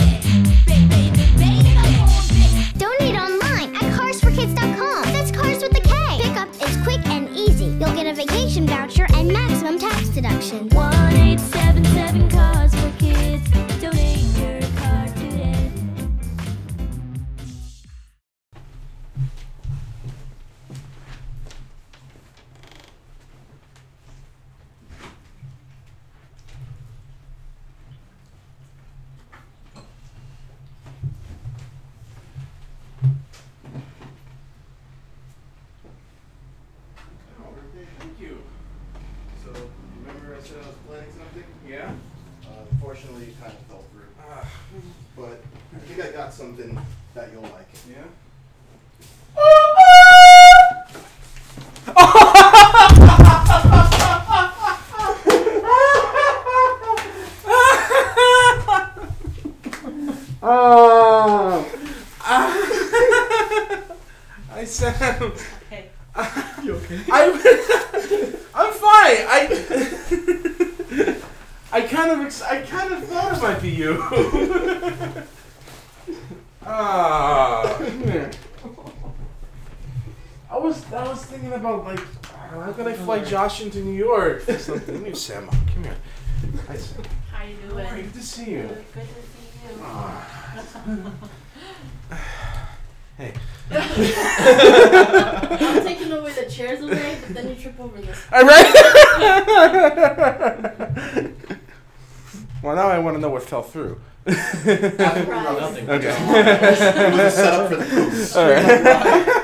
Speaker 9: baby, baby. Donate online at carsforkids.com. That's cars with a K. Pickup is quick and easy. You'll get a vacation voucher and maximum tax deduction. One eight seven seven cars for kids. Donate your car today.
Speaker 1: So, remember I said I was planning something? Yeah. Ah. Unfortunately, it kind of fell through. But I think I got something that you'll like. Yeah?
Speaker 2: I said. I, I'm fine. I I kind of ex- I kind of thought it might be you. Ah,
Speaker 3: I was I was thinking about like how can I fly Josh into New York or something? Come here, Sam. Come here. Hi, Sam.
Speaker 10: How you doing?
Speaker 3: Great to see you.
Speaker 10: Good to see you.
Speaker 3: Hey.
Speaker 10: I'm taking away the chairs away, but then you trip over this.
Speaker 3: All right. well, now I want to know what fell through.
Speaker 10: Surprise.
Speaker 4: Nothing.
Speaker 3: Okay.
Speaker 1: It was a setup for the
Speaker 3: All right.